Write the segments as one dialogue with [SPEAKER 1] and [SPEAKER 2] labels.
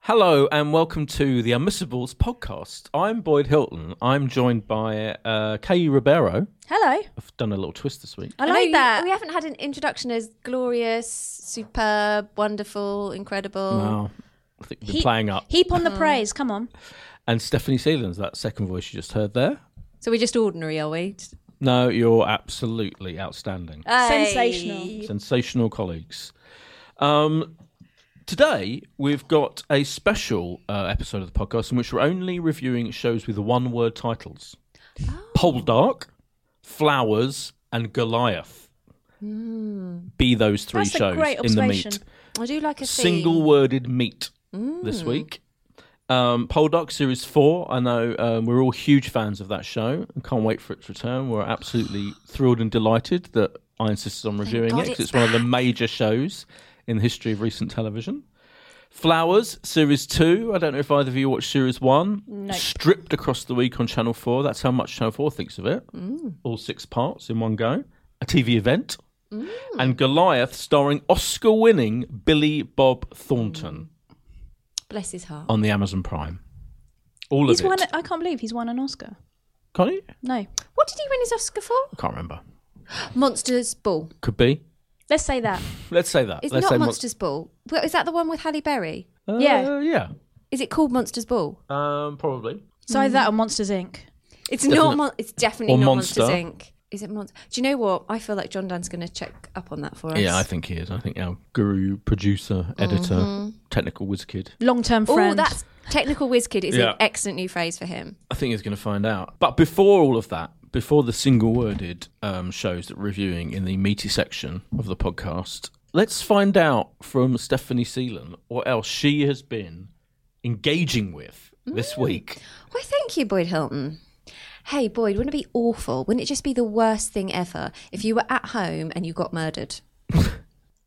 [SPEAKER 1] Hello and welcome to the Unmissables podcast. I'm Boyd Hilton. I'm joined by uh, Kay Ribeiro.
[SPEAKER 2] Hello.
[SPEAKER 1] I've done a little twist this week.
[SPEAKER 2] I
[SPEAKER 3] know
[SPEAKER 2] like
[SPEAKER 3] you-
[SPEAKER 2] that.
[SPEAKER 3] we haven't had an introduction as glorious, superb, wonderful, incredible.
[SPEAKER 1] Wow. I think we've been playing up.
[SPEAKER 2] Heap on the praise. Come on.
[SPEAKER 1] And Stephanie Sealands, that second voice you just heard there.
[SPEAKER 3] So we're just ordinary, are we? Just-
[SPEAKER 1] No, you're absolutely outstanding.
[SPEAKER 2] Sensational.
[SPEAKER 1] Sensational colleagues. Um, today, we've got a special uh, episode of the podcast in which we're only reviewing shows with one word titles
[SPEAKER 2] Oh.
[SPEAKER 1] Poldark, Flowers, and Goliath. Be those three
[SPEAKER 2] Hmm. That's a
[SPEAKER 1] shows
[SPEAKER 2] great
[SPEAKER 1] in the
[SPEAKER 2] observation.
[SPEAKER 1] meat.
[SPEAKER 3] I do like a
[SPEAKER 1] Single
[SPEAKER 3] Theme.
[SPEAKER 1] worded meat this
[SPEAKER 2] Hmm.
[SPEAKER 1] week. Um, Poldark Series 4. I know um, we're all huge fans of that show and can't wait for its return. We're absolutely thrilled and delighted that I insisted on reviewing
[SPEAKER 3] God
[SPEAKER 1] it because
[SPEAKER 3] it's
[SPEAKER 1] it's one of the major shows in the history of recent television. Flowers Series 2. I don't know if either of you watched Series 1. Stripped across the week on Channel 4. That's how much Channel 4 thinks of it.
[SPEAKER 3] Mm.
[SPEAKER 1] All six parts in one go. A TV event.
[SPEAKER 3] Mm.
[SPEAKER 1] And Goliath starring Oscar winning Billy Bob Thornton
[SPEAKER 3] Bless his heart.
[SPEAKER 1] on the Amazon Prime. All
[SPEAKER 2] He's
[SPEAKER 1] of it.
[SPEAKER 2] won. I can't believe he's won an Oscar.
[SPEAKER 1] Can't you?
[SPEAKER 2] No.
[SPEAKER 3] What did he win his Oscar for?
[SPEAKER 1] Can't remember.
[SPEAKER 3] Monsters Ball.
[SPEAKER 1] Could be.
[SPEAKER 2] Let's say that.
[SPEAKER 1] Let's say that.
[SPEAKER 3] It's
[SPEAKER 1] Let's say
[SPEAKER 3] not
[SPEAKER 1] mon-
[SPEAKER 3] Monsters Ball. Well, is that the one with Halle Berry?
[SPEAKER 1] Uh,
[SPEAKER 2] Yeah.
[SPEAKER 1] Yeah.
[SPEAKER 3] Is it called Monsters Ball?
[SPEAKER 1] Um, probably.
[SPEAKER 2] It's either that or Monsters Inc.
[SPEAKER 3] It's
[SPEAKER 1] Definite-
[SPEAKER 3] not. Mon- it's definitely
[SPEAKER 1] Or
[SPEAKER 3] not
[SPEAKER 1] Monster.
[SPEAKER 3] Monsters Inc. Is it Monster? Do you know what? I feel like John Dan's going to check up on that for us.
[SPEAKER 1] Yeah, I think he is. I think our guru, producer, editor,
[SPEAKER 2] Mm-hmm.
[SPEAKER 1] technical whiz kid.
[SPEAKER 2] Long term friend.
[SPEAKER 3] Oh, that's technical whiz kid is
[SPEAKER 1] Yeah.
[SPEAKER 3] an excellent new phrase for him.
[SPEAKER 1] I think he's going to find out. But before all of that, before the single worded um, shows that we're reviewing in the meaty section of the podcast, let's find out from Stephanie Seelan what else she has been engaging with
[SPEAKER 2] Mm.
[SPEAKER 1] this week.
[SPEAKER 3] Why, thank you, Boyd Hilton. Hey, Boyd, wouldn't it be awful? Wouldn't it just be the worst thing ever if you were at home and you got murdered?
[SPEAKER 2] I mean,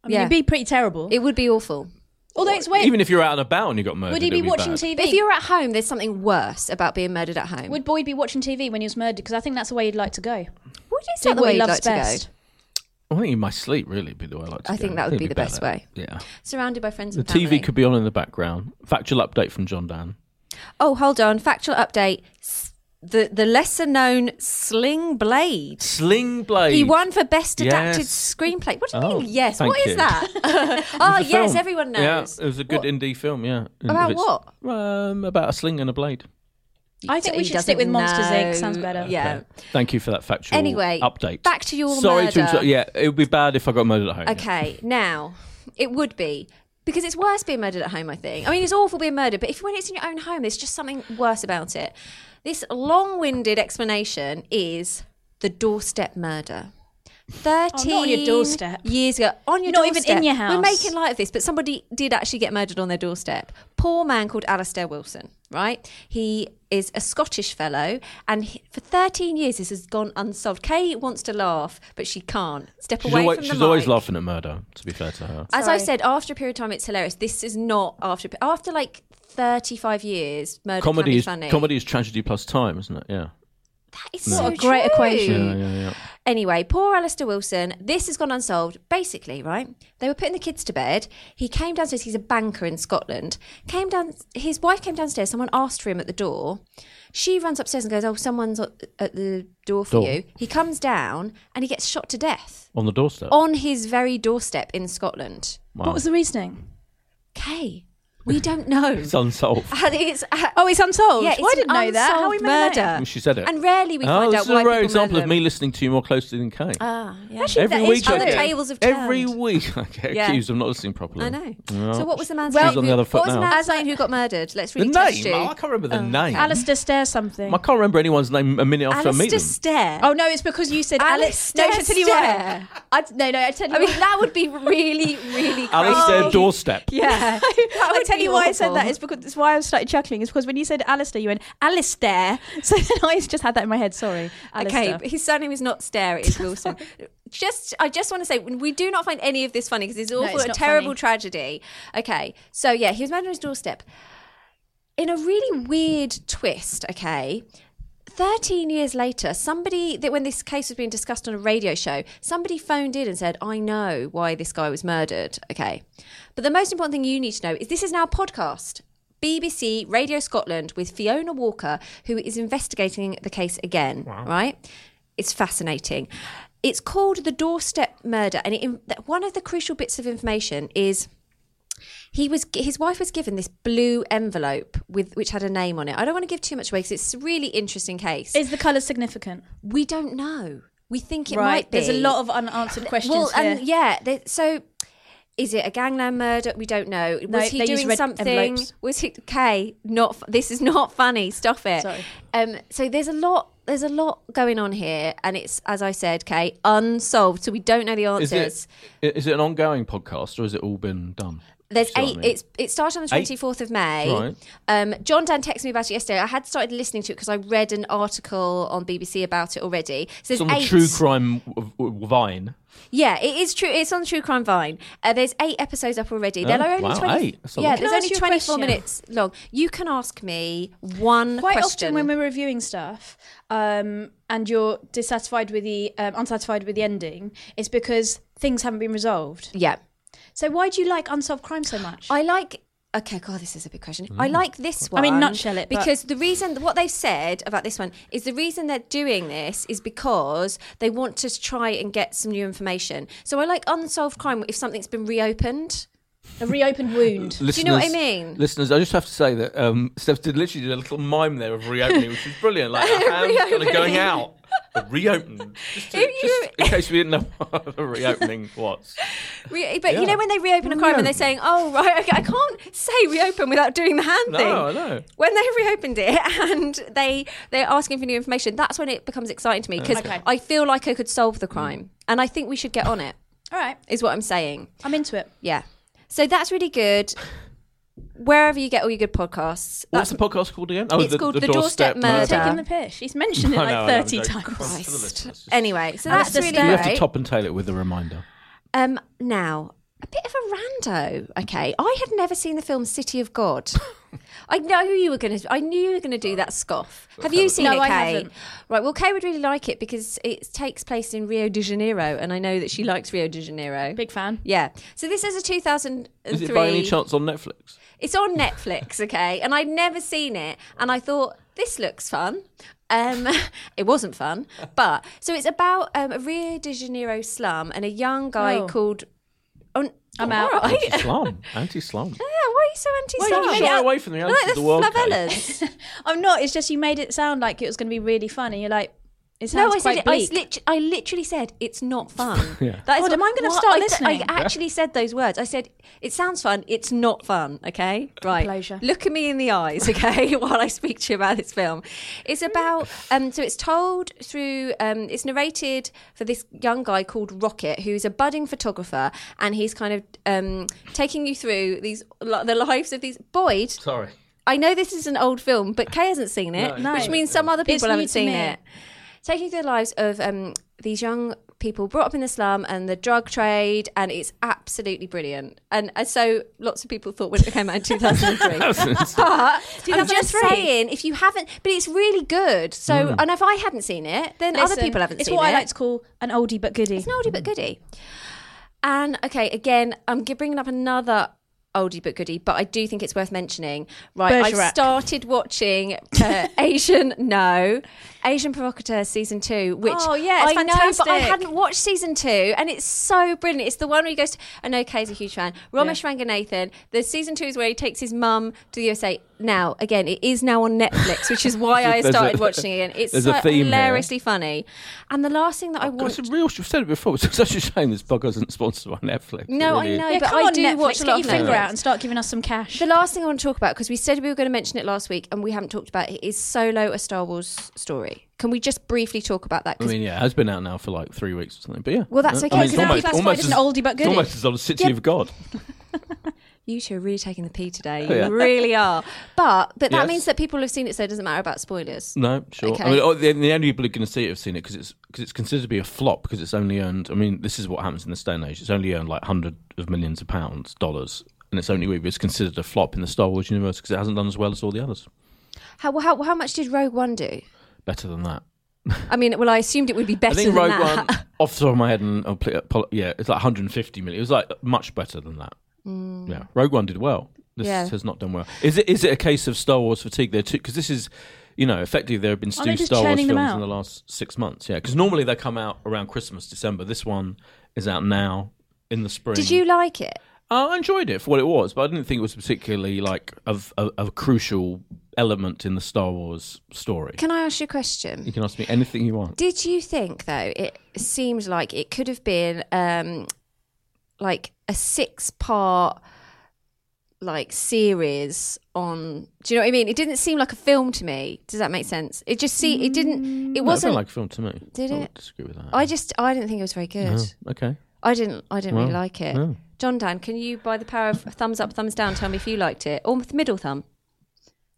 [SPEAKER 3] yeah.
[SPEAKER 2] it'd be pretty terrible.
[SPEAKER 3] It would be awful.
[SPEAKER 2] Although it's weird.
[SPEAKER 1] Even if you're out and about and you got murdered,
[SPEAKER 2] Would he be
[SPEAKER 1] it'd
[SPEAKER 2] watching
[SPEAKER 1] bad.
[SPEAKER 2] TV?
[SPEAKER 3] But if you're at home, there's something worse about being murdered at home.
[SPEAKER 2] Would Boyd be watching TV when he was murdered? Because I think that's the way he'd like to go.
[SPEAKER 3] What is
[SPEAKER 2] Do
[SPEAKER 3] that the
[SPEAKER 2] what
[SPEAKER 3] way
[SPEAKER 2] he
[SPEAKER 3] you'd
[SPEAKER 2] loves
[SPEAKER 3] like to go?
[SPEAKER 2] best.
[SPEAKER 1] I think in my sleep, really, would be the way I like to
[SPEAKER 3] I
[SPEAKER 1] go.
[SPEAKER 3] think that would
[SPEAKER 1] it'd
[SPEAKER 3] be the best
[SPEAKER 1] better.
[SPEAKER 3] way.
[SPEAKER 1] Yeah.
[SPEAKER 3] Surrounded by friends
[SPEAKER 1] The
[SPEAKER 3] and family.
[SPEAKER 1] TV could be on in the background. Factual update from John Dan.
[SPEAKER 3] Oh, hold on. Factual update. S- The the lesser known Sling Blade.
[SPEAKER 1] Sling Blade.
[SPEAKER 3] He won for best adapted
[SPEAKER 1] Yes.
[SPEAKER 3] screenplay. What do you
[SPEAKER 1] Oh,
[SPEAKER 3] mean? Yes.
[SPEAKER 1] thank
[SPEAKER 3] What is
[SPEAKER 1] you.
[SPEAKER 3] that? oh
[SPEAKER 1] It was a
[SPEAKER 3] yes,
[SPEAKER 1] film.
[SPEAKER 3] everyone knows.
[SPEAKER 1] Yeah, Uh, it was a good
[SPEAKER 3] What-
[SPEAKER 1] indie film. Yeah. And
[SPEAKER 3] About
[SPEAKER 1] if it's- Um, about a sling and a blade.
[SPEAKER 2] I think
[SPEAKER 3] So
[SPEAKER 2] we
[SPEAKER 3] he
[SPEAKER 2] should stick
[SPEAKER 3] doesn't
[SPEAKER 2] with Monsters Inc.
[SPEAKER 3] know.
[SPEAKER 2] Sounds better.
[SPEAKER 3] Yeah.
[SPEAKER 1] Okay. Thank you for that factual
[SPEAKER 3] Anyway,
[SPEAKER 1] update.
[SPEAKER 3] back to your
[SPEAKER 1] Sorry to
[SPEAKER 3] murder.
[SPEAKER 1] interrupt. Yeah, it would be bad if I got murdered at home. yeah.
[SPEAKER 3] Okay, now it would be because it's worse being murdered at home. I think. I mean, it's awful being murdered, but if when it's in your own home, there's just something worse about it. This long-winded explanation is the doorstep murder. Thirteen
[SPEAKER 2] Oh, on your doorstep.
[SPEAKER 3] years ago, on your
[SPEAKER 2] Not even
[SPEAKER 3] doorstep.
[SPEAKER 2] in your
[SPEAKER 3] We're
[SPEAKER 2] house.
[SPEAKER 3] making light of this, but somebody did actually get murdered on their doorstep. Poor man called Alastair Wilson. Right, he is a Scottish fellow, and he, for 13 years this has gone unsolved. Kay wants to laugh, but she can't. Step
[SPEAKER 1] She's,
[SPEAKER 3] away
[SPEAKER 1] always,
[SPEAKER 3] from the
[SPEAKER 1] she's always
[SPEAKER 3] mic.
[SPEAKER 1] laughing at murder, to be fair to her.
[SPEAKER 3] As I
[SPEAKER 2] Sorry.
[SPEAKER 3] said, after a period of time, it's hilarious. This is not after after like thirty five years. Murder can
[SPEAKER 1] comedy
[SPEAKER 3] be
[SPEAKER 1] is
[SPEAKER 3] funny.
[SPEAKER 1] comedy is tragedy plus time, isn't it? Yeah.
[SPEAKER 3] It's so
[SPEAKER 2] What a great
[SPEAKER 3] true.
[SPEAKER 2] equation.
[SPEAKER 1] Yeah, yeah, yeah.
[SPEAKER 3] Anyway, poor Alistair Wilson. This has gone unsolved. Basically, right? They were putting the kids to bed. He came downstairs. He's a banker in Scotland. Came down. His wife came downstairs. Someone asked for him at the door. She runs upstairs and goes, "Oh, someone's at at the door for
[SPEAKER 1] Door.
[SPEAKER 3] you." He comes down and he gets shot to death
[SPEAKER 1] On the doorstep.
[SPEAKER 3] on his very doorstep in Scotland.
[SPEAKER 2] What was the reasoning?
[SPEAKER 3] Kay, we don't know.
[SPEAKER 1] It's unsolved.
[SPEAKER 3] And it's uh,
[SPEAKER 2] Oh, it's unsolved.
[SPEAKER 3] Yeah, it's
[SPEAKER 2] well, I didn't
[SPEAKER 3] an
[SPEAKER 2] know that. How are we
[SPEAKER 3] unsolved
[SPEAKER 2] meant to know?
[SPEAKER 3] murder.
[SPEAKER 1] She said it.
[SPEAKER 3] And rarely we
[SPEAKER 1] oh,
[SPEAKER 3] find
[SPEAKER 1] this
[SPEAKER 3] out
[SPEAKER 1] is
[SPEAKER 3] why
[SPEAKER 1] a rare
[SPEAKER 3] people
[SPEAKER 1] example
[SPEAKER 3] murder
[SPEAKER 1] of me listening to you more closely than Kay.
[SPEAKER 3] them. Ah, Yeah.
[SPEAKER 2] Actually,
[SPEAKER 1] Every
[SPEAKER 2] that is
[SPEAKER 1] week,
[SPEAKER 2] true.
[SPEAKER 1] I
[SPEAKER 3] Other
[SPEAKER 1] get,
[SPEAKER 3] tables have
[SPEAKER 1] every
[SPEAKER 3] turned.
[SPEAKER 1] week I get
[SPEAKER 3] Yeah.
[SPEAKER 1] accused of not listening properly.
[SPEAKER 3] I know. So what was the man's
[SPEAKER 1] She's
[SPEAKER 3] name?
[SPEAKER 1] on the other foot
[SPEAKER 3] what was the
[SPEAKER 1] now.
[SPEAKER 3] man's name who got murdered? Let's
[SPEAKER 1] The
[SPEAKER 3] really test
[SPEAKER 1] name?
[SPEAKER 3] you.
[SPEAKER 1] Oh, I can't remember the name.
[SPEAKER 2] Alistair Stare something.
[SPEAKER 1] I can't remember anyone's name a minute after I meet
[SPEAKER 3] Alistair
[SPEAKER 1] them.
[SPEAKER 3] Stare.
[SPEAKER 2] Oh no, it's because you said Alice.
[SPEAKER 3] Alice
[SPEAKER 2] No,
[SPEAKER 3] Stare
[SPEAKER 2] I tell you what.
[SPEAKER 3] Stare.
[SPEAKER 2] I, no, no, I tell you.
[SPEAKER 3] I mean,
[SPEAKER 2] what-
[SPEAKER 3] that would be really, really crazy.
[SPEAKER 1] Alistair doorstep.
[SPEAKER 2] yeah, I
[SPEAKER 3] would
[SPEAKER 2] tell
[SPEAKER 3] be
[SPEAKER 2] you why I said
[SPEAKER 3] awful.
[SPEAKER 2] that. It's because it's why I started chuckling. It's because when you said Alistair, you went Alistair. So then I just had that in my head. Sorry,
[SPEAKER 3] Okay,
[SPEAKER 2] Alistair.
[SPEAKER 3] but his surname is not Stare, it is Wilson. just, I just want to say, we do not find any of this funny because it's awful,
[SPEAKER 2] it's
[SPEAKER 3] a
[SPEAKER 2] not
[SPEAKER 3] terrible
[SPEAKER 2] funny.
[SPEAKER 3] tragedy. Okay, so yeah, he was murdered on his doorstep. In a really weird twist, okay, 13 years later, somebody that when this case was being discussed on a radio show, somebody phoned in and said, I know why this guy was murdered. Okay. But the most important thing you need to know is this is now a podcast. BBC Radio Scotland with Fiona Walker, who is investigating the case again, right? It's fascinating. It's called The Doorstep Murder, and it, one of the crucial bits of information is he was his wife was given this blue envelope with which had a name on it. I don't want to give too much away because it's a really interesting case.
[SPEAKER 2] Is the colour significant?
[SPEAKER 3] we don't know. We think it might be.
[SPEAKER 2] There's a lot of unanswered questions
[SPEAKER 3] Well,
[SPEAKER 2] here.
[SPEAKER 3] and yeah, they, so is it a gangland murder? We don't know. Was
[SPEAKER 2] No,
[SPEAKER 3] he
[SPEAKER 2] they used
[SPEAKER 3] doing
[SPEAKER 2] red
[SPEAKER 3] something?
[SPEAKER 2] envelopes.
[SPEAKER 3] Was he okay? Not f- this is not funny. Stop it.
[SPEAKER 2] Sorry.
[SPEAKER 3] Um, so there's a lot. There's a lot going on here, and it's as I said, Kay, unsolved. So we don't know the
[SPEAKER 1] Is
[SPEAKER 3] answers.
[SPEAKER 1] it, i- is it an ongoing podcast or has it all been done?
[SPEAKER 3] There's
[SPEAKER 1] See what I
[SPEAKER 3] eight.
[SPEAKER 1] mean?
[SPEAKER 3] It's it started on the
[SPEAKER 1] Eight?
[SPEAKER 3] twenty fourth of May.
[SPEAKER 1] Right.
[SPEAKER 3] Um, John Dan texted me about it yesterday. I had started listening to it because I read an article on BBC about it already. So
[SPEAKER 1] It's
[SPEAKER 3] there's
[SPEAKER 1] on the
[SPEAKER 3] eight.
[SPEAKER 1] true crime w- w- vine.
[SPEAKER 3] Yeah, it is true. It's on True Crime Vine. Uh, there's eight episodes up already. They're
[SPEAKER 1] Oh,
[SPEAKER 3] only
[SPEAKER 1] wow,
[SPEAKER 3] 20,
[SPEAKER 1] eight. That's a
[SPEAKER 3] yeah,
[SPEAKER 1] lot.
[SPEAKER 3] there's
[SPEAKER 2] Can I
[SPEAKER 3] only
[SPEAKER 2] ask you a
[SPEAKER 3] 24
[SPEAKER 2] question?
[SPEAKER 3] minutes long. You can ask me one
[SPEAKER 2] Quite
[SPEAKER 3] question.
[SPEAKER 2] often when we're reviewing stuff, um, and you're dissatisfied with the um, unsatisfied with the ending, it's because things haven't been resolved.
[SPEAKER 3] yeah,
[SPEAKER 2] So why do you like unsolved crime so much?
[SPEAKER 3] I like. Okay, God, this is a big question. I
[SPEAKER 1] Mm.
[SPEAKER 3] like this one.
[SPEAKER 2] mean, nutshell it, but-
[SPEAKER 3] because the reason what they've said about this one is the reason they're doing this is because they want to try and get some new information. So I like unsolved crime if something's been reopened.
[SPEAKER 2] a reopened wound.
[SPEAKER 1] Listeners,
[SPEAKER 3] you know what I mean?
[SPEAKER 1] Listeners, I just have to say that um, Steph did literally did a little mime there of reopening, which was brilliant. Like her hands kind of going out. Reopened. Just, to-
[SPEAKER 3] If you-
[SPEAKER 1] just in case we didn't know what a reopening was.
[SPEAKER 3] Re- but you
[SPEAKER 1] Yeah.
[SPEAKER 3] know when they reopen a crime and
[SPEAKER 1] Reopen.
[SPEAKER 3] they're saying, "Oh right, okay, I can't say reopen without doing the hand
[SPEAKER 1] No,
[SPEAKER 3] thing."
[SPEAKER 1] I know.
[SPEAKER 3] When they reopened it and they they're asking for new information, that's when it becomes exciting to me because
[SPEAKER 2] Okay.
[SPEAKER 3] I feel like I could solve the crime, and I think we should get on it.
[SPEAKER 2] All right,
[SPEAKER 3] Is what I'm saying.
[SPEAKER 2] I'm into it.
[SPEAKER 3] Yeah. So that's really good. Wherever you get all your good podcasts,
[SPEAKER 1] What's
[SPEAKER 3] that's
[SPEAKER 1] the podcast called again? Oh,
[SPEAKER 3] It's called The Doorstep Murder.
[SPEAKER 2] Taking the piss. She's mentioned it
[SPEAKER 1] I
[SPEAKER 2] like
[SPEAKER 1] know, I know, I'm
[SPEAKER 2] 30
[SPEAKER 1] joking.
[SPEAKER 2] times.
[SPEAKER 1] Christ. It's for the
[SPEAKER 3] Christ.
[SPEAKER 1] listeners.
[SPEAKER 3] Anyway, so
[SPEAKER 2] And
[SPEAKER 3] that's
[SPEAKER 2] that's a
[SPEAKER 3] really
[SPEAKER 2] step.
[SPEAKER 1] You
[SPEAKER 3] great.
[SPEAKER 1] have to top and tail it with a reminder.
[SPEAKER 3] Um, now, a bit of a rando. Okay, I had never seen the film City of God. I know you were going to. I knew you were going to do that scoff. Have you seen
[SPEAKER 2] No,
[SPEAKER 3] it, Kay?
[SPEAKER 2] I haven't.
[SPEAKER 3] Right. Well, Kay would really like it because it takes place in Rio de Janeiro, and I know that she likes Rio de Janeiro.
[SPEAKER 2] Big fan.
[SPEAKER 3] yeah. So this is a 2003.
[SPEAKER 1] Is it by any chance on Netflix?
[SPEAKER 3] It's on Netflix, okay? And I'd never seen it. And I thought, this looks fun. Um, it wasn't fun. But so it's about um, a Rio de Janeiro slum and a young guy
[SPEAKER 2] Oh.
[SPEAKER 3] called. Oh,
[SPEAKER 2] I'm out.
[SPEAKER 3] all right. Yeah,
[SPEAKER 1] Anti-slum. Anti-slum.
[SPEAKER 3] why are you so anti
[SPEAKER 2] Well, you
[SPEAKER 3] slum?
[SPEAKER 2] made
[SPEAKER 1] Shy away from the answer
[SPEAKER 3] like
[SPEAKER 1] to the
[SPEAKER 3] the
[SPEAKER 1] world. Kate.
[SPEAKER 3] favelas.
[SPEAKER 2] I'm not. It's just you made it sound like it was going to be really fun, and you're like, it
[SPEAKER 3] no,
[SPEAKER 2] sounds
[SPEAKER 3] I
[SPEAKER 2] quite
[SPEAKER 3] said it. I,
[SPEAKER 2] bleak.
[SPEAKER 3] s- lit- I literally said it's not fun.
[SPEAKER 1] Yeah.
[SPEAKER 3] That is
[SPEAKER 2] God,
[SPEAKER 3] what-
[SPEAKER 2] am I gonna
[SPEAKER 3] what
[SPEAKER 2] start
[SPEAKER 3] I d-
[SPEAKER 2] listening?
[SPEAKER 3] I actually said those words. I said it sounds fun. It's not fun. Okay, right.
[SPEAKER 2] Pleasure.
[SPEAKER 3] Look at me in the eyes, okay, while I speak to you about this film. It's about um, so it's told through um, it's narrated for this young guy called Rocket, who is a budding photographer, and he's kind of um, taking you through these li- the lives of these Boyd.
[SPEAKER 1] Sorry.
[SPEAKER 3] I know this is an old film, but Kay hasn't seen it,
[SPEAKER 1] No,
[SPEAKER 3] which
[SPEAKER 1] no.
[SPEAKER 3] means some other people
[SPEAKER 2] It's new
[SPEAKER 3] haven't
[SPEAKER 2] to
[SPEAKER 3] seen
[SPEAKER 2] me.
[SPEAKER 3] it. Taking the lives of um, these young people brought up in the slum and the drug trade, and it's absolutely brilliant. And, and so lots of people thought when it came out in 2003. but I'm just
[SPEAKER 2] 2003?
[SPEAKER 3] saying, if you haven't, but it's really good. So, and if I hadn't seen it, then other
[SPEAKER 2] Listen,
[SPEAKER 3] people haven't
[SPEAKER 2] It's
[SPEAKER 3] seen
[SPEAKER 2] what
[SPEAKER 3] it.
[SPEAKER 2] I like to call an oldie but goodie.
[SPEAKER 3] It's an oldie but goodie. And okay, again, I'm g- bringing up another oldie but goodie, but I do think it's worth mentioning. Right, I
[SPEAKER 2] Bergerac.
[SPEAKER 3] started watching uh, Asian No, Asian Provocateur season two, which
[SPEAKER 2] Oh, yeah, it's
[SPEAKER 3] I know, but I
[SPEAKER 2] fantastic.
[SPEAKER 3] hadn't watched season two, and it's so brilliant. It's the one where he goes. To, I know Kay's a huge fan. Ramesh Ranganathan. The season two is where he takes his mum to the USA. Now, again, it is now on Netflix, which is why I
[SPEAKER 1] There's a-
[SPEAKER 3] started watching it. again. It's
[SPEAKER 1] there's
[SPEAKER 3] so
[SPEAKER 1] a theme here.
[SPEAKER 3] hilariously funny. And the last thing that I want
[SPEAKER 1] It's a real. We've said it before. It's such a shame this podcast isn't sponsored by Netflix. It
[SPEAKER 3] No,
[SPEAKER 1] really
[SPEAKER 3] I
[SPEAKER 1] is.
[SPEAKER 3] know,
[SPEAKER 2] Yeah,
[SPEAKER 3] but
[SPEAKER 2] come
[SPEAKER 3] I
[SPEAKER 2] on,
[SPEAKER 3] do
[SPEAKER 2] Netflix,
[SPEAKER 3] watch
[SPEAKER 2] get
[SPEAKER 3] a lot
[SPEAKER 2] your
[SPEAKER 3] of
[SPEAKER 2] finger
[SPEAKER 3] Netflix.
[SPEAKER 2] out and start giving us some cash.
[SPEAKER 3] The last thing I want to talk about because we said we were going to mention it last week and we haven't talked about it is Solo: A Star Wars Story. Can we just briefly talk about that?
[SPEAKER 1] I
[SPEAKER 3] 'Cause-
[SPEAKER 1] mean, yeah, it has been out now for like three weeks or something. But yeah. Uh,
[SPEAKER 3] Well, that's okay,
[SPEAKER 1] I mean,
[SPEAKER 3] because
[SPEAKER 1] it's
[SPEAKER 3] now
[SPEAKER 1] almost,
[SPEAKER 2] people
[SPEAKER 1] almost
[SPEAKER 2] classify it as
[SPEAKER 1] as
[SPEAKER 2] an oldie but
[SPEAKER 1] It's
[SPEAKER 2] goodie.
[SPEAKER 1] almost as old as City of God.
[SPEAKER 3] you two are really taking the pee today.
[SPEAKER 1] yeah.
[SPEAKER 3] You really are. But but that
[SPEAKER 1] Yes.
[SPEAKER 3] means that people have seen it, so it doesn't matter about spoilers.
[SPEAKER 1] No, sure.
[SPEAKER 3] Okay.
[SPEAKER 1] I mean, oh, the, the only people who are going to see it have seen it because it's because it's considered to be a flop because it's only earned. I mean, this is what happens in this day and age. It's only earned like hundreds of millions of pounds, dollars, and it's only it's considered a flop in the Star Wars universe because it hasn't done as well as all the others.
[SPEAKER 3] How, well, how how much did Rogue One do?
[SPEAKER 1] Better than that.
[SPEAKER 3] I mean, well, I assumed it would be better
[SPEAKER 1] I think
[SPEAKER 3] than
[SPEAKER 1] Rogue
[SPEAKER 3] that.
[SPEAKER 1] One, off the top of my head, and uh, I'll pl- uh, pol- yeah, it's like 150 million. It was like much better than that. Yeah, Rogue One did well. This
[SPEAKER 3] Mm. Yeah.
[SPEAKER 1] has not done well. Is it is it a case of Star Wars fatigue there too? Because this is, you know, effectively there have been
[SPEAKER 2] they
[SPEAKER 1] two
[SPEAKER 2] just
[SPEAKER 1] Star Wars
[SPEAKER 2] churning them
[SPEAKER 1] films
[SPEAKER 2] out?
[SPEAKER 1] in the last six months. Yeah, because normally they come out around Christmas, December. This one is out now in the spring.
[SPEAKER 3] Did you like it?
[SPEAKER 1] I enjoyed it for what it was, but I didn't think it was particularly like of a, a crucial element in the Star Wars story.
[SPEAKER 3] Can I ask you a question?
[SPEAKER 1] You can ask me anything you want.
[SPEAKER 3] Did you think though it seemed like it could have been um like a six part like series on do you know what I mean? It didn't seem like a film to me. Does that make sense? It just see it didn't it
[SPEAKER 1] Mm. No, it felt
[SPEAKER 3] wasn't
[SPEAKER 1] like a film to me.
[SPEAKER 3] Did
[SPEAKER 1] I would
[SPEAKER 3] it?
[SPEAKER 1] disagree with that.
[SPEAKER 3] I just I didn't think it was very good.
[SPEAKER 1] Oh, okay.
[SPEAKER 3] I didn't I didn't really
[SPEAKER 1] Well,
[SPEAKER 3] like it.
[SPEAKER 1] no.
[SPEAKER 3] John Dan, can you by the power of thumbs up, thumbs down, tell me if you liked it? Or with middle thumb.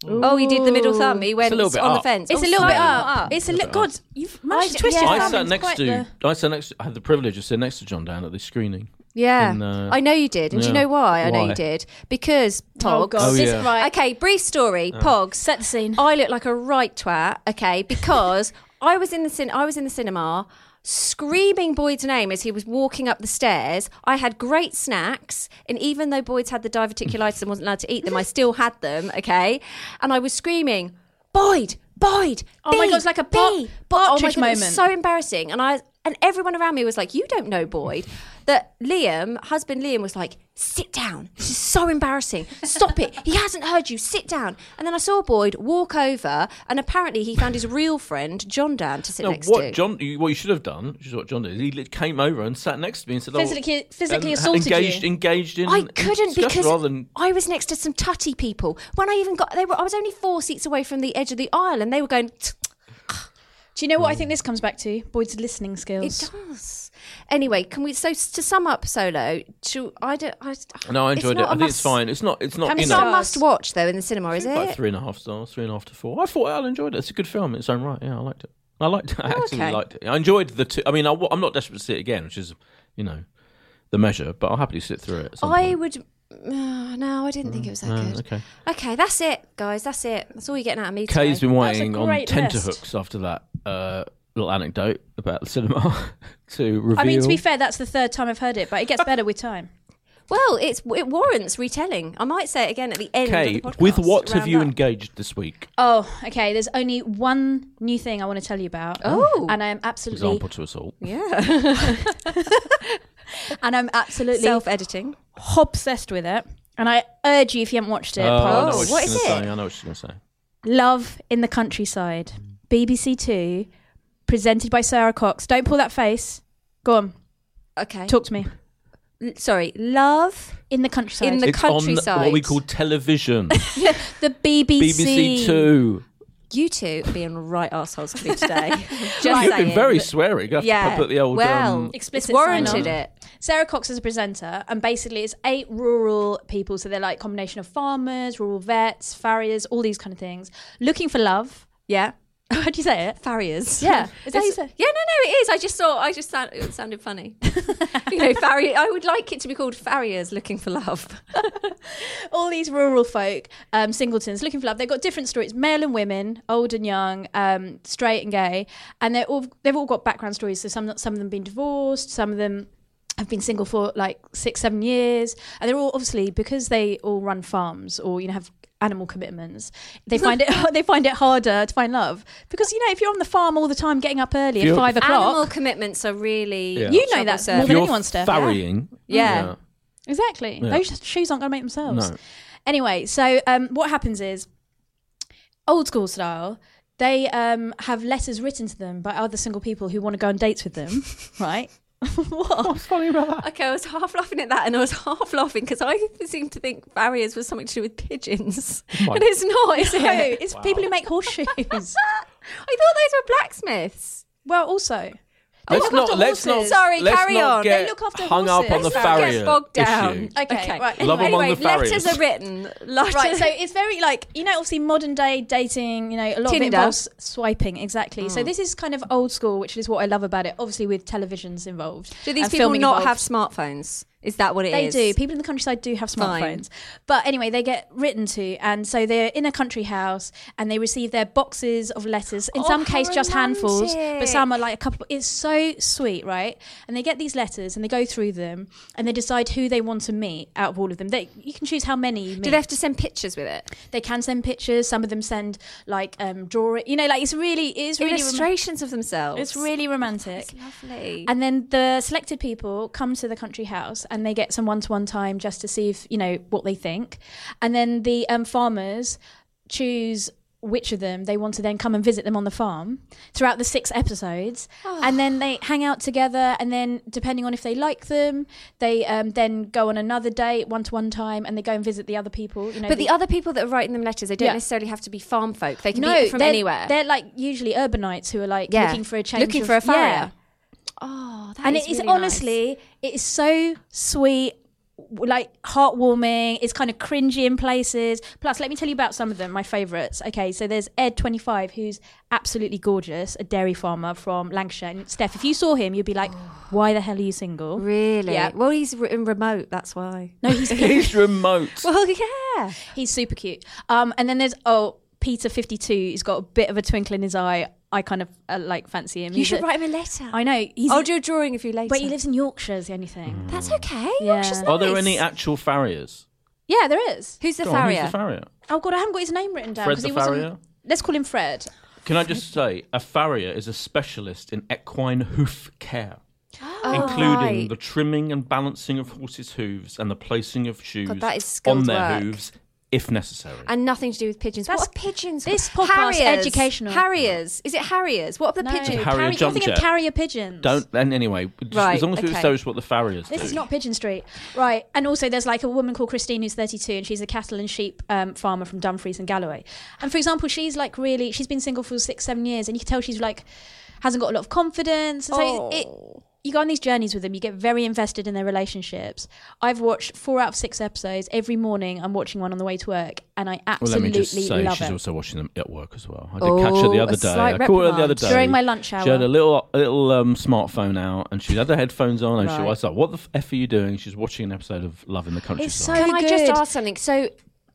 [SPEAKER 3] Oh, he did the middle thumb. He went
[SPEAKER 1] little bit
[SPEAKER 3] on the
[SPEAKER 1] up.
[SPEAKER 3] fence.
[SPEAKER 2] It's
[SPEAKER 3] Oh,
[SPEAKER 2] a little bit
[SPEAKER 3] sorry.
[SPEAKER 2] up. It's a li- God. You've managed
[SPEAKER 3] I-
[SPEAKER 2] to twist
[SPEAKER 3] yeah.
[SPEAKER 2] your
[SPEAKER 3] I
[SPEAKER 1] I
[SPEAKER 2] thumb
[SPEAKER 1] sat
[SPEAKER 2] into
[SPEAKER 1] next
[SPEAKER 2] quite
[SPEAKER 1] to.
[SPEAKER 2] the-
[SPEAKER 1] I sat next. I had the privilege of sitting next to John Dan at the screening.
[SPEAKER 3] Yeah,
[SPEAKER 1] in, uh,
[SPEAKER 3] I know you did, and do you
[SPEAKER 1] yeah.
[SPEAKER 3] know why? I know
[SPEAKER 1] Why?
[SPEAKER 3] you did because Pogs.
[SPEAKER 2] Oh God.
[SPEAKER 1] Oh,
[SPEAKER 2] This-
[SPEAKER 1] yeah.
[SPEAKER 2] Right.
[SPEAKER 3] Okay, brief
[SPEAKER 1] Oh.
[SPEAKER 3] story. Pogs.
[SPEAKER 2] Set the scene.
[SPEAKER 3] I look like a right twat. Okay, because I was in the cin- I was in the cinema screaming Boyd's name as he was walking up the stairs. I had great snacks, and even though Boyd's had the diverticulitis and wasn't allowed to eat them, I still had them. Okay, and I was screaming, Boyd, Boyd.
[SPEAKER 2] Oh my
[SPEAKER 3] Bee,
[SPEAKER 2] God, it's like a
[SPEAKER 3] Bee,
[SPEAKER 2] par-
[SPEAKER 3] Boyd."
[SPEAKER 2] partridge
[SPEAKER 3] oh my God, it was
[SPEAKER 2] moment.
[SPEAKER 3] so embarrassing, and I and everyone around me was like, "You don't know Boyd." That Liam, husband Liam, was like, "Sit down. This is so embarrassing. Stop it. He hasn't heard you. Sit down." And then I saw Boyd walk over, and apparently he found his real friend John Dan to sit
[SPEAKER 1] No,
[SPEAKER 3] next
[SPEAKER 1] what
[SPEAKER 3] to.
[SPEAKER 1] John? You, what you should have done, which is what John did. He li- came over and sat next to me and said, oh,
[SPEAKER 2] Physically- physically
[SPEAKER 1] and
[SPEAKER 2] assaulted you.
[SPEAKER 1] engaged, Engaged in.
[SPEAKER 3] I
[SPEAKER 1] in
[SPEAKER 3] couldn't
[SPEAKER 1] discussion
[SPEAKER 3] because
[SPEAKER 1] rather than
[SPEAKER 3] I was next to some tutty people. When I even got, they were I was only four seats away from the edge of the aisle, and they were going. "Tsk,
[SPEAKER 2] Do you know what
[SPEAKER 1] Mm.
[SPEAKER 2] I think this comes back to? Boyd's listening skills.
[SPEAKER 3] It does. Anyway, can we? So s- to sum up, Solo. To, I don't. I,
[SPEAKER 1] no, I enjoyed it.
[SPEAKER 3] not
[SPEAKER 1] I
[SPEAKER 3] a
[SPEAKER 1] think it's
[SPEAKER 3] must-
[SPEAKER 1] fine. It's not. It's not.
[SPEAKER 2] many
[SPEAKER 1] You
[SPEAKER 3] It's
[SPEAKER 1] know,
[SPEAKER 3] not a
[SPEAKER 2] stars?
[SPEAKER 3] must watch though in the cinema, is
[SPEAKER 1] like
[SPEAKER 3] it?
[SPEAKER 1] three and a half stars, three and a half to four. I thought I enjoyed it. It's a good film in its own right. Yeah, I liked it. I liked. It. I actually
[SPEAKER 3] Oh, okay.
[SPEAKER 1] liked it. I enjoyed the two. I mean, I, am not desperate to see it again, which is, you know, the measure. But I'll happily sit through it. at some
[SPEAKER 3] I
[SPEAKER 1] point.
[SPEAKER 3] would. oh, no, I didn't think it was that
[SPEAKER 1] Oh,
[SPEAKER 3] good. Okay.
[SPEAKER 1] okay.
[SPEAKER 3] that's it, guys. That's it. That's all you're getting out of me.
[SPEAKER 1] Kay's
[SPEAKER 3] today.
[SPEAKER 1] been waiting on
[SPEAKER 2] great list.
[SPEAKER 1] tenterhooks after that uh, little anecdote about the cinema to reveal.
[SPEAKER 2] I mean, to be fair, that's the third time I've heard it, but it gets better with time.
[SPEAKER 3] Well, it's it warrants retelling. I might say it again at the end.
[SPEAKER 1] Kay,
[SPEAKER 3] of the podcast,
[SPEAKER 1] with what
[SPEAKER 3] round
[SPEAKER 1] have you
[SPEAKER 3] up.
[SPEAKER 1] engaged this week?
[SPEAKER 2] Oh, okay. There's only one new thing I want to tell you about.
[SPEAKER 3] Oh.
[SPEAKER 2] and I am absolutely,
[SPEAKER 1] Example to us all.
[SPEAKER 3] Yeah,
[SPEAKER 2] and I'm absolutely
[SPEAKER 3] self-editing.
[SPEAKER 2] obsessed with it. And I urge you, if you haven't watched it,
[SPEAKER 1] Oh, I know
[SPEAKER 2] Pogs,
[SPEAKER 1] what,
[SPEAKER 3] what
[SPEAKER 1] she's
[SPEAKER 3] is
[SPEAKER 1] gonna
[SPEAKER 3] it?
[SPEAKER 1] Say. I know what she's going to say.
[SPEAKER 2] Love in the Countryside, BBC Two, presented by Sarah Cox. Don't pull that face. Go on,
[SPEAKER 3] Okay,
[SPEAKER 2] talk to me.
[SPEAKER 3] L- sorry. Love
[SPEAKER 2] In the countryside,
[SPEAKER 3] In the-
[SPEAKER 1] it's on what
[SPEAKER 3] countryside.
[SPEAKER 1] we call television.
[SPEAKER 2] the BBC.
[SPEAKER 1] BBC Two.
[SPEAKER 3] you two are being right assholes to me today. Just
[SPEAKER 1] You've been
[SPEAKER 3] saying.
[SPEAKER 1] very sweary. I
[SPEAKER 3] Yeah.
[SPEAKER 1] yeah. put the old.
[SPEAKER 3] well,
[SPEAKER 1] um,
[SPEAKER 2] Explicit
[SPEAKER 3] it's warranted
[SPEAKER 2] sign-off.
[SPEAKER 3] it.
[SPEAKER 2] Sarah Cox is a presenter, and basically it's eight rural people. So they're like combination of farmers, rural vets, farriers, all these kind of things, looking for love.
[SPEAKER 3] Yeah.
[SPEAKER 2] How'd you say it?
[SPEAKER 3] Farriers.
[SPEAKER 2] Yeah. Is that how you
[SPEAKER 3] It's-
[SPEAKER 2] say?
[SPEAKER 3] Yeah, no, no, it is. I just saw. I just sound, it sounded funny. you know, farrier. I would like it to be called farriers looking for love.
[SPEAKER 2] all these rural folk, um, singletons, looking for love. They've got different stories, male and women, old and young, um, straight and gay, and they're all they've all got background stories. So some some of them been divorced, some of them have been single for like six, seven years, and they're all obviously because they all run farms or you know have animal commitments. They find it they find it harder to find love because you know if you're on the farm all the time, getting up early at
[SPEAKER 1] You're-
[SPEAKER 2] five o'clock,
[SPEAKER 3] Animal commitments are really.
[SPEAKER 1] Yeah.
[SPEAKER 2] You know that
[SPEAKER 3] troublesome.
[SPEAKER 2] more
[SPEAKER 1] if
[SPEAKER 2] than
[SPEAKER 1] you're
[SPEAKER 2] anyone's stuff, yeah.
[SPEAKER 1] farrying.
[SPEAKER 3] Yeah.
[SPEAKER 2] Exactly.
[SPEAKER 1] Yeah.
[SPEAKER 2] Those shoes aren't going to make themselves.
[SPEAKER 1] No.
[SPEAKER 2] Anyway, so um, what happens is, old school style, they um, have letters written to them by other single people who want to go on dates with them, right? what?
[SPEAKER 1] Funny about that.
[SPEAKER 3] Okay, I was half laughing at that, and I was half laughing because I seem to think farriers was something to do with pigeons,
[SPEAKER 1] Oh my-
[SPEAKER 3] and it's not. Is
[SPEAKER 2] No,
[SPEAKER 3] it?
[SPEAKER 2] it's people who make horseshoes.
[SPEAKER 3] I thought those were blacksmiths.
[SPEAKER 2] well, also,
[SPEAKER 1] Let's
[SPEAKER 2] look
[SPEAKER 1] not.
[SPEAKER 2] after
[SPEAKER 1] Let's not.
[SPEAKER 2] horses.
[SPEAKER 3] Sorry,
[SPEAKER 1] let's
[SPEAKER 3] carry
[SPEAKER 1] not
[SPEAKER 3] on. They
[SPEAKER 1] Get
[SPEAKER 2] look after
[SPEAKER 1] hung up
[SPEAKER 2] horses.
[SPEAKER 1] on the
[SPEAKER 2] Let's not
[SPEAKER 1] farrier
[SPEAKER 3] Get bogged down.
[SPEAKER 1] issue.
[SPEAKER 2] Okay, right.
[SPEAKER 1] Love
[SPEAKER 2] Anyway,
[SPEAKER 1] among
[SPEAKER 3] Anyway,
[SPEAKER 1] the farriers.
[SPEAKER 3] letters are written.
[SPEAKER 2] right. So it's very like you know, obviously modern day dating. You know, a lot of
[SPEAKER 3] Tinder.
[SPEAKER 2] it involves swiping. Exactly.
[SPEAKER 1] Hmm.
[SPEAKER 2] So this is kind of old school, which is what I love about it. Obviously, with televisions involved.
[SPEAKER 3] do these
[SPEAKER 2] and
[SPEAKER 3] people
[SPEAKER 2] filming
[SPEAKER 3] not
[SPEAKER 2] involved.
[SPEAKER 3] have smartphones? Is that what it
[SPEAKER 2] They
[SPEAKER 3] is?
[SPEAKER 2] do. People in the countryside do have smartphones.
[SPEAKER 3] Fine.
[SPEAKER 2] But anyway, they get written to. And so they're in a country house and they receive their boxes of letters. In
[SPEAKER 3] Oh,
[SPEAKER 2] some
[SPEAKER 3] how
[SPEAKER 2] case, just handfuls,
[SPEAKER 3] romantic.
[SPEAKER 2] but some are like a couple. It's so sweet, right? And they get these letters and they go through them and they decide who they want to meet out of all of them. They, you can choose how many you meet.
[SPEAKER 3] Do they have to send pictures with it?
[SPEAKER 2] They can send pictures. Some of them send like um, drawing. You know, like it's really, it's really, rom-
[SPEAKER 3] Illustrations of themselves.
[SPEAKER 2] it's really romantic.
[SPEAKER 3] It's lovely.
[SPEAKER 2] And then the selected people come to the country house and they get some one to one time just to see if, you know, what they think. And then the um, farmers choose which of them they want to then come and visit them on the farm throughout the six episodes and then they hang out together and then depending on if they like them they um, then go on another date one to one time and they go and visit the other people you know
[SPEAKER 3] but the other people that are writing them letters, they don't
[SPEAKER 2] Yeah.
[SPEAKER 3] necessarily have to be farm folk. They can
[SPEAKER 2] no
[SPEAKER 3] be from
[SPEAKER 2] they're,
[SPEAKER 3] anywhere.
[SPEAKER 2] they're like usually urbanites who are like
[SPEAKER 3] Yeah.
[SPEAKER 2] looking for a change
[SPEAKER 3] Looking
[SPEAKER 2] of-
[SPEAKER 3] for a farrier.
[SPEAKER 2] Yeah.
[SPEAKER 3] Oh, that
[SPEAKER 2] and
[SPEAKER 3] is
[SPEAKER 2] it is
[SPEAKER 3] really nice.
[SPEAKER 2] honestly it is so sweet w- like heartwarming it's kind of cringy in places plus let me tell you about some of them my favorites okay so there's ed 25 who's absolutely gorgeous a dairy farmer from lancashire and steph if you saw him you'd be like why the hell are you single
[SPEAKER 3] Really?
[SPEAKER 2] Yeah.
[SPEAKER 3] Well, he's re- in remote, that's why.
[SPEAKER 2] no he's
[SPEAKER 1] He's remote.
[SPEAKER 3] Well, yeah.
[SPEAKER 2] he's super cute um and then there's oh peter 52 he's got a bit of a twinkle in his eye i kind of uh, like fancy him
[SPEAKER 3] You
[SPEAKER 2] He's
[SPEAKER 3] should
[SPEAKER 2] a-
[SPEAKER 3] write him a letter.
[SPEAKER 2] i know he's
[SPEAKER 3] I'll do a drawing of you later. Hmm.
[SPEAKER 2] but he lives in yorkshire is the only thing
[SPEAKER 3] That's okay.
[SPEAKER 2] Yeah.
[SPEAKER 3] Yorkshire's
[SPEAKER 1] Are there
[SPEAKER 3] nice.
[SPEAKER 1] any actual farriers?
[SPEAKER 2] yeah there is
[SPEAKER 3] Who's the
[SPEAKER 1] Go on, who's
[SPEAKER 3] farrier?
[SPEAKER 1] the farrier?
[SPEAKER 2] Oh god, I haven't got his name written down
[SPEAKER 1] Fred
[SPEAKER 2] because
[SPEAKER 1] the
[SPEAKER 2] he wasn't.
[SPEAKER 1] Farrier?
[SPEAKER 2] Let's call him Fred.
[SPEAKER 1] Can I just say, a farrier is a specialist in equine hoof care, including
[SPEAKER 3] Oh, right.
[SPEAKER 1] the trimming and balancing of horses' hooves and the placing of shoes
[SPEAKER 3] that is skilled
[SPEAKER 1] on their
[SPEAKER 3] work.
[SPEAKER 1] hooves if necessary.
[SPEAKER 3] and nothing to do with pigeons.
[SPEAKER 2] That's-
[SPEAKER 3] what are pigeons?
[SPEAKER 2] this
[SPEAKER 3] called?
[SPEAKER 2] podcast is educational.
[SPEAKER 3] Harriers. Is it harriers? What are the
[SPEAKER 2] No,
[SPEAKER 3] pigeons?
[SPEAKER 1] Harrier
[SPEAKER 2] carrier, you're
[SPEAKER 1] jump
[SPEAKER 2] thinking
[SPEAKER 1] jet.
[SPEAKER 2] carrier pigeons.
[SPEAKER 1] Don't. And anyway, just,
[SPEAKER 3] Right,
[SPEAKER 1] as long as we
[SPEAKER 3] okay.
[SPEAKER 1] establish what the farriers
[SPEAKER 2] This
[SPEAKER 1] do.
[SPEAKER 2] is not Pigeon Street, right? And also, there's like a woman called Christine who's 32, and she's a cattle and sheep um, farmer from Dumfries and Galloway. And for example, she's like really, she's been single for six, seven years, and you can tell she's like hasn't got a lot of confidence. So it,
[SPEAKER 1] Oh.
[SPEAKER 2] you go on these journeys with them, you get very invested in their relationships. I've watched four out of six episodes every morning. I'm watching one on the way to work, and I
[SPEAKER 1] Well,
[SPEAKER 2] absolutely
[SPEAKER 1] let me just say,
[SPEAKER 2] love
[SPEAKER 1] she's
[SPEAKER 2] it.
[SPEAKER 1] also watching them at work as well. I did catch her
[SPEAKER 3] Oh,
[SPEAKER 1] the
[SPEAKER 3] a
[SPEAKER 1] other day.
[SPEAKER 3] slight
[SPEAKER 1] I caught her the other
[SPEAKER 3] reprimand.
[SPEAKER 1] day
[SPEAKER 2] During my lunch
[SPEAKER 1] She had
[SPEAKER 2] hour.
[SPEAKER 1] a little, a little um, smartphone out, and she had her headphones on, and she
[SPEAKER 3] Right.
[SPEAKER 1] was like, "What the f are you doing?" She's watching an episode of Love in the Countryside.
[SPEAKER 2] so
[SPEAKER 3] Can I just
[SPEAKER 2] good.
[SPEAKER 3] ask something? So,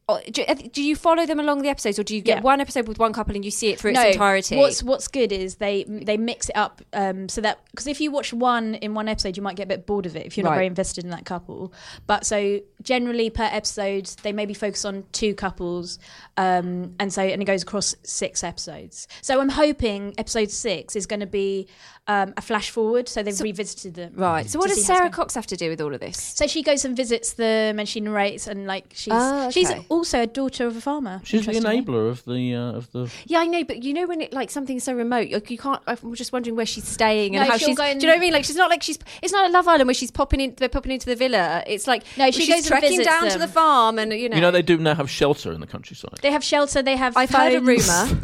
[SPEAKER 3] uh, do, uh, do you follow them along the episodes, or do you get
[SPEAKER 2] Yeah.
[SPEAKER 3] one episode with one couple and you see it through its entirety?
[SPEAKER 2] What's what's good is they they mix it up um, so that because if you watch one in one episode, you might get a bit bored of it if you're not
[SPEAKER 3] Right.
[SPEAKER 2] very invested in that couple. But so generally per episode, they maybe focus on two couples, um, and so and it goes across six episodes. So I'm hoping episode six is going to be um, a flash forward, so they've revisited them.
[SPEAKER 3] right. So,
[SPEAKER 2] to
[SPEAKER 3] what
[SPEAKER 2] see
[SPEAKER 3] does
[SPEAKER 2] how it's
[SPEAKER 3] Sarah
[SPEAKER 2] going.
[SPEAKER 3] Cox have to do with all of this?
[SPEAKER 2] So she goes and visits them, and she narrates, and like she's
[SPEAKER 3] Oh,
[SPEAKER 2] she's
[SPEAKER 3] okay.
[SPEAKER 2] also a daughter of a farmer.
[SPEAKER 1] She's the
[SPEAKER 2] interestingly.
[SPEAKER 1] enabler of the uh, of the.
[SPEAKER 3] Yeah, I know, but you know when it like something's so remote, like, you can't. I'm just wondering where she's staying and
[SPEAKER 2] No,
[SPEAKER 3] how
[SPEAKER 2] she'll
[SPEAKER 3] she's.
[SPEAKER 2] go and-
[SPEAKER 3] do you know what I mean? Like she's not like she's. It's not a Love Island where she's popping in. They're popping into the villa. It's like
[SPEAKER 2] No, she
[SPEAKER 3] she's
[SPEAKER 2] goes and
[SPEAKER 3] trekking
[SPEAKER 2] visits
[SPEAKER 3] down to
[SPEAKER 2] them.
[SPEAKER 3] the farm and you know.
[SPEAKER 1] You know, they do now have shelter in the countryside.
[SPEAKER 2] They have shelter. They have.
[SPEAKER 3] I've heard a
[SPEAKER 2] phones.
[SPEAKER 3] rumor,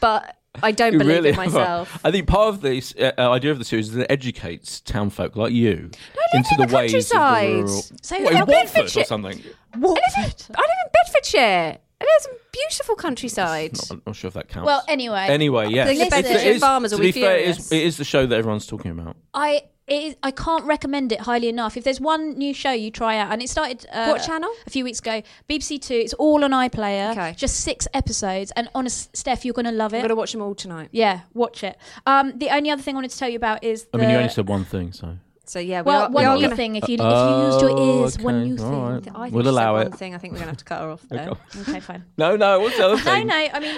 [SPEAKER 3] but I don't believe it
[SPEAKER 1] are.
[SPEAKER 3] myself.
[SPEAKER 1] I think part of this uh, uh, idea of the series is that it educates town folk like you into
[SPEAKER 3] in the
[SPEAKER 1] ways of the
[SPEAKER 3] countryside.
[SPEAKER 1] rural.
[SPEAKER 2] So
[SPEAKER 1] What, in
[SPEAKER 2] how
[SPEAKER 1] Watford or
[SPEAKER 3] Bedfordshire-
[SPEAKER 1] something.
[SPEAKER 3] I live in, I live in Bedfordshire. And there's some beautiful countryside.
[SPEAKER 1] Not, I'm not sure if that counts.
[SPEAKER 2] Well, anyway.
[SPEAKER 1] anyway, yes.
[SPEAKER 3] the
[SPEAKER 1] It's-
[SPEAKER 3] Bedfordshire
[SPEAKER 1] it is-
[SPEAKER 3] farmers
[SPEAKER 1] to
[SPEAKER 3] will be
[SPEAKER 1] fair, it is,
[SPEAKER 3] furious.
[SPEAKER 1] it is the show that everyone's talking about.
[SPEAKER 2] I it is, I can't recommend it highly enough. If there's one new show you try out, and it started uh,
[SPEAKER 3] What channel?
[SPEAKER 2] A few weeks ago, BBC Two. It's all on iPlayer.
[SPEAKER 3] Okay.
[SPEAKER 2] Just six episodes, and honest, Steph, you're gonna love
[SPEAKER 3] I'm
[SPEAKER 2] it.
[SPEAKER 3] going to watch them all tonight.
[SPEAKER 2] yeah, watch it. Um, the only other thing I wanted to tell you about is
[SPEAKER 1] I
[SPEAKER 2] the
[SPEAKER 1] mean, you only said one thing, so.
[SPEAKER 3] So yeah, we
[SPEAKER 2] well,
[SPEAKER 3] are,
[SPEAKER 2] one
[SPEAKER 3] we are
[SPEAKER 2] new
[SPEAKER 3] gonna,
[SPEAKER 2] thing. If you if you used your ears, one
[SPEAKER 1] Oh, okay,
[SPEAKER 2] new thing.
[SPEAKER 1] all right.
[SPEAKER 3] I think
[SPEAKER 1] We'll
[SPEAKER 3] she said
[SPEAKER 1] allow
[SPEAKER 3] one
[SPEAKER 1] it.
[SPEAKER 3] thing. I think we're going to have to cut her off there.
[SPEAKER 2] Okay, fine.
[SPEAKER 1] No, no, what's the other
[SPEAKER 2] No,
[SPEAKER 1] thing?
[SPEAKER 2] no. I mean,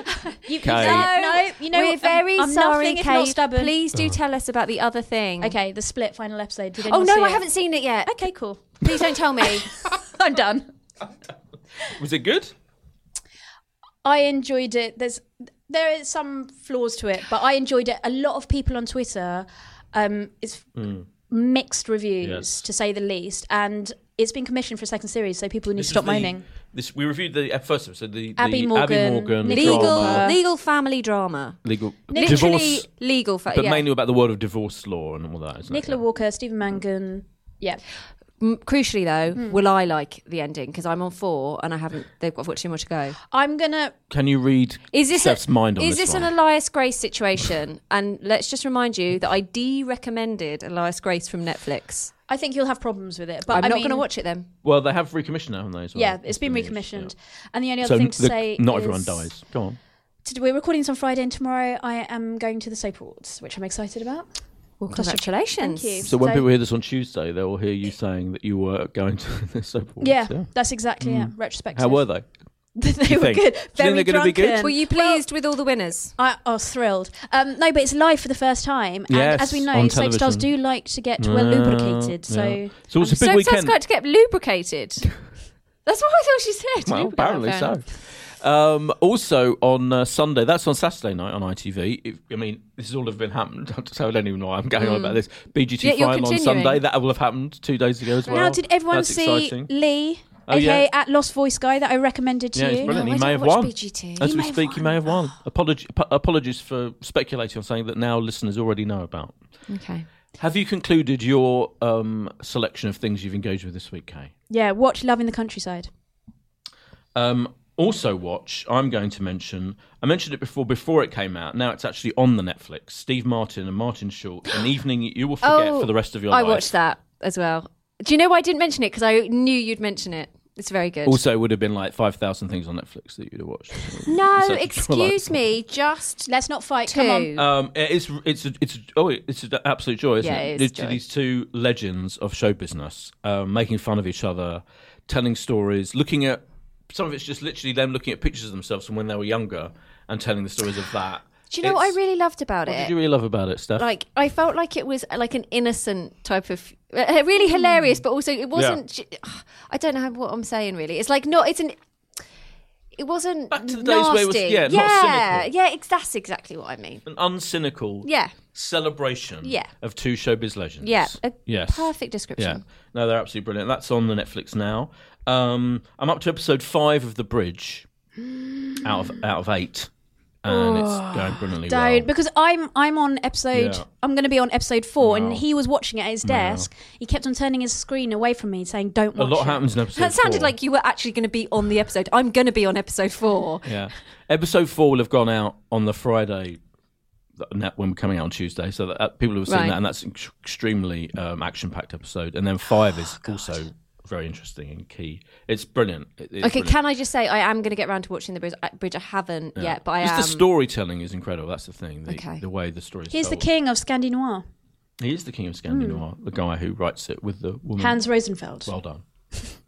[SPEAKER 2] you, you
[SPEAKER 1] Okay.
[SPEAKER 2] no, no. You know,
[SPEAKER 3] we're
[SPEAKER 2] I'm-
[SPEAKER 3] very
[SPEAKER 2] I'm
[SPEAKER 3] sorry,
[SPEAKER 2] nothing if
[SPEAKER 3] Kate.
[SPEAKER 2] not stubborn.
[SPEAKER 3] Please
[SPEAKER 1] Oh.
[SPEAKER 3] do tell us about the other thing.
[SPEAKER 2] Okay, the split final episode. Did
[SPEAKER 3] Oh
[SPEAKER 2] anyone see
[SPEAKER 3] no, I
[SPEAKER 2] it?
[SPEAKER 3] haven't seen it yet.
[SPEAKER 2] Okay, cool.
[SPEAKER 3] Please don't tell me.
[SPEAKER 2] I'm done.
[SPEAKER 1] Was it good?
[SPEAKER 2] I enjoyed it. There's there is some flaws to it, but I enjoyed it. A lot of people on Twitter, um, it's mixed reviews
[SPEAKER 1] Hmm. Yes.
[SPEAKER 2] to say the least, and it's been commissioned for a second series, so people need
[SPEAKER 1] This
[SPEAKER 2] to stop
[SPEAKER 1] was the-
[SPEAKER 2] moaning.
[SPEAKER 1] This we reviewed the uh, first episode. The, the
[SPEAKER 2] Abby Morgan,
[SPEAKER 3] legal,
[SPEAKER 1] drama,
[SPEAKER 3] legal family drama.
[SPEAKER 1] legal
[SPEAKER 3] Literally
[SPEAKER 1] divorce,
[SPEAKER 3] legal. Fa-
[SPEAKER 1] but
[SPEAKER 3] yeah.
[SPEAKER 1] mainly about the world of divorce law and all that. Isn't
[SPEAKER 2] Nicola
[SPEAKER 1] it?
[SPEAKER 2] Walker, Stephen Mangan, yeah.
[SPEAKER 3] M- Crucially though, will I like the ending? Because I'm on four and I haven't. They've got I've got too much to go.
[SPEAKER 2] I'm gonna.
[SPEAKER 1] Can you read
[SPEAKER 3] Is this
[SPEAKER 1] Steph's
[SPEAKER 3] a,
[SPEAKER 1] mind on
[SPEAKER 3] Is
[SPEAKER 1] this,
[SPEAKER 3] this
[SPEAKER 1] one?
[SPEAKER 3] an Elias Grace situation? and let's just remind you that I de-recommended Elias Grace from Netflix.
[SPEAKER 2] I think you'll have problems with it. But
[SPEAKER 3] I'm
[SPEAKER 2] I
[SPEAKER 3] not
[SPEAKER 2] mean,
[SPEAKER 3] going to watch it then.
[SPEAKER 1] Well, they have recommissioned Oh, it, haven't they? as well?
[SPEAKER 2] Yeah, it's been
[SPEAKER 1] Yes, yeah.
[SPEAKER 2] recommissioned. And the only other
[SPEAKER 1] So
[SPEAKER 2] thing to
[SPEAKER 1] the-
[SPEAKER 2] say
[SPEAKER 1] not
[SPEAKER 2] is
[SPEAKER 1] everyone dies. Go on.
[SPEAKER 2] to- we're recording this on Friday, and tomorrow I am going to the Soap Awards, which I'm excited about.
[SPEAKER 3] Well, congratulations.
[SPEAKER 2] Thank you.
[SPEAKER 1] So when
[SPEAKER 2] So-
[SPEAKER 1] people hear this on Tuesday, they will hear you saying that you were going to the soap awards.
[SPEAKER 2] Yeah, that's exactly it. Retrospective.
[SPEAKER 1] Hmm. How were they?
[SPEAKER 2] they? they were
[SPEAKER 1] think?
[SPEAKER 2] good.
[SPEAKER 1] Do you think
[SPEAKER 2] Very
[SPEAKER 1] they're gonna be
[SPEAKER 2] drunken.
[SPEAKER 1] good?
[SPEAKER 3] Were you pleased with all the winners?
[SPEAKER 2] I I was thrilled. Um, no, but it's live for the first time, and
[SPEAKER 1] Yes,
[SPEAKER 2] as we know,
[SPEAKER 1] on
[SPEAKER 2] soap stars do
[SPEAKER 1] television.
[SPEAKER 2] like to get well lubricated. So
[SPEAKER 1] Yeah. Um, So it's a big
[SPEAKER 3] so it sounds
[SPEAKER 1] weekend.
[SPEAKER 3] great to get lubricated. That's what I thought she said.
[SPEAKER 1] Well,
[SPEAKER 3] Lubricate,
[SPEAKER 1] apparently
[SPEAKER 3] fair
[SPEAKER 1] so.
[SPEAKER 3] enough.
[SPEAKER 1] Um, also on uh, Sunday, that's on Saturday night on ITV. If, I mean, this has all have been happened. So I don't even know why I'm going on about this. BGT
[SPEAKER 3] Yet you're
[SPEAKER 1] final on
[SPEAKER 3] continuing.
[SPEAKER 1] Sunday. That will have happened two days ago as well.
[SPEAKER 2] now, did everyone
[SPEAKER 1] That's
[SPEAKER 2] see
[SPEAKER 1] Exciting.
[SPEAKER 2] Lee,
[SPEAKER 1] Oh,
[SPEAKER 2] aka
[SPEAKER 1] yeah.
[SPEAKER 2] at Lost Voice Guy, that I recommended to
[SPEAKER 1] Yeah,
[SPEAKER 2] you?
[SPEAKER 1] he's brilliant.
[SPEAKER 3] No,
[SPEAKER 1] he
[SPEAKER 3] I
[SPEAKER 1] may have
[SPEAKER 3] don't watch
[SPEAKER 1] won. Uh,
[SPEAKER 3] BGT.
[SPEAKER 1] As
[SPEAKER 2] He
[SPEAKER 1] we
[SPEAKER 2] may have
[SPEAKER 1] speak, he
[SPEAKER 2] won.
[SPEAKER 1] may have won. Apology, ap- apologies for speculating on something that now listeners already know about.
[SPEAKER 3] Okay.
[SPEAKER 1] Have you concluded your um, selection of things you've engaged with this week, Kay?
[SPEAKER 2] Yeah, watch Love in the Countryside.
[SPEAKER 1] Um, also, watch. I'm going to mention. I mentioned it before. Before it came out, now it's actually on the Netflix. Steve Martin and Martin Short. An evening you will forget for the rest of your
[SPEAKER 3] I
[SPEAKER 1] life.
[SPEAKER 3] watched that as well. Do you know why I didn't mention it? Because I knew you'd mention it. It's very good.
[SPEAKER 1] Also, it would have been like five thousand things on Netflix that you'd have watched.
[SPEAKER 3] no,
[SPEAKER 1] Such a
[SPEAKER 3] excuse me. Just
[SPEAKER 2] Let's not fight.
[SPEAKER 3] two.
[SPEAKER 2] Come on.
[SPEAKER 1] Um, it's it's a, it's a, oh it's an absolute joy, isn't
[SPEAKER 3] Yeah,
[SPEAKER 1] it?
[SPEAKER 3] it is
[SPEAKER 1] These-
[SPEAKER 3] joy.
[SPEAKER 1] These two legends of show business, um, making fun of each other, telling stories, looking at some of it's just literally them looking at pictures of themselves from when they were younger and telling the stories of that.
[SPEAKER 3] Do you know what I
[SPEAKER 1] It's-
[SPEAKER 3] really loved about
[SPEAKER 1] What
[SPEAKER 3] it?
[SPEAKER 1] did you really love about it, Steph?
[SPEAKER 3] like I felt like it was uh, like an innocent type of uh, really
[SPEAKER 1] Hmm.
[SPEAKER 3] hilarious, but also it wasn't. j I don't know how- what I'm saying. Really, it's like not. It's an. It wasn't
[SPEAKER 1] Back to the days
[SPEAKER 3] nasty.
[SPEAKER 1] where it was- yeah, not
[SPEAKER 3] yeah,
[SPEAKER 1] cynical.
[SPEAKER 3] yeah, ex- that's exactly what I mean.
[SPEAKER 1] An uncynical
[SPEAKER 3] Yeah,
[SPEAKER 1] celebration
[SPEAKER 3] Yeah.
[SPEAKER 1] of two showbiz legends.
[SPEAKER 3] yeah, a
[SPEAKER 1] yes.
[SPEAKER 3] perfect description.
[SPEAKER 1] Yeah. No, they're absolutely brilliant. That's on the Netflix now. Um, I'm up to episode five of The Bridge out of out of eight. And
[SPEAKER 3] Oh,
[SPEAKER 1] it's going brilliantly
[SPEAKER 2] Don't
[SPEAKER 1] well.
[SPEAKER 2] because I'm I'm on episode.
[SPEAKER 1] Yeah.
[SPEAKER 2] I'm going to be on episode four, and
[SPEAKER 1] Wow.
[SPEAKER 2] he was watching it at his desk. He kept on turning his screen away from me, saying, "Don't
[SPEAKER 1] A
[SPEAKER 2] watch."
[SPEAKER 1] lot
[SPEAKER 2] it."
[SPEAKER 1] happens in episode
[SPEAKER 3] That sounded
[SPEAKER 1] four.
[SPEAKER 3] like you were actually going to be on the episode. I'm going to be on episode four.
[SPEAKER 1] Yeah. Episode four will have gone out on the Friday that- that- when we're coming out on Tuesday. So that, uh, people have seen
[SPEAKER 3] Right.
[SPEAKER 1] that, and that's an ex- extremely um, action packed episode. And then five
[SPEAKER 3] Oh,
[SPEAKER 1] is also very interesting and key. It's brilliant. It- it's
[SPEAKER 3] Okay,
[SPEAKER 1] brilliant.
[SPEAKER 3] can I just say I am going to get round to watching the bridge? uh, bridge I haven't yet, but I
[SPEAKER 1] Just
[SPEAKER 3] am.
[SPEAKER 1] the storytelling is incredible. That's the thing. The,
[SPEAKER 3] Okay.
[SPEAKER 1] the way the story is
[SPEAKER 2] He's the
[SPEAKER 1] told.
[SPEAKER 2] king of Scandi Noir,
[SPEAKER 1] He is the king of Scandinavia, the guy who writes it with the woman.
[SPEAKER 2] Hans Rosenfeld.
[SPEAKER 1] Well done.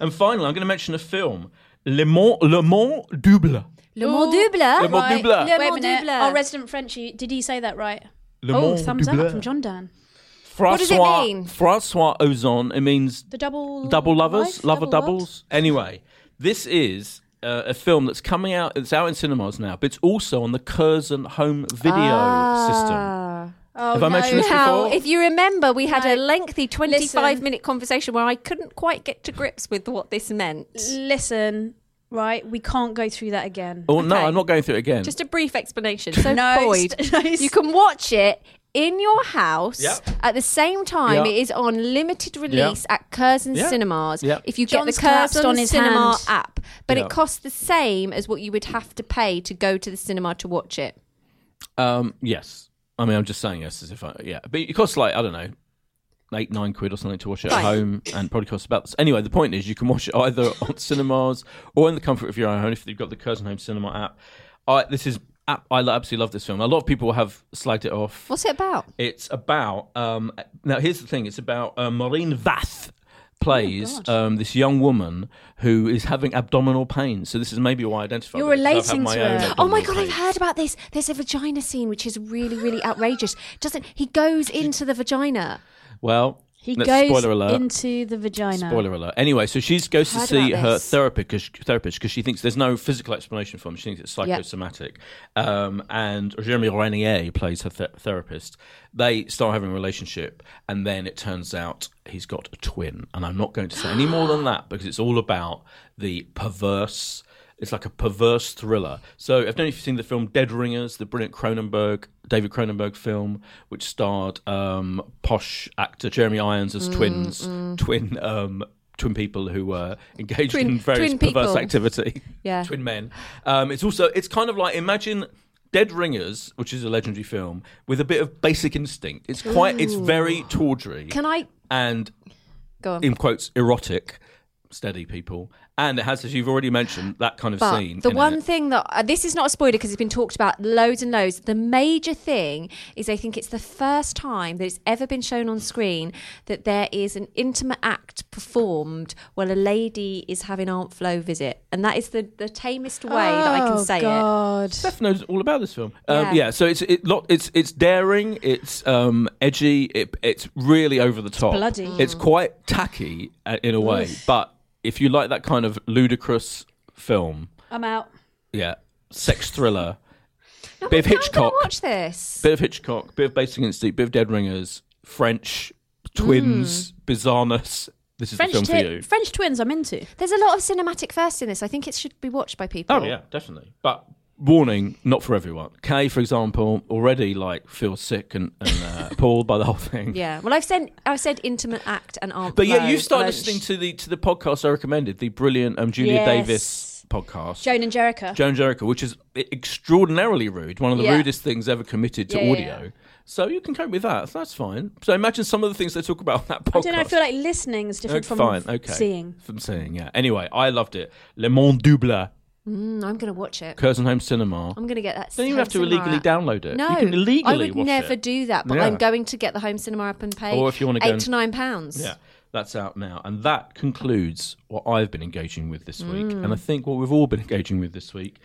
[SPEAKER 1] and finally, I'm going to mention a film, Le Mans, Le Mans Double.
[SPEAKER 3] Le Mont
[SPEAKER 2] Ooh.
[SPEAKER 3] Double.
[SPEAKER 1] Le Mont
[SPEAKER 2] Right.
[SPEAKER 1] Double.
[SPEAKER 3] Le
[SPEAKER 2] Wait a
[SPEAKER 3] Mont
[SPEAKER 2] minute,
[SPEAKER 3] Double.
[SPEAKER 2] our resident Frenchie. Did he say that right?
[SPEAKER 1] Le
[SPEAKER 2] oh,
[SPEAKER 1] Mans
[SPEAKER 2] thumbs
[SPEAKER 1] Double.
[SPEAKER 2] up from John Dan.
[SPEAKER 1] Francois,
[SPEAKER 3] does it mean?
[SPEAKER 1] Francois Ozon. It means
[SPEAKER 2] The double
[SPEAKER 1] double lovers,
[SPEAKER 2] wife?
[SPEAKER 1] lover
[SPEAKER 2] Double what?
[SPEAKER 1] doubles. Anyway, this is uh, a film that's coming out. It's out in cinemas now, but it's also on the Curzon home video system.
[SPEAKER 3] Ah.
[SPEAKER 2] Oh,
[SPEAKER 1] Have I mentioned this
[SPEAKER 3] Now,
[SPEAKER 1] before?
[SPEAKER 3] if you remember, we had a lengthy 25
[SPEAKER 2] Listen.
[SPEAKER 3] minute conversation where I couldn't quite get to grips with what this meant.
[SPEAKER 2] Listen, right, we can't go through that again.
[SPEAKER 1] Oh no,
[SPEAKER 3] okay.
[SPEAKER 1] I'm not going through it again.
[SPEAKER 3] Just a brief explanation. So,
[SPEAKER 2] No,
[SPEAKER 3] Boyd,
[SPEAKER 2] st- no, st-
[SPEAKER 3] you can watch it in your house
[SPEAKER 1] Yep.
[SPEAKER 3] at the same time.
[SPEAKER 1] Yeah.
[SPEAKER 3] It is on limited release at Curzon
[SPEAKER 1] Yeah.
[SPEAKER 3] Cinemas.
[SPEAKER 1] Yeah.
[SPEAKER 3] If you
[SPEAKER 2] John's
[SPEAKER 3] get the
[SPEAKER 2] collapsed
[SPEAKER 3] Curzon
[SPEAKER 2] on his
[SPEAKER 3] Cinema
[SPEAKER 2] hand.
[SPEAKER 3] app, but
[SPEAKER 1] Yeah.
[SPEAKER 3] it costs the same as what you would have to pay to go to the cinema to watch it.
[SPEAKER 1] Um, yes. I mean, I'm just saying yes as if I, yeah. But it costs like, I don't know, eight, nine quid or something to watch it at
[SPEAKER 3] Fine.
[SPEAKER 1] home and probably costs about this. Anyway, the point is you can watch it either on cinemas or in the comfort of your own home if you've got the Curzon Home Cinema app. I, this is, app, I absolutely love this film. A lot of people have slagged it off.
[SPEAKER 3] What's it about?
[SPEAKER 1] It's about um, now. Here's the thing. It's about uh, Maureen Vath
[SPEAKER 2] Oh,
[SPEAKER 1] plays um, this young woman who is having abdominal pain. So this is maybe why I identify.
[SPEAKER 2] You're
[SPEAKER 1] with it, 'cause I've
[SPEAKER 2] relating
[SPEAKER 1] had my
[SPEAKER 2] to
[SPEAKER 1] own
[SPEAKER 2] it.
[SPEAKER 1] abdominal
[SPEAKER 3] Oh my god, I've
[SPEAKER 1] pain.
[SPEAKER 3] heard about this. There's a vagina scene which is really, really outrageous. Doesn't he goes into the vagina?
[SPEAKER 1] Well,
[SPEAKER 2] He
[SPEAKER 1] let's-
[SPEAKER 2] goes
[SPEAKER 1] spoiler alert.
[SPEAKER 2] into the vagina.
[SPEAKER 1] Spoiler alert. Anyway, so she goes to
[SPEAKER 3] Heard
[SPEAKER 1] see
[SPEAKER 3] about
[SPEAKER 1] her
[SPEAKER 3] this.
[SPEAKER 1] therapist because therapist, 'cause she thinks there's no physical explanation for him. She thinks it's psychosomatic. Um, and Jeremy Renier plays her th- therapist. They start having a relationship, and then it turns out he's got a twin. And I'm not going to say any more than that because it's all about the perverse. It's like a perverse thriller. So I don't know if you've seen the film Dead Ringers, the brilliant Cronenberg, David Cronenberg film, which starred um, posh actor Jeremy Irons as twins, twin um, twin people who were engaged
[SPEAKER 3] Twin-
[SPEAKER 1] in various
[SPEAKER 3] twin
[SPEAKER 1] perverse
[SPEAKER 3] people.
[SPEAKER 1] activity.
[SPEAKER 3] Yeah.
[SPEAKER 1] twin men. Um, it's also it's kind of like imagine. Dead Ringers, which is a legendary film, with a bit of Basic Instinct. It's quite, it's very tawdry.
[SPEAKER 3] Can I
[SPEAKER 1] and
[SPEAKER 3] Go on.
[SPEAKER 1] in quotes erotic, steady people, and it has, as you've already mentioned, that kind of
[SPEAKER 3] But
[SPEAKER 1] scene.
[SPEAKER 3] Ah, the
[SPEAKER 1] in
[SPEAKER 3] one
[SPEAKER 1] it.
[SPEAKER 3] thing that uh, this is not a spoiler because it's been talked about loads and loads. The major thing is I think it's the first time that it's ever been shown on screen that there is an intimate act performed while a lady is having Aunt Flo visit, and that is the the tamest way that I can say it.
[SPEAKER 2] Oh, God.
[SPEAKER 1] Steph knows all about this film. Um,
[SPEAKER 3] Yeah.
[SPEAKER 1] yeah. so it's it lot. It's it's daring. It's um, edgy. It, it's really over the top.
[SPEAKER 2] bloody.
[SPEAKER 1] It's quite tacky uh, in a way. But if you like that kind of ludicrous film,
[SPEAKER 2] I'm out.
[SPEAKER 1] yeah, sex thriller,
[SPEAKER 3] No,
[SPEAKER 1] bit of
[SPEAKER 3] I'm gonna
[SPEAKER 1] Hitchcock,
[SPEAKER 3] Watch this.
[SPEAKER 1] bit of Hitchcock, bit of Basic Instinct, bit of Dead Ringers, French twins, bizarreness. This is
[SPEAKER 2] French,
[SPEAKER 1] the film
[SPEAKER 2] twi-
[SPEAKER 1] for you.
[SPEAKER 2] French twins, I'm into.
[SPEAKER 3] There's a lot of cinematic firsts in this. I think it should be watched by people.
[SPEAKER 1] Oh yeah, definitely. But warning, not for everyone. Kay, for example, already like feels sick and, and uh, appalled by the whole thing.
[SPEAKER 3] Yeah. Well, I've said I've said intimate act and Aunt
[SPEAKER 1] But yeah,
[SPEAKER 3] Flo
[SPEAKER 1] you started
[SPEAKER 3] lunch.
[SPEAKER 1] listening to the to the podcast I recommended, the brilliant um, Julia
[SPEAKER 2] Yes.
[SPEAKER 1] Davis podcast.
[SPEAKER 2] Joan and Jerica.
[SPEAKER 1] Joan Jericho, which is e-, extraordinarily rude, one of the
[SPEAKER 2] Yeah.
[SPEAKER 1] rudest things ever committed to
[SPEAKER 2] Yeah, yeah,
[SPEAKER 1] audio. So you can cope with that. So that's fine. So imagine some of the things they talk about on that podcast.
[SPEAKER 2] I don't know. I feel like listening is different
[SPEAKER 1] Okay,
[SPEAKER 2] from
[SPEAKER 1] Uh, fine, okay.
[SPEAKER 2] seeing.
[SPEAKER 1] From seeing, yeah. Anyway, I loved it. Le Monde Double,
[SPEAKER 3] Mm, I'm gonna watch it.
[SPEAKER 1] Kersenheim Cinema.
[SPEAKER 3] I'm gonna get that.
[SPEAKER 1] Don't even
[SPEAKER 3] home
[SPEAKER 1] have to
[SPEAKER 3] cinema
[SPEAKER 1] illegally
[SPEAKER 3] app.
[SPEAKER 1] download it.
[SPEAKER 3] No,
[SPEAKER 1] you can illegally
[SPEAKER 3] I would
[SPEAKER 1] watch
[SPEAKER 3] never
[SPEAKER 1] it.
[SPEAKER 3] do that, but
[SPEAKER 1] Yeah.
[SPEAKER 3] I'm going to get the home cinema up and pay.
[SPEAKER 1] Or if you wanna
[SPEAKER 3] eight
[SPEAKER 1] go and-
[SPEAKER 3] to nine pounds.
[SPEAKER 1] Yeah, that's out now. And that concludes what I've been engaging with this week. And
[SPEAKER 2] Mm.
[SPEAKER 1] I think what we've all been engaging with this week.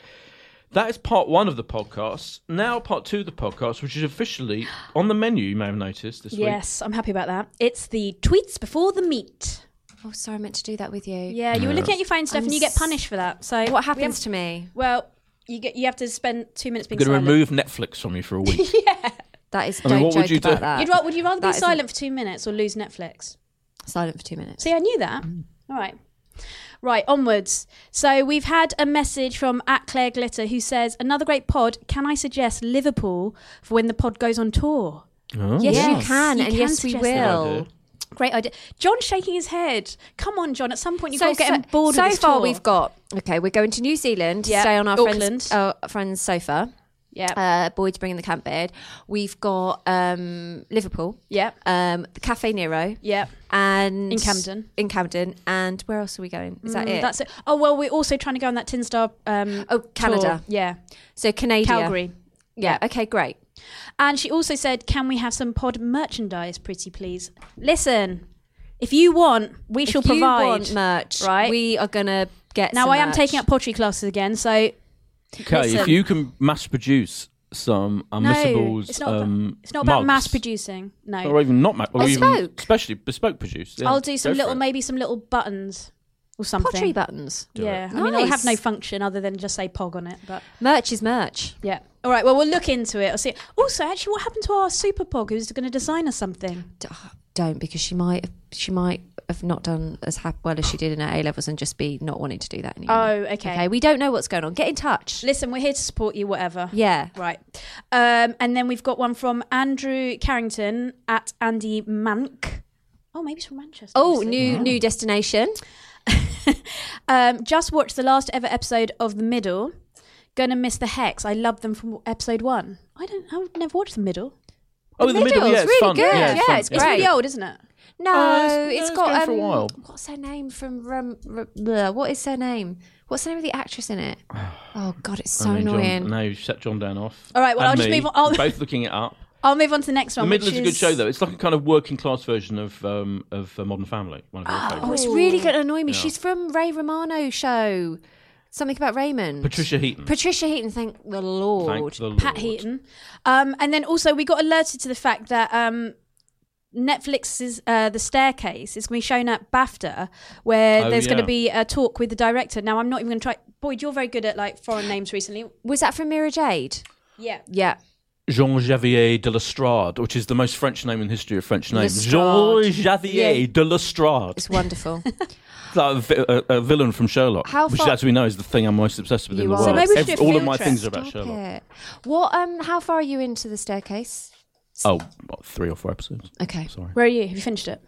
[SPEAKER 1] That is part one of the podcast. Now, part two of the podcast, which is officially on the menu, you may have noticed this week.
[SPEAKER 2] Yes, I'm happy about that. It's the tweets before the meat.
[SPEAKER 3] Oh, sorry, I meant to do that with you.
[SPEAKER 2] Yeah, you were looking at your phone stuff and you get punished for that. So
[SPEAKER 3] What
[SPEAKER 2] we have-
[SPEAKER 3] happens to me?
[SPEAKER 2] Well, you get you have to spend two minutes being
[SPEAKER 1] We're going
[SPEAKER 2] silent.
[SPEAKER 1] to remove Netflix from you for a week.
[SPEAKER 3] That is.
[SPEAKER 1] I mean,
[SPEAKER 3] don't
[SPEAKER 1] what would
[SPEAKER 3] joke
[SPEAKER 1] you
[SPEAKER 3] about
[SPEAKER 1] do?
[SPEAKER 3] that.
[SPEAKER 2] You'd ra- would you rather
[SPEAKER 3] That
[SPEAKER 2] be
[SPEAKER 3] isn't-
[SPEAKER 2] silent for two minutes or lose Netflix?
[SPEAKER 3] Silent for two minutes.
[SPEAKER 2] See, I knew that.
[SPEAKER 3] Mm.
[SPEAKER 2] All right. Right, onwards. So we've had a message from at Claire Glitter who says, Another great pod. Can I suggest Liverpool for when the pod goes on tour?
[SPEAKER 1] Oh.
[SPEAKER 3] Yes,
[SPEAKER 2] Yes,
[SPEAKER 3] you can,
[SPEAKER 2] you
[SPEAKER 3] and
[SPEAKER 2] can
[SPEAKER 3] yes, we
[SPEAKER 2] suggest that.
[SPEAKER 1] Good
[SPEAKER 3] will.
[SPEAKER 1] idea.
[SPEAKER 2] Great idea. John's shaking his head. Come on, John. At some point, you've got to get him bored
[SPEAKER 3] so
[SPEAKER 2] of this
[SPEAKER 3] far
[SPEAKER 2] tour.
[SPEAKER 3] we've got okay. We're going to New Zealand. to
[SPEAKER 2] Yeah.
[SPEAKER 3] Stay on our
[SPEAKER 2] Auckland.
[SPEAKER 3] friend's uh, friend's sofa.
[SPEAKER 2] Yep.
[SPEAKER 3] Uh, Boyd's bringing the camp bed. We've got um, Liverpool.
[SPEAKER 2] yep.
[SPEAKER 3] Um, the Cafe Nero.
[SPEAKER 2] Yep.
[SPEAKER 3] And
[SPEAKER 2] In Camden.
[SPEAKER 3] In Camden. And where else are we going? Is that it?
[SPEAKER 2] That's it. Oh, well, we're also trying to go on that Tin Star um,
[SPEAKER 3] oh Canada.
[SPEAKER 2] tour. Yeah.
[SPEAKER 3] So Canada.
[SPEAKER 2] Calgary.
[SPEAKER 3] Yeah. Okay. Great.
[SPEAKER 2] And she also said, Can we have some pod merchandise, pretty please? Listen, if you want, we shall
[SPEAKER 3] if you
[SPEAKER 2] provide.
[SPEAKER 3] want merch,
[SPEAKER 2] right?
[SPEAKER 3] We are gonna get.
[SPEAKER 2] now,
[SPEAKER 3] some
[SPEAKER 2] I am
[SPEAKER 3] merch.
[SPEAKER 2] taking up pottery classes again, so
[SPEAKER 1] Okay, if
[SPEAKER 2] Listen.
[SPEAKER 1] you can mass produce some unmissables,
[SPEAKER 2] it's not about-
[SPEAKER 1] um,
[SPEAKER 2] it's not about
[SPEAKER 1] mugs,
[SPEAKER 2] mass producing. No.
[SPEAKER 1] or even not mass, or even
[SPEAKER 3] Bespoke.
[SPEAKER 1] especially bespoke produced. Yeah,
[SPEAKER 2] I'll do some
[SPEAKER 1] go for
[SPEAKER 2] little,
[SPEAKER 1] it.
[SPEAKER 2] maybe some little buttons or something.
[SPEAKER 3] pottery buttons.
[SPEAKER 2] yeah,
[SPEAKER 1] it.
[SPEAKER 2] I mean, it'll have
[SPEAKER 3] Nice.
[SPEAKER 2] no function other than just say pog on it, but
[SPEAKER 3] Merch is merch.
[SPEAKER 2] yeah. All right, well, we'll look into it. I'll see. Also, actually, what happened to our super pog who's going to design us something?
[SPEAKER 3] D- oh, Don't because she might she might have not done as hap- well as she did in her A levels and just be not wanting to do that anymore.
[SPEAKER 2] Oh, okay.
[SPEAKER 3] Okay, we don't know what's going on. Get in touch.
[SPEAKER 2] Listen, we're here to support you, whatever.
[SPEAKER 3] Yeah.
[SPEAKER 2] Right. Um, and then we've got one from Andrew Carrington at Andy Mank. Oh, maybe it's from Manchester.
[SPEAKER 3] Oh,
[SPEAKER 2] obviously.
[SPEAKER 3] new new destination.
[SPEAKER 2] Um, just watched the last ever episode of The Middle. Gonna miss the hex. I love them from episode one. I don't. I've never watched The Middle.
[SPEAKER 1] Oh, the middle,
[SPEAKER 3] middle's
[SPEAKER 1] yeah, it's
[SPEAKER 3] really
[SPEAKER 1] fun.
[SPEAKER 3] good.
[SPEAKER 1] Yeah, it's,
[SPEAKER 3] Yeah,
[SPEAKER 1] fun.
[SPEAKER 3] it's
[SPEAKER 2] It's
[SPEAKER 3] Great.
[SPEAKER 2] really old, isn't it?
[SPEAKER 3] No,
[SPEAKER 1] Uh, it's- no,
[SPEAKER 3] it's
[SPEAKER 1] it's
[SPEAKER 3] got
[SPEAKER 1] going
[SPEAKER 3] um,
[SPEAKER 1] for a while.
[SPEAKER 3] what's her name from Rum, Rum- blah, what is her name? What's the name of the actress in it? Oh god, it's so
[SPEAKER 1] I mean, John-
[SPEAKER 3] annoying.
[SPEAKER 1] now you've set John down off.
[SPEAKER 2] All right, well,
[SPEAKER 1] And
[SPEAKER 2] I'll just
[SPEAKER 1] me.
[SPEAKER 2] move on- I'll-
[SPEAKER 1] We're both looking it up.
[SPEAKER 2] I'll move on to the next one.
[SPEAKER 1] The Middle
[SPEAKER 2] which
[SPEAKER 1] is a good show, though. It's like a kind of working class version of um, of uh, Modern Family. One of your
[SPEAKER 3] Oh,
[SPEAKER 1] favourites.
[SPEAKER 3] it's really going to annoy me. She's from Ray Romano show. Something about Raymond.
[SPEAKER 1] Patricia Heaton.
[SPEAKER 3] Patricia Heaton, thank the Lord.
[SPEAKER 1] Thank the
[SPEAKER 2] Pat
[SPEAKER 1] Lord.
[SPEAKER 2] Heaton. Um, and then also we got alerted to the fact that um, Netflix's uh, The Staircase is going to be shown at BAFTA, where
[SPEAKER 1] Oh,
[SPEAKER 2] there's going
[SPEAKER 1] yeah.
[SPEAKER 2] to be a talk with the director. Now I'm not even going to try. Boyd, you're very good at like foreign names recently.
[SPEAKER 3] Was that from Mira Jade?
[SPEAKER 2] Yeah.
[SPEAKER 3] Yeah.
[SPEAKER 1] Jean Javier de Lestrade, which is the most French name in the history of French names. Jean
[SPEAKER 3] Lestrade.
[SPEAKER 1] Javier
[SPEAKER 3] Yeah.
[SPEAKER 1] de Lestrade,
[SPEAKER 3] It's wonderful.
[SPEAKER 1] like a, vi- a, a villain from Sherlock,
[SPEAKER 3] How
[SPEAKER 1] which,
[SPEAKER 3] far-
[SPEAKER 1] as we know, is the thing I'm most obsessed with in the
[SPEAKER 3] You are. So
[SPEAKER 1] world.
[SPEAKER 2] maybe we should
[SPEAKER 1] Every-
[SPEAKER 2] do a
[SPEAKER 1] all of
[SPEAKER 2] field
[SPEAKER 1] my
[SPEAKER 2] trip.
[SPEAKER 1] things are about
[SPEAKER 3] Stop
[SPEAKER 1] Sherlock.
[SPEAKER 3] it. What um how far are you into the staircase?
[SPEAKER 1] Oh, what, three or four episodes.
[SPEAKER 3] Okay.
[SPEAKER 1] Sorry.
[SPEAKER 2] Where are you? Have you finished it?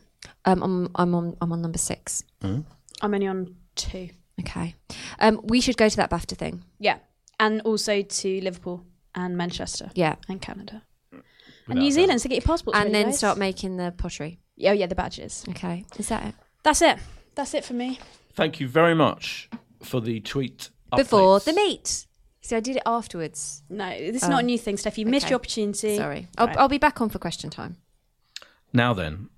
[SPEAKER 3] Um I'm I'm on I'm on number six.
[SPEAKER 2] I'm only on two.
[SPEAKER 3] Okay. Um we should go to that BAFTA thing.
[SPEAKER 2] Yeah, and also to Liverpool and Manchester
[SPEAKER 3] Yeah.
[SPEAKER 2] and Canada
[SPEAKER 1] Without
[SPEAKER 2] and New Zealand to get your passport.
[SPEAKER 3] And then start making the pottery.
[SPEAKER 2] Oh yeah, the badges.
[SPEAKER 3] Okay, is that it?
[SPEAKER 2] That's it. That's it for me.
[SPEAKER 1] Thank you very much for the tweet.
[SPEAKER 3] Before
[SPEAKER 1] updates.
[SPEAKER 3] the meet. See, I did it afterwards.
[SPEAKER 2] No, this is not a new thing, Steph. You missed
[SPEAKER 3] okay.
[SPEAKER 2] your opportunity.
[SPEAKER 3] Sorry, I'll,
[SPEAKER 2] Right.
[SPEAKER 3] I'll be back on for question time.
[SPEAKER 1] Now then,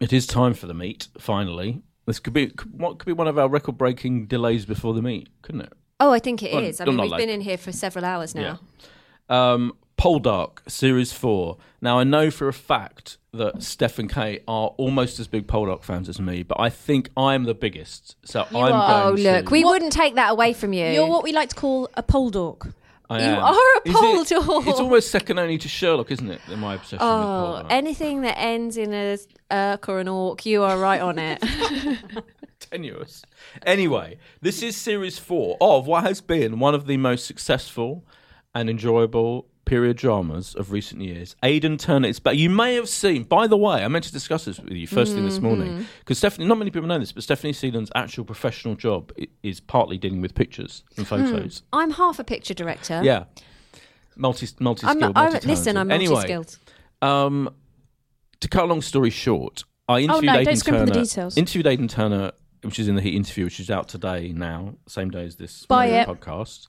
[SPEAKER 1] it is time for the meet. Finally, this could be could- what could be one of our record-breaking delays before the meet, couldn't it?
[SPEAKER 3] Oh, I think it is.
[SPEAKER 1] Well, not
[SPEAKER 3] I mean, we've
[SPEAKER 1] like-
[SPEAKER 3] been in here for several hours now.
[SPEAKER 1] Um, Poldark Series Four. Now I know for a fact that Steph and Kate are almost as big Poldark fans as me, but I think I'm the biggest. So I'm
[SPEAKER 2] are.
[SPEAKER 1] going.
[SPEAKER 3] Oh, look,
[SPEAKER 1] to,
[SPEAKER 3] we wouldn't take that away from you.
[SPEAKER 2] You're what we like to call a pole dog.
[SPEAKER 1] I
[SPEAKER 3] you
[SPEAKER 1] am.
[SPEAKER 3] are a
[SPEAKER 1] Is it-
[SPEAKER 3] Poldark.
[SPEAKER 1] it's almost second only to Sherlock, isn't it? In my obsession
[SPEAKER 3] oh,
[SPEAKER 1] with Poldark.
[SPEAKER 3] anything that ends in a urk or an orc, you are right on it.
[SPEAKER 1] tenuous. Anyway, this is series four of what has been one of the most successful and enjoyable period dramas of recent years. Aidan Turner is back. You may have seen, by the way, I meant to discuss this with you first thing this
[SPEAKER 3] Mm-hmm.
[SPEAKER 1] morning because Stephanie, not many people know this, but Stephanie Seeland's actual professional job i- is partly dealing with pictures and
[SPEAKER 3] Hmm.
[SPEAKER 1] photos.
[SPEAKER 3] I'm half a picture director.
[SPEAKER 1] Yeah. Multi, multi-skilled,
[SPEAKER 3] I'm, I'm,
[SPEAKER 1] multi-talented.
[SPEAKER 3] listen, I'm
[SPEAKER 1] Anyway,
[SPEAKER 3] multi-skilled.
[SPEAKER 1] um, to cut a long story short, I interviewed
[SPEAKER 2] Oh, no,
[SPEAKER 1] Aidan
[SPEAKER 2] don't scrimp on
[SPEAKER 1] Turner.
[SPEAKER 2] the details.
[SPEAKER 1] Interviewed Aidan Turner, which is in the Heat interview, which is out today now, same day as this
[SPEAKER 2] Buy
[SPEAKER 1] very
[SPEAKER 2] it.
[SPEAKER 1] podcast.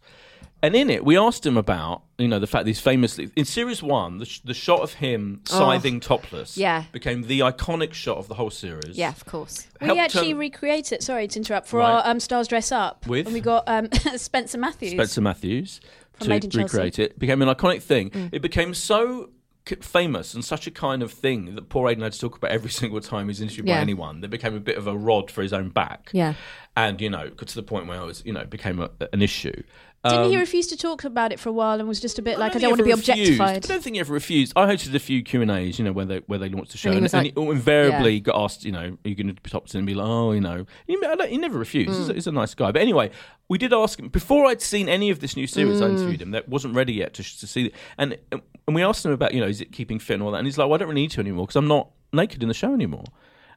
[SPEAKER 1] And in it, we asked him about you know the fact that he's famously in series one, the, sh- the shot of him
[SPEAKER 2] Oh.
[SPEAKER 1] scything topless,
[SPEAKER 3] Yeah.
[SPEAKER 1] became the iconic shot of the whole series.
[SPEAKER 3] Yeah, of course.
[SPEAKER 1] Helped
[SPEAKER 2] we actually
[SPEAKER 1] turn-
[SPEAKER 2] recreate it. Sorry to interrupt. For
[SPEAKER 1] Right.
[SPEAKER 2] our um, stars dress up,
[SPEAKER 1] With?
[SPEAKER 2] and we got um, Spencer Matthews.
[SPEAKER 1] Spencer Matthews
[SPEAKER 2] From
[SPEAKER 1] to
[SPEAKER 2] Made in
[SPEAKER 1] recreate
[SPEAKER 2] Chelsea. Mm.
[SPEAKER 1] it became an iconic thing. It became so c- famous and such a kind of thing that poor Aiden had to talk about every single time he's interviewed by
[SPEAKER 3] Yeah.
[SPEAKER 1] anyone. That became a bit of a rod for his own back.
[SPEAKER 3] Yeah.
[SPEAKER 1] and you know, got to the point where it was, you know, it became a, an issue.
[SPEAKER 2] Didn't he refuse to talk about it for a while and was just a bit like, I don't
[SPEAKER 1] um, think
[SPEAKER 2] want to
[SPEAKER 1] he
[SPEAKER 2] be
[SPEAKER 1] ever refused.
[SPEAKER 2] objectified?
[SPEAKER 1] I don't think he ever refused. I hosted a few Q and A's, you know, where they where they launched the show,
[SPEAKER 3] And he
[SPEAKER 1] and,
[SPEAKER 3] was
[SPEAKER 1] and
[SPEAKER 3] like-
[SPEAKER 1] he all invariably got asked, you know, are you going to be top ten? And be like, oh, you know, he, I don't- he never refused. He's, a, he's a nice guy. But anyway, we did ask him before I'd seen any of this new series. I interviewed him that wasn't ready yet to, to see, and and we asked him about, you know, is it keeping fit and all that, and he's like, well, I don't really need to anymore because I'm not naked in the show anymore.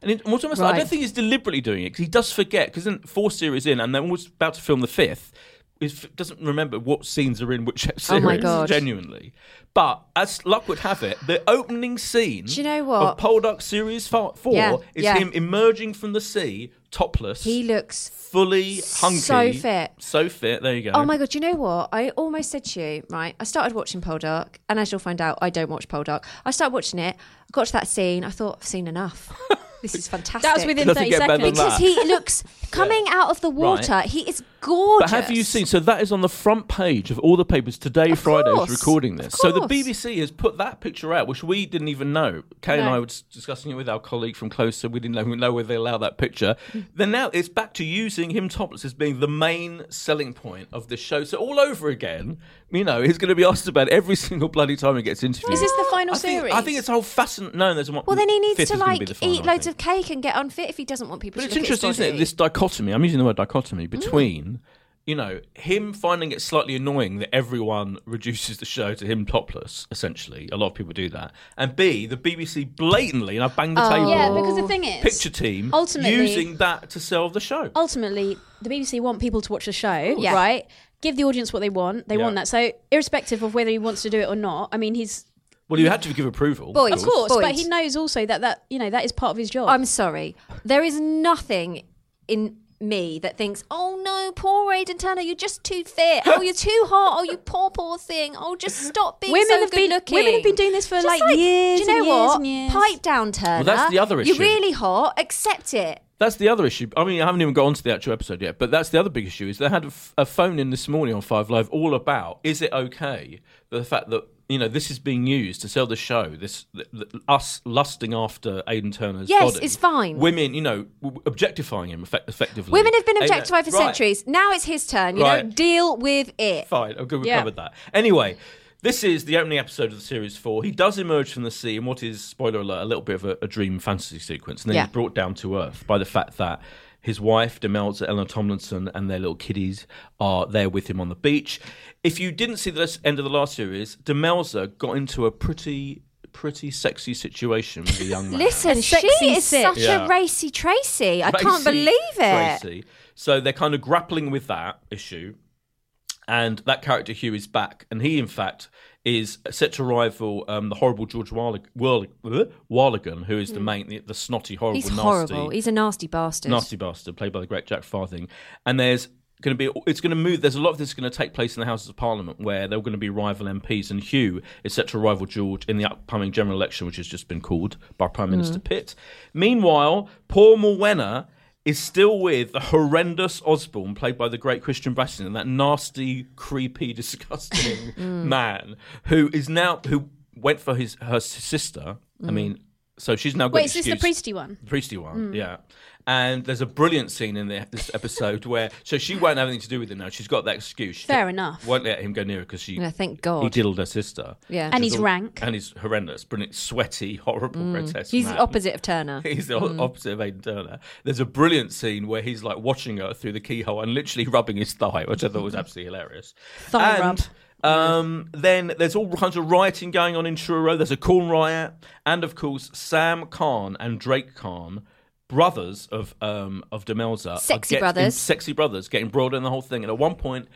[SPEAKER 1] And it, what's almost like, I
[SPEAKER 3] Right.
[SPEAKER 1] don't think he's deliberately doing it because he does forget because then four series in and they're almost about to film the fifth. He f- doesn't remember what scenes are in which
[SPEAKER 3] Oh
[SPEAKER 1] series.
[SPEAKER 3] my God.
[SPEAKER 1] Genuinely, but as luck would have it, the opening scene.
[SPEAKER 3] Do you know
[SPEAKER 1] Of
[SPEAKER 3] what?
[SPEAKER 1] Poldark Series Four four
[SPEAKER 3] Yeah,
[SPEAKER 1] is
[SPEAKER 3] yeah.
[SPEAKER 1] him emerging from the sea, topless,
[SPEAKER 3] He looks
[SPEAKER 1] fully hunky,
[SPEAKER 3] so fit.
[SPEAKER 1] so fit. There you go.
[SPEAKER 3] Oh my god! You know what? I almost said to you, right? I started watching Poldark, and as you'll find out, I don't watch Poldark. I started watching it. I got to that scene. I thought I've seen enough. This is fantastic.
[SPEAKER 2] That was within
[SPEAKER 1] Doesn't
[SPEAKER 2] 30
[SPEAKER 1] get better than
[SPEAKER 2] seconds.
[SPEAKER 1] that.
[SPEAKER 3] because he looks coming out of the water. He is gorgeous.
[SPEAKER 1] But have you seen? So that is on the front page of all the papers today,
[SPEAKER 3] Of
[SPEAKER 1] Friday's
[SPEAKER 3] course,
[SPEAKER 1] recording this.
[SPEAKER 3] of
[SPEAKER 1] So the
[SPEAKER 3] course.
[SPEAKER 1] BBC has put that picture out, which we didn't even know. Kay and
[SPEAKER 2] No.
[SPEAKER 1] I were just discussing it with our colleague from Closer. We didn't know, we know whether they allow that picture.
[SPEAKER 3] Mm-hmm.
[SPEAKER 1] then now it's back to using him topless as being the main selling point of this show. So all over again, you know, he's going to be asked about it every single bloody time he gets interviewed.
[SPEAKER 2] Is this the final
[SPEAKER 1] I think,
[SPEAKER 2] series?
[SPEAKER 1] I think it's a whole fascinating. No, there's one.
[SPEAKER 3] Well, then he needs
[SPEAKER 1] fifth
[SPEAKER 3] to
[SPEAKER 1] is gonna be
[SPEAKER 3] like
[SPEAKER 1] the final,
[SPEAKER 3] eat
[SPEAKER 1] I
[SPEAKER 3] loads
[SPEAKER 1] think.
[SPEAKER 3] of cake and get unfit if he doesn't want people
[SPEAKER 1] But
[SPEAKER 3] to
[SPEAKER 1] it's
[SPEAKER 3] look at his
[SPEAKER 1] interesting, isn't it?
[SPEAKER 3] body.
[SPEAKER 1] This dichotomy. I'm using the word dichotomy between, you know, him finding it slightly annoying that everyone reduces the show to him topless. Essentially, a lot of people do that, and B, the BBC blatantly, and I banged the table.
[SPEAKER 2] Yeah, because the thing is,
[SPEAKER 1] Oh. picture team
[SPEAKER 2] ultimately-
[SPEAKER 1] using that to sell the show.
[SPEAKER 2] ultimately, the BBC want people to watch the show,
[SPEAKER 3] Yeah.
[SPEAKER 2] right? Give the audience what they want. They
[SPEAKER 1] Yeah.
[SPEAKER 2] want that. So, irrespective of whether he wants to do it or not, I mean, he's
[SPEAKER 1] Well, you had to give approval.
[SPEAKER 3] Boys.
[SPEAKER 2] of course,
[SPEAKER 3] Boyd.
[SPEAKER 2] but he knows also that that you know that is part of his job.
[SPEAKER 3] I'm sorry. There is nothing in me that thinks, oh no, poor Aidan Turner, you're just too fit. Oh, you're too hot. Oh, you poor, poor thing. Oh, just stop being
[SPEAKER 2] women
[SPEAKER 3] so
[SPEAKER 2] have been
[SPEAKER 3] good-looking."
[SPEAKER 2] women have been doing this for
[SPEAKER 3] Just
[SPEAKER 2] like, years.
[SPEAKER 3] Do you know
[SPEAKER 2] and years
[SPEAKER 3] what?
[SPEAKER 2] and years.
[SPEAKER 3] Pipe down, Turner.
[SPEAKER 1] that's the other issue.
[SPEAKER 3] You're really hot. Accept it.
[SPEAKER 1] That's the other issue. I mean, I haven't even got onto the actual episode yet, but that's the other big issue is they had a, f- a phone in this morning on Five Live all about is it okay the fact that you know this is being used to sell the show, this th- th- us lusting after Aidan Turner's
[SPEAKER 3] Yes,
[SPEAKER 1] body.
[SPEAKER 3] it's fine.
[SPEAKER 1] Women, you know, w- objectifying him effect- effectively.
[SPEAKER 3] Women have been
[SPEAKER 1] Aidan-
[SPEAKER 3] objectified for
[SPEAKER 1] Right.
[SPEAKER 3] centuries. Now it's his turn. You know,
[SPEAKER 1] Right.
[SPEAKER 3] deal with it.
[SPEAKER 1] Fine, I'm good. We
[SPEAKER 2] Yeah.
[SPEAKER 1] covered that. Anyway, this is the opening episode of the series four. He does emerge from the sea in what is, spoiler alert, a little bit of a, a dream fantasy sequence, and then
[SPEAKER 3] Yeah.
[SPEAKER 1] he's brought down to earth by the fact that his wife, Demelza, Eleanor Tomlinson, and their little kiddies are there with him on the beach. If you didn't see the last- end of the last series, Demelza got into a pretty, pretty sexy situation with a young man.
[SPEAKER 3] Listen,
[SPEAKER 2] A
[SPEAKER 3] she
[SPEAKER 2] sexy
[SPEAKER 3] is
[SPEAKER 2] six.
[SPEAKER 3] such
[SPEAKER 1] Yeah.
[SPEAKER 3] a racy Tracy. I can't
[SPEAKER 1] Tracy-
[SPEAKER 3] believe it.
[SPEAKER 1] Tracy. So they're kind of grappling with that issue. and that character Hugh is back, and he in fact is set to rival um, the horrible George Warlig- Warlig- bleh? Warligan, who is the main, the, the snotty, horrible,
[SPEAKER 3] Hmm. He's
[SPEAKER 1] nasty,
[SPEAKER 3] horrible. He's a nasty bastard.
[SPEAKER 1] nasty bastard, played by the great Jack Farthing. And there's going to be, it's going to move. There's a lot of this going to take place in the Houses of Parliament, where there are going to be rival MPs, and Hugh is set to rival George in the upcoming general election, which has just been called by
[SPEAKER 2] Mm.
[SPEAKER 1] Prime Minister Pitt. Meanwhile, poor Morwenna. Is still with the horrendous Osborne, played by the great Christian Bastion, that nasty, creepy, disgusting
[SPEAKER 2] Mm.
[SPEAKER 1] man who is now who went for his her sister. I mean, so she's now got
[SPEAKER 2] Mm. Wait, is this the
[SPEAKER 1] excuse-
[SPEAKER 2] priesty one?
[SPEAKER 1] Priesty one,
[SPEAKER 2] Mm.
[SPEAKER 1] yeah. And there's a brilliant scene in the, this episode where so she won't have anything to do with him now. She's got that excuse. She
[SPEAKER 2] Fair enough.
[SPEAKER 1] Won't let him go near her because she
[SPEAKER 3] Yeah,
[SPEAKER 1] he
[SPEAKER 3] thank God.
[SPEAKER 1] diddled her sister.
[SPEAKER 3] Yeah.
[SPEAKER 2] And
[SPEAKER 1] She's
[SPEAKER 2] he's
[SPEAKER 1] all-
[SPEAKER 2] rank. Mm.
[SPEAKER 1] And he's horrendous, brilliant, sweaty, horrible, grotesque.
[SPEAKER 3] He's
[SPEAKER 1] man.
[SPEAKER 3] the opposite of Turner.
[SPEAKER 1] He's the opposite of Aidan Turner. There's a brilliant scene where he's like watching her through the keyhole and literally rubbing his thigh, which I thought was absolutely hilarious.
[SPEAKER 2] Thigh rub.
[SPEAKER 1] and, Um, then there's all kinds of rioting going on in Truro. There's a corn riot, and of course Sam Khan and Drake Khan, brothers of um of Demelza, are
[SPEAKER 3] Sexy
[SPEAKER 1] getting-
[SPEAKER 3] brothers.
[SPEAKER 1] sexy brothers, getting broader in the whole thing. And at one point,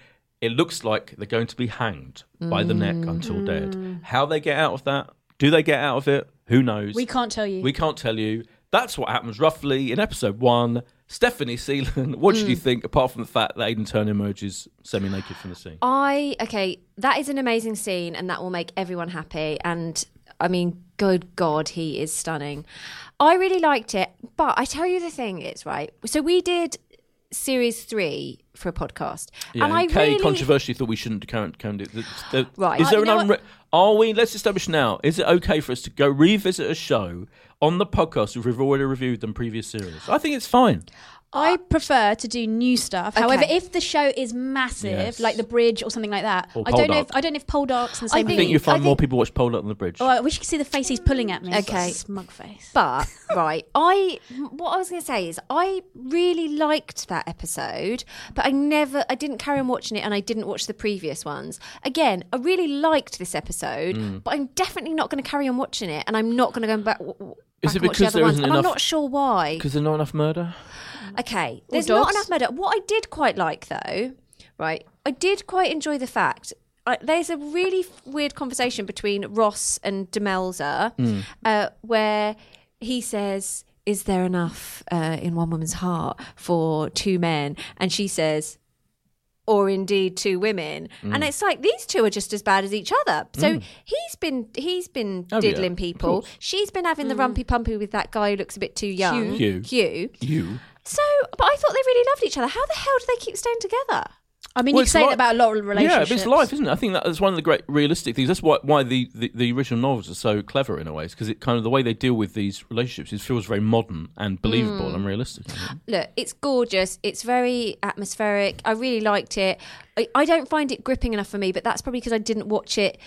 [SPEAKER 1] it looks like they're going to be hanged by the neck until dead. How they get out of that? Do they get out of it? Who knows?
[SPEAKER 2] We can't tell you.
[SPEAKER 1] We can't tell you. That's what happens roughly in episode one. Stephanie Seelan, what did you
[SPEAKER 3] Hmm.
[SPEAKER 1] think, apart from the fact that Aidan Turner emerges semi naked from the sea?
[SPEAKER 3] I okay, that is an amazing scene, and that will make everyone happy. And I mean, good God, he is stunning. I really liked it, but I tell you the thing is right. So we did series three for a podcast,
[SPEAKER 1] Yeah,
[SPEAKER 3] Oh, and I
[SPEAKER 1] Kay
[SPEAKER 3] really
[SPEAKER 1] controversially thought we shouldn't count, count it. The- the-
[SPEAKER 3] Right.
[SPEAKER 1] Is there
[SPEAKER 2] Uh,
[SPEAKER 1] an
[SPEAKER 2] you know
[SPEAKER 1] unre- Are we? Let's establish now. Is it okay for us to go revisit a show on the podcast if we've already reviewed than previous series? I think it's fine.
[SPEAKER 2] I prefer to do new stuff. However,
[SPEAKER 3] Okay.
[SPEAKER 2] if the show is massive,
[SPEAKER 1] Yes.
[SPEAKER 2] like The Bridge or something like that,
[SPEAKER 1] Or
[SPEAKER 2] I don't know.
[SPEAKER 1] Poldark.
[SPEAKER 2] If, I don't know if Poldark's in the
[SPEAKER 1] I
[SPEAKER 2] same.
[SPEAKER 3] think-
[SPEAKER 1] think you
[SPEAKER 2] league.
[SPEAKER 1] find
[SPEAKER 3] I
[SPEAKER 1] more
[SPEAKER 3] think-
[SPEAKER 1] people watch Pole Up on the Bridge.
[SPEAKER 2] Oh, I wish you could see the face he's pulling at me. He's got a
[SPEAKER 3] Okay.
[SPEAKER 2] smug face.
[SPEAKER 3] But right, I what I was going to say is I really liked that episode, but I never I didn't carry on watching it and I didn't watch the previous ones. Again, I really liked this episode,
[SPEAKER 1] Hmm.
[SPEAKER 3] but I'm definitely not going to carry on watching it and I'm not going to go back w- w-
[SPEAKER 1] Is it
[SPEAKER 3] back and watch the
[SPEAKER 1] because
[SPEAKER 3] other
[SPEAKER 1] there
[SPEAKER 3] ones.
[SPEAKER 1] isn't
[SPEAKER 3] And I'm
[SPEAKER 1] enough-
[SPEAKER 3] not sure why.
[SPEAKER 1] Because there's not enough murder? Mm.
[SPEAKER 3] Okay, there's
[SPEAKER 2] dogs.
[SPEAKER 3] not enough murder. What I did quite like though, right, I did quite enjoy the fact. I, there's a really f- weird conversation between Ross and Demelza
[SPEAKER 1] Mm.
[SPEAKER 3] uh, where he says, "Is there enough uh, in one woman's heart for two men?" And she says, "Or indeed two women."
[SPEAKER 1] Mm.
[SPEAKER 3] And it's like these two are just as bad as each other. So he's been he's been
[SPEAKER 1] Oh, yeah,
[SPEAKER 3] diddling
[SPEAKER 1] of
[SPEAKER 3] people.
[SPEAKER 1] course. Mm.
[SPEAKER 3] She's been having the rumpy pumpy with that guy who looks a bit too young,
[SPEAKER 1] Hugh.
[SPEAKER 3] Hugh.
[SPEAKER 1] You.
[SPEAKER 3] So, but I thought they really loved each other. How the hell do they keep staying together?
[SPEAKER 2] I mean,
[SPEAKER 1] Well,
[SPEAKER 2] you
[SPEAKER 1] it's
[SPEAKER 2] could say
[SPEAKER 1] li-
[SPEAKER 2] that about a lot of
[SPEAKER 1] Yeah,
[SPEAKER 2] relationships.
[SPEAKER 1] but it's life, isn't it? I think that- that's one of the great realistic things. That's why why the, the, the original novels are so clever in a way, is because it kind of the way they deal with these relationships it feels very modern and
[SPEAKER 2] Hmm.
[SPEAKER 1] believable and realistic. I think.
[SPEAKER 3] Look, it's gorgeous. It's very atmospheric. I really liked it. I, I don't find it gripping enough for me, but that's probably because I didn't watch it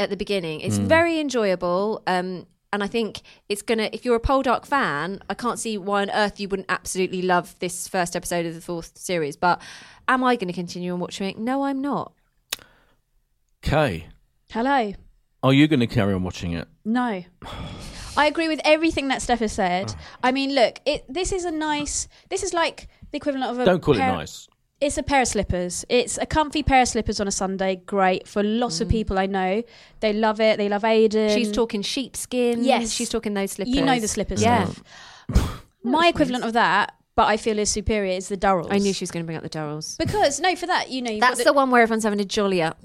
[SPEAKER 3] at the beginning. It's very enjoyable. Um, and I think it's gonna. If you're a Poldark fan, I can't see why on earth you wouldn't absolutely love this first episode of the fourth series. But am I going to continue on watching it? No, I'm not.
[SPEAKER 1] Kay,
[SPEAKER 2] Hello.
[SPEAKER 1] are you going to carry on watching it?
[SPEAKER 2] No. I agree with everything that Steph has said.
[SPEAKER 1] Oh.
[SPEAKER 2] I mean, look, it this is a nice this is like the equivalent of a
[SPEAKER 1] Don't call
[SPEAKER 2] pair-
[SPEAKER 1] it nice.
[SPEAKER 2] It's a pair of slippers. It's a comfy pair of slippers on a Sunday. Great for lots of people I know. They love it. They love Aiden.
[SPEAKER 3] She's talking sheepskin.
[SPEAKER 2] Yes.
[SPEAKER 3] she's talking those slippers.
[SPEAKER 2] You know the slippers,
[SPEAKER 3] Yeah,
[SPEAKER 2] Steph. My equivalent of that, but I feel is superior, is the Durrells.
[SPEAKER 3] I knew she was going to bring up the Durrells.
[SPEAKER 2] because no, for that you know you've got
[SPEAKER 3] That's the one where everyone's having a jolly up.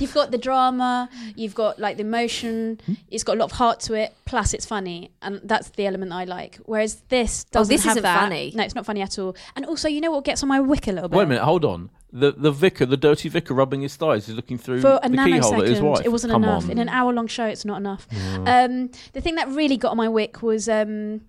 [SPEAKER 2] You've got the drama, you've got like the emotion,
[SPEAKER 3] Hmm?
[SPEAKER 2] it's got a lot of heart to it, plus it's funny. And that's the element I like. Whereas this doesn't
[SPEAKER 3] Oh, this
[SPEAKER 2] have
[SPEAKER 3] isn't
[SPEAKER 2] that.
[SPEAKER 3] funny.
[SPEAKER 2] No, it's not funny at all. And also, you know what gets on my wick a little bit?
[SPEAKER 1] Wait a minute, hold on. The the vicar, the dirty vicar, rubbing his thighs, is looking through
[SPEAKER 2] For a
[SPEAKER 1] the keyhole at his wife.
[SPEAKER 2] nanosecond, it wasn't
[SPEAKER 1] Come
[SPEAKER 2] enough.
[SPEAKER 1] on.
[SPEAKER 2] In an hour long show, it's not enough. Um, the thing that really got on my wick was um,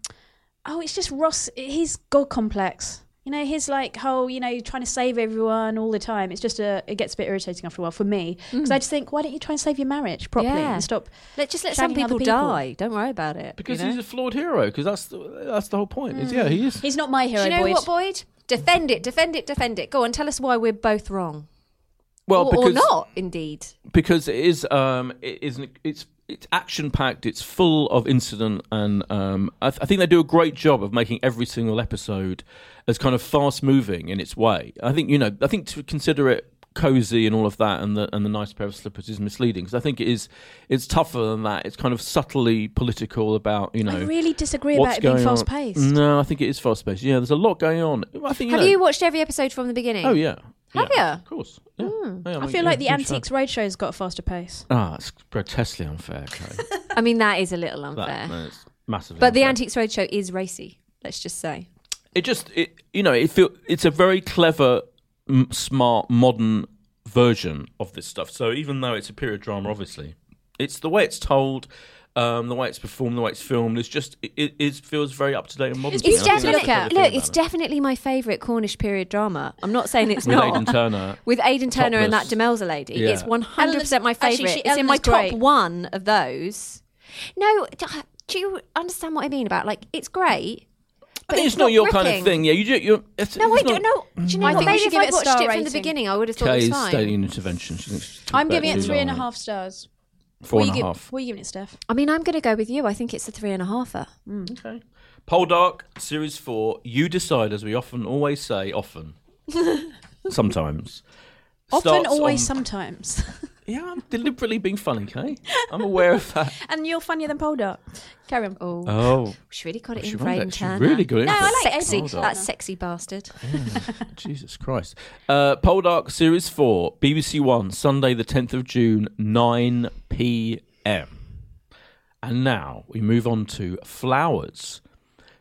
[SPEAKER 2] oh, it's just Ross, his God complex. You know, his like whole, you know, trying to save everyone all the time. It's just a, it gets a bit irritating after a while for me. Because I just think, why don't you try and save your marriage properly
[SPEAKER 3] Yeah.
[SPEAKER 2] and stop
[SPEAKER 3] Let just let some
[SPEAKER 2] Shagging
[SPEAKER 3] people,
[SPEAKER 2] other people.
[SPEAKER 3] die. Don't worry about it.
[SPEAKER 1] because
[SPEAKER 3] you know?
[SPEAKER 1] he's a flawed hero. Because that's the, that's the whole point. Is
[SPEAKER 2] Hmm.
[SPEAKER 1] Yeah, he is.
[SPEAKER 2] He's not my hero,
[SPEAKER 3] Do you know
[SPEAKER 2] Boyd.
[SPEAKER 3] what, Boyd? Defend it, defend it, defend it. Go on, tell us why we're both wrong.
[SPEAKER 1] Well,
[SPEAKER 3] or,
[SPEAKER 1] because
[SPEAKER 3] or not, indeed.
[SPEAKER 1] because it is um it is an- it's it's action packed it's full of incident and um I, th- I think they do a great job of making every single episode as kind of fast moving in its way i think you know i think to consider it cozy and all of that and the and the nice pair of slippers is misleading because I think it is it's tougher than that. It's kind of subtly political about you know
[SPEAKER 2] I really disagree
[SPEAKER 1] what's
[SPEAKER 2] about it being
[SPEAKER 1] going on.
[SPEAKER 2] fast paced.
[SPEAKER 1] No, I think it is fast paced. Yeah, there's a lot going on. I think
[SPEAKER 3] Have
[SPEAKER 1] know-
[SPEAKER 3] you watched every episode from the beginning?
[SPEAKER 1] Oh yeah.
[SPEAKER 3] Have
[SPEAKER 1] yeah,
[SPEAKER 3] ya?
[SPEAKER 1] Of course. Yeah. Yeah, I'm
[SPEAKER 2] Hmm. I
[SPEAKER 1] a-
[SPEAKER 2] feel
[SPEAKER 1] yeah,
[SPEAKER 2] like the
[SPEAKER 1] huge fan.
[SPEAKER 2] Antiques Roadshow's got a faster pace.
[SPEAKER 1] Ah, it's grotesquely unfair. Chloe.
[SPEAKER 3] I mean, that is a little unfair.
[SPEAKER 1] that, no, it's massively.
[SPEAKER 3] But the
[SPEAKER 1] unfair.
[SPEAKER 3] Antiques Roadshow is racy, let's just say.
[SPEAKER 1] it just it you know it feel it's a very clever m- smart modern version of this stuff so even though it's a period drama obviously it's the way it's told um, the way it's performed the way it's filmed it's just it, it, it feels very up to date and modern
[SPEAKER 2] It's
[SPEAKER 1] to me.
[SPEAKER 3] It's
[SPEAKER 1] I think
[SPEAKER 3] definitely
[SPEAKER 1] that's the
[SPEAKER 2] at-
[SPEAKER 1] clever
[SPEAKER 3] look,
[SPEAKER 1] thing about
[SPEAKER 3] it's
[SPEAKER 1] it.
[SPEAKER 3] definitely my favourite Cornish period drama. I'm not saying it's
[SPEAKER 1] with
[SPEAKER 3] not.
[SPEAKER 1] Aidan Turner
[SPEAKER 3] With Aidan Turner and that
[SPEAKER 1] Topless.
[SPEAKER 3] Demelza lady,
[SPEAKER 1] Yeah.
[SPEAKER 3] it's 100% my
[SPEAKER 2] Ellen's- actually,
[SPEAKER 3] favourite.
[SPEAKER 2] she-
[SPEAKER 3] It's in my
[SPEAKER 2] Ellen's
[SPEAKER 3] top
[SPEAKER 2] great.
[SPEAKER 3] one of those. No, d- uh, do you understand what I mean about like it's great?
[SPEAKER 1] I
[SPEAKER 3] But
[SPEAKER 1] think it's, not, your kind of
[SPEAKER 3] gripping.
[SPEAKER 1] thing yeah you do you it's,
[SPEAKER 3] No,
[SPEAKER 1] it's
[SPEAKER 3] I
[SPEAKER 1] not- Mm.
[SPEAKER 3] don't know. Do you know
[SPEAKER 2] I
[SPEAKER 3] what?
[SPEAKER 2] think we
[SPEAKER 3] Maybe
[SPEAKER 2] should
[SPEAKER 3] if
[SPEAKER 2] give
[SPEAKER 3] I
[SPEAKER 2] it a
[SPEAKER 3] watched
[SPEAKER 2] star
[SPEAKER 3] it from the
[SPEAKER 2] rating.
[SPEAKER 3] beginning, I would have thought it
[SPEAKER 1] Kay's
[SPEAKER 3] was fine.
[SPEAKER 1] daily intervention she thinks she's
[SPEAKER 2] I'm
[SPEAKER 1] talked
[SPEAKER 2] giving
[SPEAKER 1] about
[SPEAKER 2] it
[SPEAKER 1] too
[SPEAKER 2] three and a
[SPEAKER 1] long.
[SPEAKER 2] half stars.
[SPEAKER 1] Four and
[SPEAKER 2] what
[SPEAKER 1] a
[SPEAKER 2] are you gi-
[SPEAKER 1] half.
[SPEAKER 2] What are you giving it, Steph?
[SPEAKER 3] I mean, I'm going to go with you. I think it's a three and a halfer.
[SPEAKER 1] Okay. Poldark, Series 4, you decide, as we often always say, often. Sometimes.
[SPEAKER 2] Often,
[SPEAKER 1] Starts
[SPEAKER 2] always,
[SPEAKER 1] on-
[SPEAKER 2] sometimes.
[SPEAKER 1] Yeah, I'm deliberately being funny, Kay. I'm aware of that.
[SPEAKER 2] and you're funnier than Poldark. Carry on.
[SPEAKER 3] Oh,
[SPEAKER 1] Oh,
[SPEAKER 3] she really got it
[SPEAKER 1] she
[SPEAKER 3] in
[SPEAKER 1] won
[SPEAKER 3] for Aidan
[SPEAKER 1] that. She
[SPEAKER 3] Turner.
[SPEAKER 1] really got it.
[SPEAKER 2] No,
[SPEAKER 1] for
[SPEAKER 2] I
[SPEAKER 1] it.
[SPEAKER 2] like
[SPEAKER 3] sexy.
[SPEAKER 2] Aidan Turner.
[SPEAKER 3] That sexy bastard.
[SPEAKER 1] Jesus Christ. Uh, Poldark, Series 4, BBC One, Sunday, the 10th of June, 9 p.m. And now we move on to Flowers.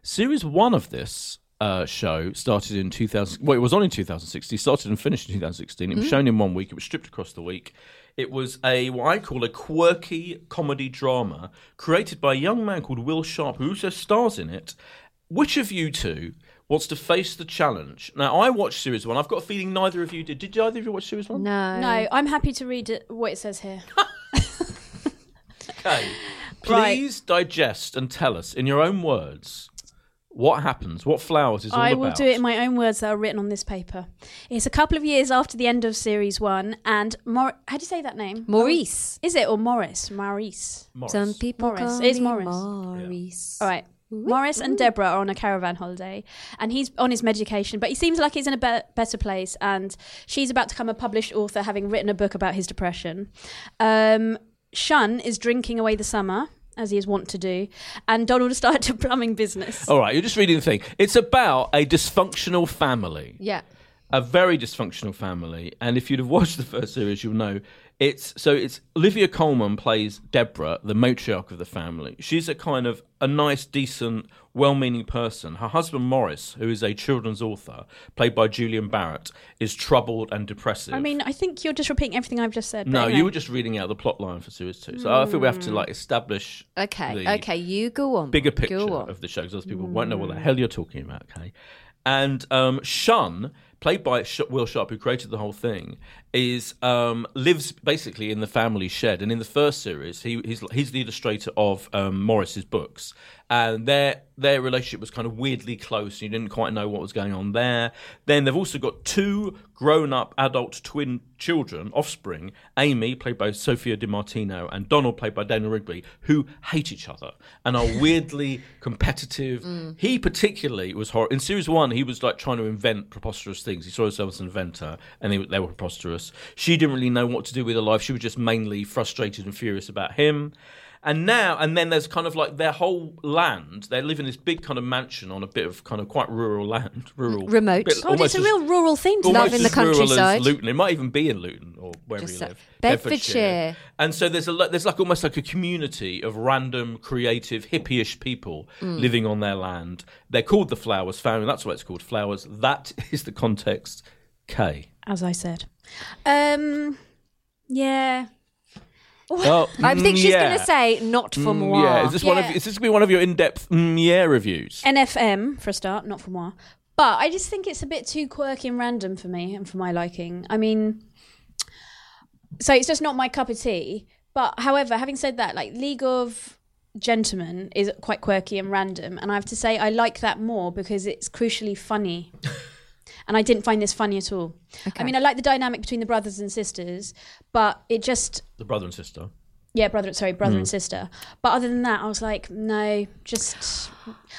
[SPEAKER 1] Series one of this uh, show started in 2000. Well, it was on in 2016, started and finished in 2016. It was shown in one week, it was stripped across the week. It was a what I call a quirky comedy drama created by a young man called Will Sharp, who also stars in it. Which of you two wants to face the challenge? Now, I watched series one. I've got a feeling neither of you did. Did either of you watch series one?
[SPEAKER 3] No.
[SPEAKER 2] No, I'm happy to read it, what it says here.
[SPEAKER 1] Okay.
[SPEAKER 2] Right.
[SPEAKER 1] Please digest and tell us in your own words what happens, what flowers is all
[SPEAKER 2] I
[SPEAKER 1] about.
[SPEAKER 2] will do it in my own words that are written on this paper. It's a couple of years after the end of series one, and Mor- how do you say that name?
[SPEAKER 3] Maurice.
[SPEAKER 2] Is it or Morris? Maurice.
[SPEAKER 1] Morris.
[SPEAKER 3] Some people
[SPEAKER 2] Morris.
[SPEAKER 3] call
[SPEAKER 2] It's
[SPEAKER 3] me
[SPEAKER 2] Morris.
[SPEAKER 3] Maurice.
[SPEAKER 2] All right. Morris and Deborah are on a caravan holiday, and he's on his medication, but he seems like he's in a be- better place. And she's about to become a published author, having written a book about his depression. Um, Shun is drinking away the summer, as he is wont to do, and Donald has started a plumbing business.
[SPEAKER 1] All right, you're just reading the thing. It's about a dysfunctional family,
[SPEAKER 3] Yeah.
[SPEAKER 1] a very dysfunctional family. And if you'd have watched the first series, you'll know it's so. It's Olivia Coleman plays Deborah, the matriarch of the family. She's a kind of a nice, decent, well-meaning person. Her husband Morris, who is a children's author, played by Julian Barrett, is troubled and depressive.
[SPEAKER 2] I mean, I think you're just repeating everything I've just said. but
[SPEAKER 1] No,
[SPEAKER 2] anyway.
[SPEAKER 1] you were just reading out the plot line for series two. So I think we have to like establish
[SPEAKER 3] Hmm. Okay.
[SPEAKER 1] the
[SPEAKER 3] okay. You go on.
[SPEAKER 1] bigger
[SPEAKER 3] Bob,
[SPEAKER 1] picture
[SPEAKER 3] Go on. Hmm.
[SPEAKER 1] of the show because other people won't know what the hell you're talking about. Okay, and um, Shun, played by Sh- Will Sharp, who created the whole thing, is um, lives basically in the family shed. And in the first series, he, he's he's the illustrator of um, Morris's books, and their their relationship was kind of weirdly close. You didn't quite know what was going on there. Then they've also got two grown up adult twin children, offspring, Amy, played by Sophia DiMartino, and Donald, played by Daniel Rigby, who hate each other and are weirdly competitive.
[SPEAKER 2] Mm.
[SPEAKER 1] He particularly was horrible. In series one, he was like trying to invent preposterous things. He saw himself as an inventor and he, they were preposterous. She didn't really know what to do with her life. She was just mainly frustrated and furious about him. And now, and then there's kind of like their whole land. They live in this big kind of mansion on a bit of kind of quite rural land, rural,
[SPEAKER 3] Remote. Oh,
[SPEAKER 1] bit-
[SPEAKER 3] God,
[SPEAKER 2] God, Oh,
[SPEAKER 1] almost
[SPEAKER 2] it's a
[SPEAKER 1] as-
[SPEAKER 2] real rural theme to
[SPEAKER 1] almost
[SPEAKER 3] Love in the
[SPEAKER 1] as rural as
[SPEAKER 3] countryside.
[SPEAKER 1] Luton. It might even be in Luton or wherever
[SPEAKER 3] Just
[SPEAKER 1] you
[SPEAKER 3] so-
[SPEAKER 1] live.
[SPEAKER 3] Bedfordshire.
[SPEAKER 1] And so there's a lo- there's like almost like a community of random, creative, hippie-ish people
[SPEAKER 3] Mm.
[SPEAKER 1] living on their land. They're called the Flowers Family. That's why it's called Flowers. That is the context. K.
[SPEAKER 2] as I said. Um, yeah.
[SPEAKER 1] Oh,
[SPEAKER 3] I think
[SPEAKER 1] mm,
[SPEAKER 3] she's
[SPEAKER 1] yeah.
[SPEAKER 3] going to say not for
[SPEAKER 1] Mm,
[SPEAKER 3] moi.
[SPEAKER 1] Yeah, is this one of
[SPEAKER 2] Yeah.
[SPEAKER 1] is this gonna be one of your in-depth mm, yeah reviews?
[SPEAKER 3] Eh.
[SPEAKER 2] NFM for a start, not for moi. But I just think it's a bit too quirky and random for me and for my liking. I mean, so it's just not my cup of tea. But however, having said that, like League of Gentlemen is quite quirky and random, and I have to say I like that more because it's crucially funny. and I didn't find this funny at all. I mean, I like the dynamic between the brothers and sisters, but it just
[SPEAKER 1] The brother and sister.
[SPEAKER 2] yeah, brother. Sorry, brother and sister. But other than that, I was like, no, just.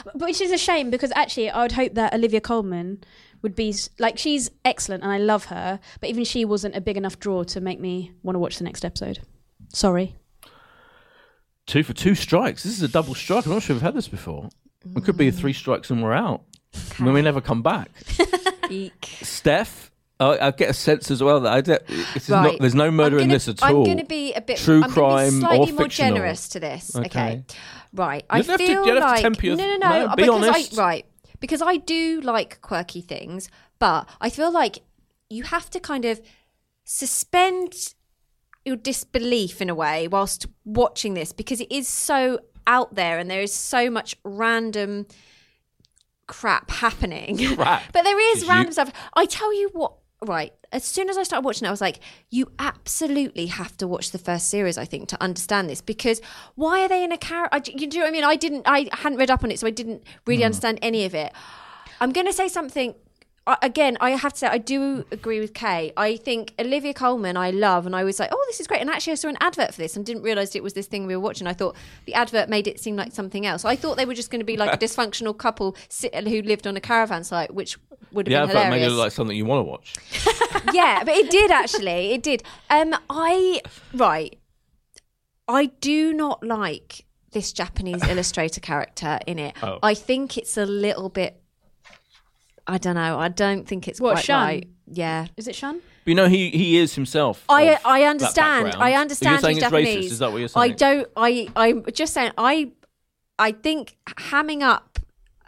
[SPEAKER 2] But Which is a shame because actually, I would hope that Olivia Coleman would be s- like she's excellent and I love her, but even she wasn't a big enough draw to make me want to watch the next episode. Sorry.
[SPEAKER 1] Two for two strikes. This is a double strike. I'm not sure we've had this before. It could be three strikes and we're out. And then we never come back. Steph, I, I get a sense as well that I don't, this is not,
[SPEAKER 3] Right.
[SPEAKER 1] there's no murder
[SPEAKER 3] I'm
[SPEAKER 1] in
[SPEAKER 3] gonna-
[SPEAKER 1] this at all.
[SPEAKER 3] I'm going to be a bit
[SPEAKER 1] True
[SPEAKER 3] I'm gonna
[SPEAKER 1] crime
[SPEAKER 3] be slightly
[SPEAKER 1] or
[SPEAKER 3] more
[SPEAKER 1] fictional.
[SPEAKER 3] generous to this. Okay,
[SPEAKER 1] Okay.
[SPEAKER 3] right.
[SPEAKER 1] You
[SPEAKER 3] I
[SPEAKER 1] don't have to-
[SPEAKER 3] feel
[SPEAKER 1] you don't have to
[SPEAKER 3] like
[SPEAKER 1] temper your-
[SPEAKER 3] no, no,
[SPEAKER 1] no,
[SPEAKER 3] no.
[SPEAKER 1] be
[SPEAKER 3] because
[SPEAKER 1] honest.
[SPEAKER 3] I, right, because I do like quirky things, but I feel like you have to kind of suspend your disbelief in a way whilst watching this because it is so out there and there is so much random crap happening.
[SPEAKER 1] Crap.
[SPEAKER 3] but there is
[SPEAKER 1] Did you-
[SPEAKER 3] random stuff. I tell you what, right. As soon as I started watching it, I was like, you absolutely have to watch the first series, I think, to understand this because why are they in a car? I, you do what I mean? I didn't, I hadn't read up on it, so I didn't really
[SPEAKER 1] Hmm.
[SPEAKER 3] understand any of it. I'm going to say something. I- Again, I have to say I do agree with Kay. I think Olivia Coleman I love, and I was like, "Oh, this is great!" And actually, I saw an advert for this and didn't realize it was this thing we were watching. I thought the advert made it seem like something else. I thought they were just going to be like a dysfunctional couple sit- who lived on a caravan site, which would have
[SPEAKER 1] yeah,
[SPEAKER 3] been
[SPEAKER 1] that
[SPEAKER 3] hilarious
[SPEAKER 1] made it look like something you want to watch.
[SPEAKER 3] yeah, but it did actually. It did. Um, I right. I do not like this Japanese illustrator character in it.
[SPEAKER 1] Oh.
[SPEAKER 3] I think it's a little bit. I don't know. I don't think it's
[SPEAKER 2] What,
[SPEAKER 3] quite
[SPEAKER 2] Shun?
[SPEAKER 3] right. Yeah.
[SPEAKER 2] Is it Sean?
[SPEAKER 1] But you know, he, he is himself.
[SPEAKER 3] I
[SPEAKER 1] of
[SPEAKER 3] I
[SPEAKER 1] that
[SPEAKER 3] understand.
[SPEAKER 1] background.
[SPEAKER 3] I
[SPEAKER 1] You're
[SPEAKER 3] understand
[SPEAKER 1] saying
[SPEAKER 3] he's
[SPEAKER 1] it's
[SPEAKER 3] Japanese.
[SPEAKER 1] racist. Is that what you're
[SPEAKER 3] I
[SPEAKER 1] saying?
[SPEAKER 3] don't. I I'm just saying. I I think hamming up.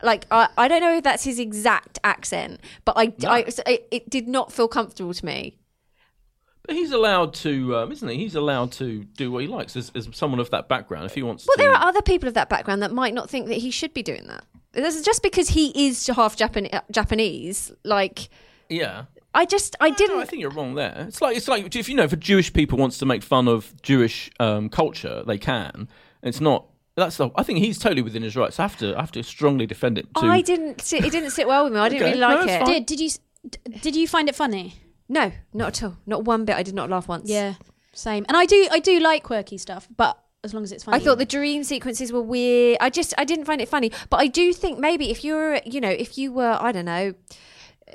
[SPEAKER 3] Like I, I don't know if that's his exact accent, but I, I it, it did not feel comfortable to me.
[SPEAKER 1] But he's allowed to, um, isn't he? He's allowed to do what he likes as, as someone of that background if he wants
[SPEAKER 3] Well,
[SPEAKER 1] to.
[SPEAKER 3] there are other people of that background that might not think that he should be doing that. This is just because he is half Japan- uh, Japanese. Like,
[SPEAKER 1] yeah.
[SPEAKER 3] I just, I
[SPEAKER 1] No, I
[SPEAKER 3] didn't.
[SPEAKER 1] think you're wrong there. It's like it's like if you know if a Jewish people wants to make fun of Jewish um, culture, they can. It's not. That's the. I think he's totally within his rights. I have to. I have to strongly defend it. To,
[SPEAKER 3] I didn't. Sit, it didn't sit well with me. I didn't
[SPEAKER 1] Okay,
[SPEAKER 3] really
[SPEAKER 1] no,
[SPEAKER 3] like
[SPEAKER 1] that's
[SPEAKER 3] it.
[SPEAKER 1] fine.
[SPEAKER 2] Did did you s- d- did you find it funny?
[SPEAKER 3] No, not at all. Not one bit. I did not laugh once.
[SPEAKER 2] Yeah, same. And I do I do like quirky stuff, but as long as it's funny.
[SPEAKER 3] I thought the dream sequences were weird. I just, I didn't find it funny. But I do think maybe if you're, you know, if you were, I don't know,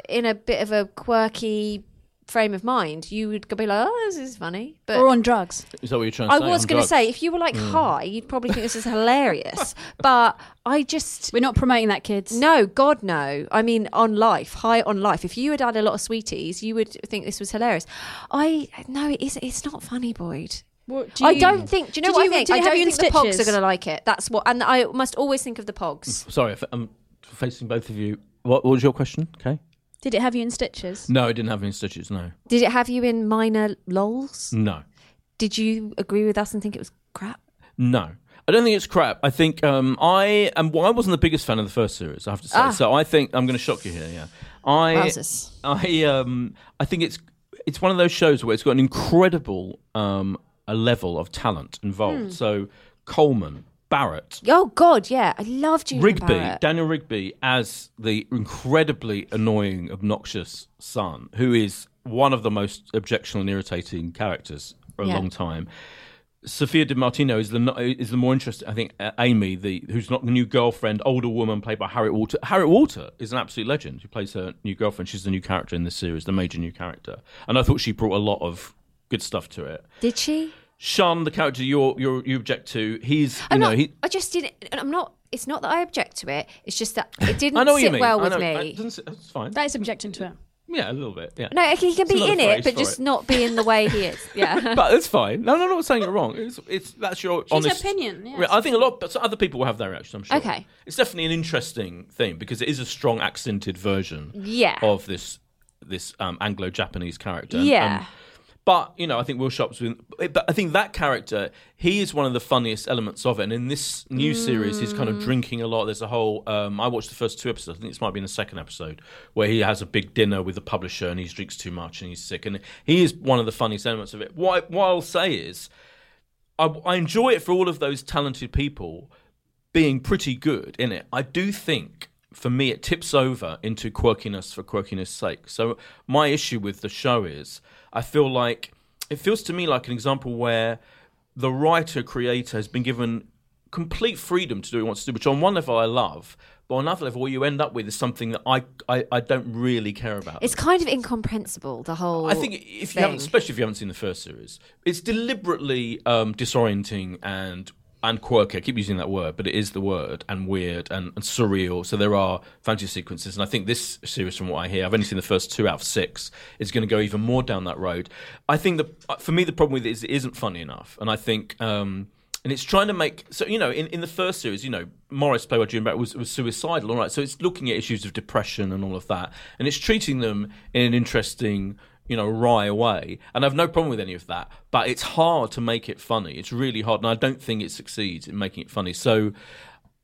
[SPEAKER 3] in a bit of a quirky frame of mind, you would be like, oh, this is funny. But
[SPEAKER 2] or on drugs.
[SPEAKER 1] Is that what you're trying to
[SPEAKER 3] I
[SPEAKER 1] say?
[SPEAKER 3] was
[SPEAKER 1] on
[SPEAKER 3] going
[SPEAKER 1] drugs?
[SPEAKER 3] to say, if you were like high, you'd probably think this is hilarious. but I just.
[SPEAKER 2] We're not promoting that, kids.
[SPEAKER 3] No, God, no. I mean, on life, high on life. If you had had a lot of sweeties, you would think this was hilarious. I no, it is. It's not funny, Boyd.
[SPEAKER 2] What,
[SPEAKER 3] I don't think. Do you know
[SPEAKER 2] did
[SPEAKER 3] what
[SPEAKER 2] you-
[SPEAKER 3] I think?
[SPEAKER 2] did it
[SPEAKER 3] I
[SPEAKER 2] have
[SPEAKER 3] don't
[SPEAKER 2] you in
[SPEAKER 3] think the pogs are
[SPEAKER 2] stitches?
[SPEAKER 3] going to like it. That's what. And I must always think of the pogs.
[SPEAKER 1] Sorry, if- I'm facing both of you. What, what was your question? Okay.
[SPEAKER 2] Did it have you in stitches?
[SPEAKER 1] No, I didn't have any stitches. No.
[SPEAKER 3] Did it have you in minor lols?
[SPEAKER 1] No.
[SPEAKER 3] Did you agree with us and think it was crap?
[SPEAKER 1] No. I don't think it's crap. I think um, I am. Well, I wasn't the biggest fan of the first series. I have to say.
[SPEAKER 3] Ah.
[SPEAKER 1] So I think I'm going to shock you here. Yeah. I.
[SPEAKER 3] Wowzers.
[SPEAKER 1] I um I think it's it's one of those shows where it's got an incredible um a level of talent involved. So Coleman, Barrett,
[SPEAKER 3] Oh God, yeah, I love Julian
[SPEAKER 1] Rigby,
[SPEAKER 3] Barrett.
[SPEAKER 1] Daniel Rigby as the incredibly annoying, obnoxious son, who is one of the most objectional and irritating characters for a
[SPEAKER 3] Yeah.
[SPEAKER 1] long time. Sophia Di Martino is the no- is the more interesting. I think uh, Amy, the who's not the new girlfriend, older woman played by Harriet Walter. Harriet Walter is an absolute legend. Who plays her new girlfriend? She's the new character in this series, the major new character. And I thought she brought a lot of good stuff to it.
[SPEAKER 3] Did she?
[SPEAKER 1] Sean, the character you you you object to, he's you
[SPEAKER 3] I'm
[SPEAKER 1] know
[SPEAKER 3] not,
[SPEAKER 1] he
[SPEAKER 3] I just didn't. and I'm not. It's not that I object to it. It's just that it didn't
[SPEAKER 1] I know what you
[SPEAKER 3] sit
[SPEAKER 1] mean.
[SPEAKER 3] well
[SPEAKER 1] I
[SPEAKER 3] with
[SPEAKER 1] know,
[SPEAKER 3] me.
[SPEAKER 1] I- doesn't sit- It's fine.
[SPEAKER 2] That is objecting to it.
[SPEAKER 1] Yeah, a little bit. Yeah.
[SPEAKER 3] no, okay, he can
[SPEAKER 1] It's
[SPEAKER 3] be
[SPEAKER 1] another
[SPEAKER 3] in it,
[SPEAKER 1] phrase
[SPEAKER 3] but
[SPEAKER 1] for
[SPEAKER 3] just
[SPEAKER 1] it.
[SPEAKER 3] not be in the way he is. Yeah.
[SPEAKER 1] but it's fine. No, no, no, I'm not saying you're wrong. It's, it's that's your honest
[SPEAKER 2] opinion, yes.
[SPEAKER 1] Re- I think a lot, but other people will have their reaction. I'm sure.
[SPEAKER 3] Okay.
[SPEAKER 1] It's definitely an interesting thing because it is a strong accented version.
[SPEAKER 3] Yeah.
[SPEAKER 1] Of this this um, Anglo-Japanese character. And-
[SPEAKER 3] Yeah.
[SPEAKER 1] and- but you know, I think Will Sharp's been. But I think that character, he is one of the funniest elements of it. And in this new series, he's kind of drinking a lot. There's a whole. Um, I watched the first two episodes. I think this might be in the second episode where he has a big dinner with the publisher and he drinks too much and he's sick. And he is one of the funniest elements of it. What, I, what I'll say is, I, I enjoy it for all of those talented people being pretty good in it. I do think for me it tips over into quirkiness for quirkiness sake. So my issue with the show is I feel like it feels to me like an example where the writer creator has been given complete freedom to do what he wants to do, which on one level I love, but on another level, what you end up with is something that I I, I don't really care about.
[SPEAKER 3] It's kind of incomprehensible, the whole.
[SPEAKER 1] I think if you haven't,
[SPEAKER 3] thing.
[SPEAKER 1] especially if you haven't seen the first series, it's deliberately um, disorienting and and quirky. I keep using that word, but it is the word and weird and, and surreal. So there are fantasy sequences, and I think this series, from what I hear, I've only seen the first two out of six, is going to go even more down that road. I think that for me, the problem with it is it isn't funny enough, and I think. Um, and it's trying to make so you know in, in the first series you know Morris played by Jim Brett was, was suicidal all right so it's looking at issues of depression and all of that and it's treating them in an interesting you know wry way and I've no problem with any of that but it's hard to make it funny it's really hard and I don't think it succeeds in making it funny so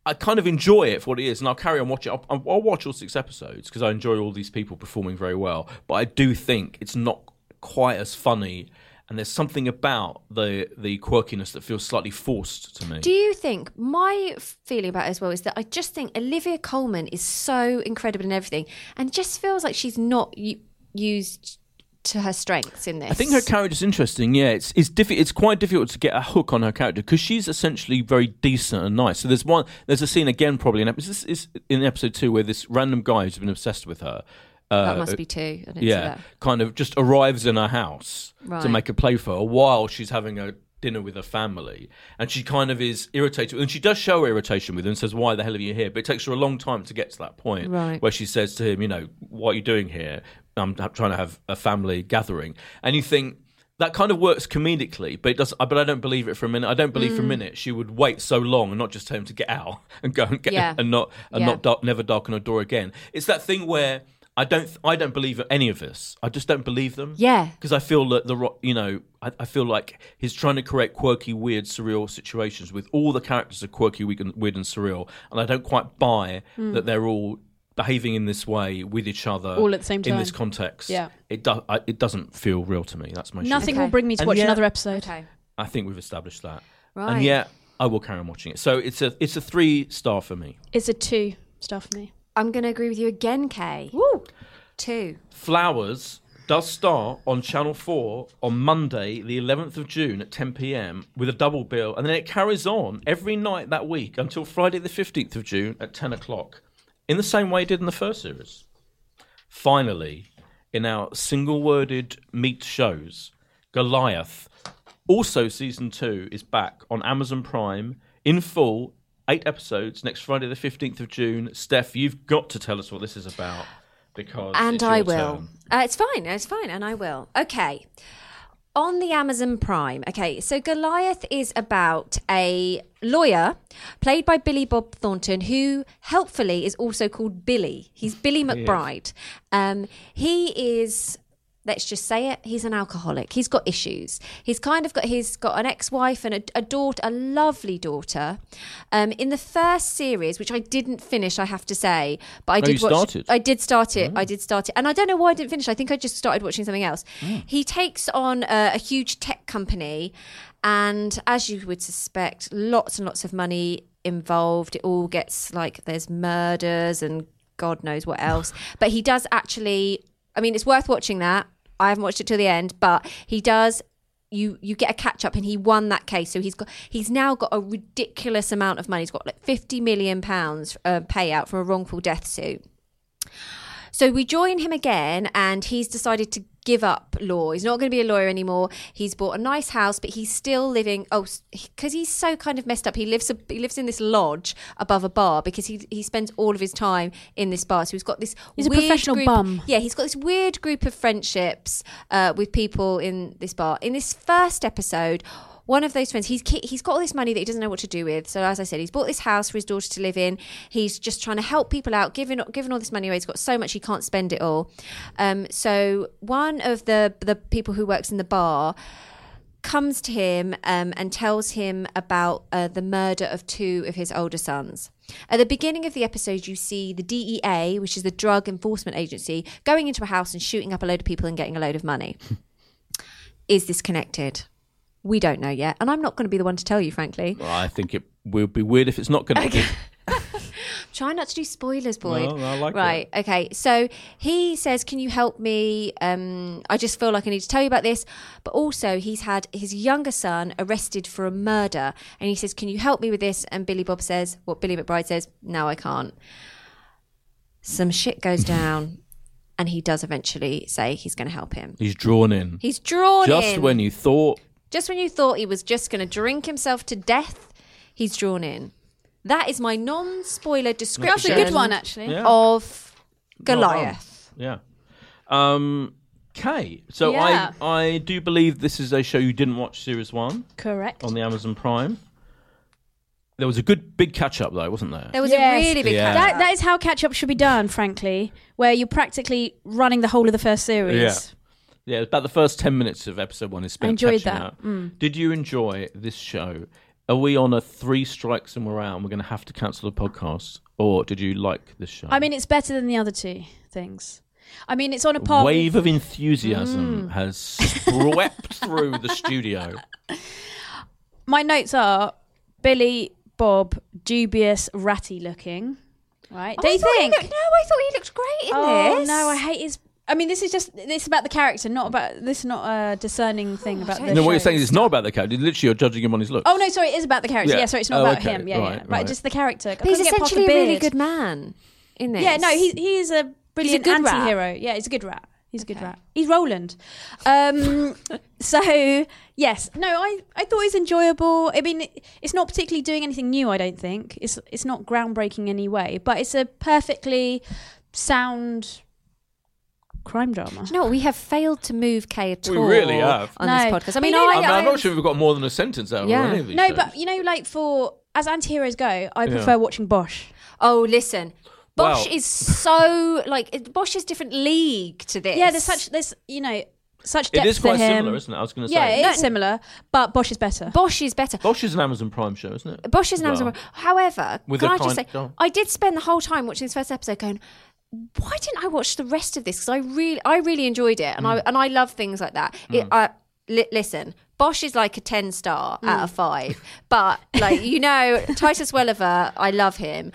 [SPEAKER 1] I kind of enjoy it for what it is, and I'll carry on watching. I'll, I'll watch all six episodes because I enjoy all these people performing very well. But I do think it's not quite as funny, and there's something about the the quirkiness that feels slightly forced to me.
[SPEAKER 3] Do you think my feeling about it as well is that I just think Olivia Coleman is so incredible in everything, and just feels like she's not u- used to her strengths in this.
[SPEAKER 1] I think her character's interesting. Yeah, it's it's diffi- it's quite difficult to get a hook on her character because she's essentially very decent and nice. So there's one there's a scene again probably in episode is in episode two where this random guy who's been obsessed with her. Uh,
[SPEAKER 3] that must be two. I didn't see
[SPEAKER 1] yeah,
[SPEAKER 3] that.
[SPEAKER 1] kind of just arrives in her house to
[SPEAKER 3] Right.
[SPEAKER 1] make a play for her while she's having a dinner with her family. And she kind of is irritated. And she does show her irritation with him and says, Why the hell are you here? But it takes her a long time to get to that point
[SPEAKER 3] Right.
[SPEAKER 1] where she says to him, You know, what are you doing here? I'm ha- trying to have a family gathering. And you think, that kind of works comedically, but it does. uh, But I don't believe it for a minute. I don't believe
[SPEAKER 3] Mm.
[SPEAKER 1] for a minute she would wait so long and not just tell him to get out and go and get
[SPEAKER 3] Yeah.
[SPEAKER 1] and not and
[SPEAKER 3] Yeah.
[SPEAKER 1] not dark, never darken a door again. It's that thing where I don't I don't believe any of this. I just don't believe them.
[SPEAKER 3] Yeah.
[SPEAKER 1] because I feel that the Rock, you know I, I feel like he's trying to create quirky, weird, surreal situations with all the characters are quirky, weird, and, weird and surreal, and I don't quite buy
[SPEAKER 2] Hmm.
[SPEAKER 1] that they're all behaving in this way with each other
[SPEAKER 2] All at the same
[SPEAKER 1] in this
[SPEAKER 2] time.
[SPEAKER 1] context.
[SPEAKER 2] Yeah.
[SPEAKER 1] it does. It doesn't feel real to me. That's my issue.
[SPEAKER 2] Nothing
[SPEAKER 3] Okay.
[SPEAKER 2] will bring me to
[SPEAKER 1] And
[SPEAKER 2] watch
[SPEAKER 1] yet-
[SPEAKER 2] another episode.
[SPEAKER 3] Okay.
[SPEAKER 1] I think we've established that.
[SPEAKER 3] Right.
[SPEAKER 1] And yet, I will carry on watching it. So it's a it's a three star for me.
[SPEAKER 2] It's a two star for me.
[SPEAKER 3] I'm going to agree with you again, Kay.
[SPEAKER 2] Woo!
[SPEAKER 3] Two.
[SPEAKER 1] Flowers does start on Channel 4 on Monday, the 11th of June at 10 pm with a double bill, and then it carries on every night that week until Friday, the 15th of June at 10 o'clock, in the same way it did in the first series. Finally, in our single worded meat shows, Goliath, also season 2, is back on Amazon Prime in full. Eight episodes next Friday, the 15th of June. Steph, you've got to tell us what this is about because.
[SPEAKER 3] And
[SPEAKER 1] it's
[SPEAKER 3] I
[SPEAKER 1] your
[SPEAKER 3] will.
[SPEAKER 1] turn.
[SPEAKER 3] Uh, it's fine. It's fine. And I will. Okay. On the Amazon Prime. Okay. So Goliath is about a lawyer played by Billy Bob Thornton, who helpfully is also called Billy. He's Billy McBride. Um, he is. Let's just say it. He's an alcoholic. He's got issues. He's kind of got. He's got an ex-wife and a, a daughter, a lovely daughter. Um, in the first series, which I didn't finish, I have to say, but I
[SPEAKER 1] No,
[SPEAKER 3] did
[SPEAKER 1] you
[SPEAKER 3] watch.
[SPEAKER 1] started.
[SPEAKER 3] I did start it. I did start it, and I don't know why I didn't finish. I think I just started watching something else. He takes on a, a huge tech company, and as you would suspect, lots and lots of money involved. It all gets like there's murders and God knows what else. but he does actually. I mean, it's worth watching that. I haven't watched it till the end, but he does you you get a catch up and he won that case so he's got he's now got a ridiculous amount of money he's got like 50 million pounds uh, payout from a wrongful death suit so we join him again and he's decided to give up law he's not going to be a lawyer anymore he's bought a nice house but he's still living oh because he's so kind of messed up he lives a, he lives in this lodge above a bar because he he spends all of his time in this bar so he's got this
[SPEAKER 2] He's a
[SPEAKER 3] weird
[SPEAKER 2] professional
[SPEAKER 3] group-
[SPEAKER 2] bum.
[SPEAKER 3] yeah, he's got this weird group of friendships uh, with people in this bar. In this first episode, one of those friends, he's ki- he's got all this money that he doesn't know what to do with. So as I said, he's bought this house for his daughter to live in. He's just trying to help people out, giving giving all this money away. He's got so much he can't spend it all. Um, so one of the the people who works in the bar comes to him um, and tells him about uh, the murder of two of his older sons. At the beginning of the episode, you see the DEA, which is the Drug Enforcement Agency, going into a house and shooting up a load of people and getting a load of money. is this connected? We don't know yet. And I'm not going to be the one to tell you, frankly.
[SPEAKER 1] Well, I think it will be weird if it's not going to be.
[SPEAKER 3] I'm Try not to do spoilers, Boyd.
[SPEAKER 1] No, I like it.
[SPEAKER 3] right. Okay. So he says, "Can you help me? Um, I just feel like I need to tell you about this." But also, he's had his younger son arrested for a murder, and he says, "Can you help me with this?" And Billy Bob says, "What Billy McBride says? No, I can't." Some shit goes down, and he does eventually say he's going to help him.
[SPEAKER 1] He's drawn in.
[SPEAKER 3] He's drawn
[SPEAKER 1] Just
[SPEAKER 3] in.
[SPEAKER 1] when you thought
[SPEAKER 3] Just when you thought he was just going to drink himself to death, he's drawn in. That is my non-spoiler
[SPEAKER 2] That's
[SPEAKER 3] description.
[SPEAKER 2] a good one, actually.
[SPEAKER 1] Yeah.
[SPEAKER 3] Of
[SPEAKER 1] Well done.
[SPEAKER 3] Goliath.
[SPEAKER 1] Yeah. Um, okay. So
[SPEAKER 2] Yeah.
[SPEAKER 1] I I do believe this is a show you didn't watch series one
[SPEAKER 2] Correct.
[SPEAKER 1] on the Amazon Prime. There was a good big catch up though, wasn't there?
[SPEAKER 3] There was
[SPEAKER 2] Yes.
[SPEAKER 3] a really big
[SPEAKER 1] Yeah.
[SPEAKER 2] That, that is how catch up should be done, frankly, where you're practically running the whole of the first series.
[SPEAKER 1] Yeah, about the first ten minutes of episode one is spent.
[SPEAKER 2] I enjoyed
[SPEAKER 1] catching
[SPEAKER 2] that.
[SPEAKER 1] Up. Did you enjoy this show? Are we on a three strikes and we're out? and We're going to have to cancel the podcast, or did you like this show?
[SPEAKER 2] I mean, it's better than the other two things. I mean, it's on a par.
[SPEAKER 1] wave of
[SPEAKER 2] Mm.
[SPEAKER 1] enthusiasm has swept through the studio.
[SPEAKER 2] My notes are Billy, Bob, dubious, ratty looking. Right?
[SPEAKER 3] Oh,
[SPEAKER 2] Do
[SPEAKER 3] I
[SPEAKER 2] you
[SPEAKER 3] thought he
[SPEAKER 2] think?
[SPEAKER 3] looked- no, I thought he looked great in
[SPEAKER 2] oh
[SPEAKER 3] this.
[SPEAKER 2] no, I hate his. I mean, this is just this is about the character, not about this. is Not a
[SPEAKER 3] Oh,
[SPEAKER 2] discerning thing about.
[SPEAKER 3] don't
[SPEAKER 2] the
[SPEAKER 1] No, what you're
[SPEAKER 2] show.
[SPEAKER 1] saying is it's not about the character. Literally, you're judging him on his looks.
[SPEAKER 2] Oh no, sorry, it is about the character.
[SPEAKER 1] Yeah.
[SPEAKER 2] Yeah, sorry, it's not
[SPEAKER 1] Oh,
[SPEAKER 2] about
[SPEAKER 1] okay.
[SPEAKER 2] him. Yeah,
[SPEAKER 1] Right,
[SPEAKER 2] yeah, right,
[SPEAKER 1] right.
[SPEAKER 2] Just the character. I
[SPEAKER 3] But he's
[SPEAKER 2] couldn't get past the
[SPEAKER 3] essentially a really
[SPEAKER 2] beard.
[SPEAKER 3] good man in this.
[SPEAKER 2] Yeah, no, he he is a brilliant
[SPEAKER 3] good rat.
[SPEAKER 2] anti-hero. Yeah, he's a good rat. He's a good rat. He's Roland. Um, so yes, no, I, I thought it was enjoyable. I mean, it- it's not particularly doing anything new. I don't think it's it's not groundbreaking in any way, but it's a perfectly sound crime drama.
[SPEAKER 3] No, we have failed to move Kay at
[SPEAKER 1] We
[SPEAKER 3] all
[SPEAKER 1] really have.
[SPEAKER 3] on
[SPEAKER 2] No.
[SPEAKER 3] this podcast. I mean,
[SPEAKER 2] But you know,
[SPEAKER 3] I,
[SPEAKER 1] I mean, I'm
[SPEAKER 3] I-
[SPEAKER 1] not sure we've got more than a sentence out
[SPEAKER 3] Yeah.
[SPEAKER 1] of any of these.
[SPEAKER 2] No,
[SPEAKER 1] shows.
[SPEAKER 2] but you know, like for as anti-heroes go, I prefer watching Bosch.
[SPEAKER 3] Oh, listen. Bosch
[SPEAKER 1] Wow.
[SPEAKER 3] is so like it- Bosch is different league to this.
[SPEAKER 2] Yeah, there's such there's you know such
[SPEAKER 1] it
[SPEAKER 2] depth
[SPEAKER 1] is quite
[SPEAKER 2] to him.
[SPEAKER 1] similar, isn't it? I was going to
[SPEAKER 2] yeah,
[SPEAKER 1] say.
[SPEAKER 2] it's similar, but Bosch is better.
[SPEAKER 3] Bosch is better.
[SPEAKER 1] Bosch is an Amazon Prime show, isn't it?
[SPEAKER 3] Bosch is an
[SPEAKER 1] Well,
[SPEAKER 3] Amazon. However,
[SPEAKER 1] With
[SPEAKER 3] can
[SPEAKER 1] a
[SPEAKER 3] I just
[SPEAKER 1] kind-
[SPEAKER 3] say,
[SPEAKER 1] go on.
[SPEAKER 3] I did spend the whole time watching this first episode going, why didn't I watch the rest of this? Because I really, I really enjoyed it, and
[SPEAKER 1] Mm.
[SPEAKER 3] I and I love things like that. It, I, li- listen, Bosch is like a ten star out of five, but like you know, Titus Welliver, I love him.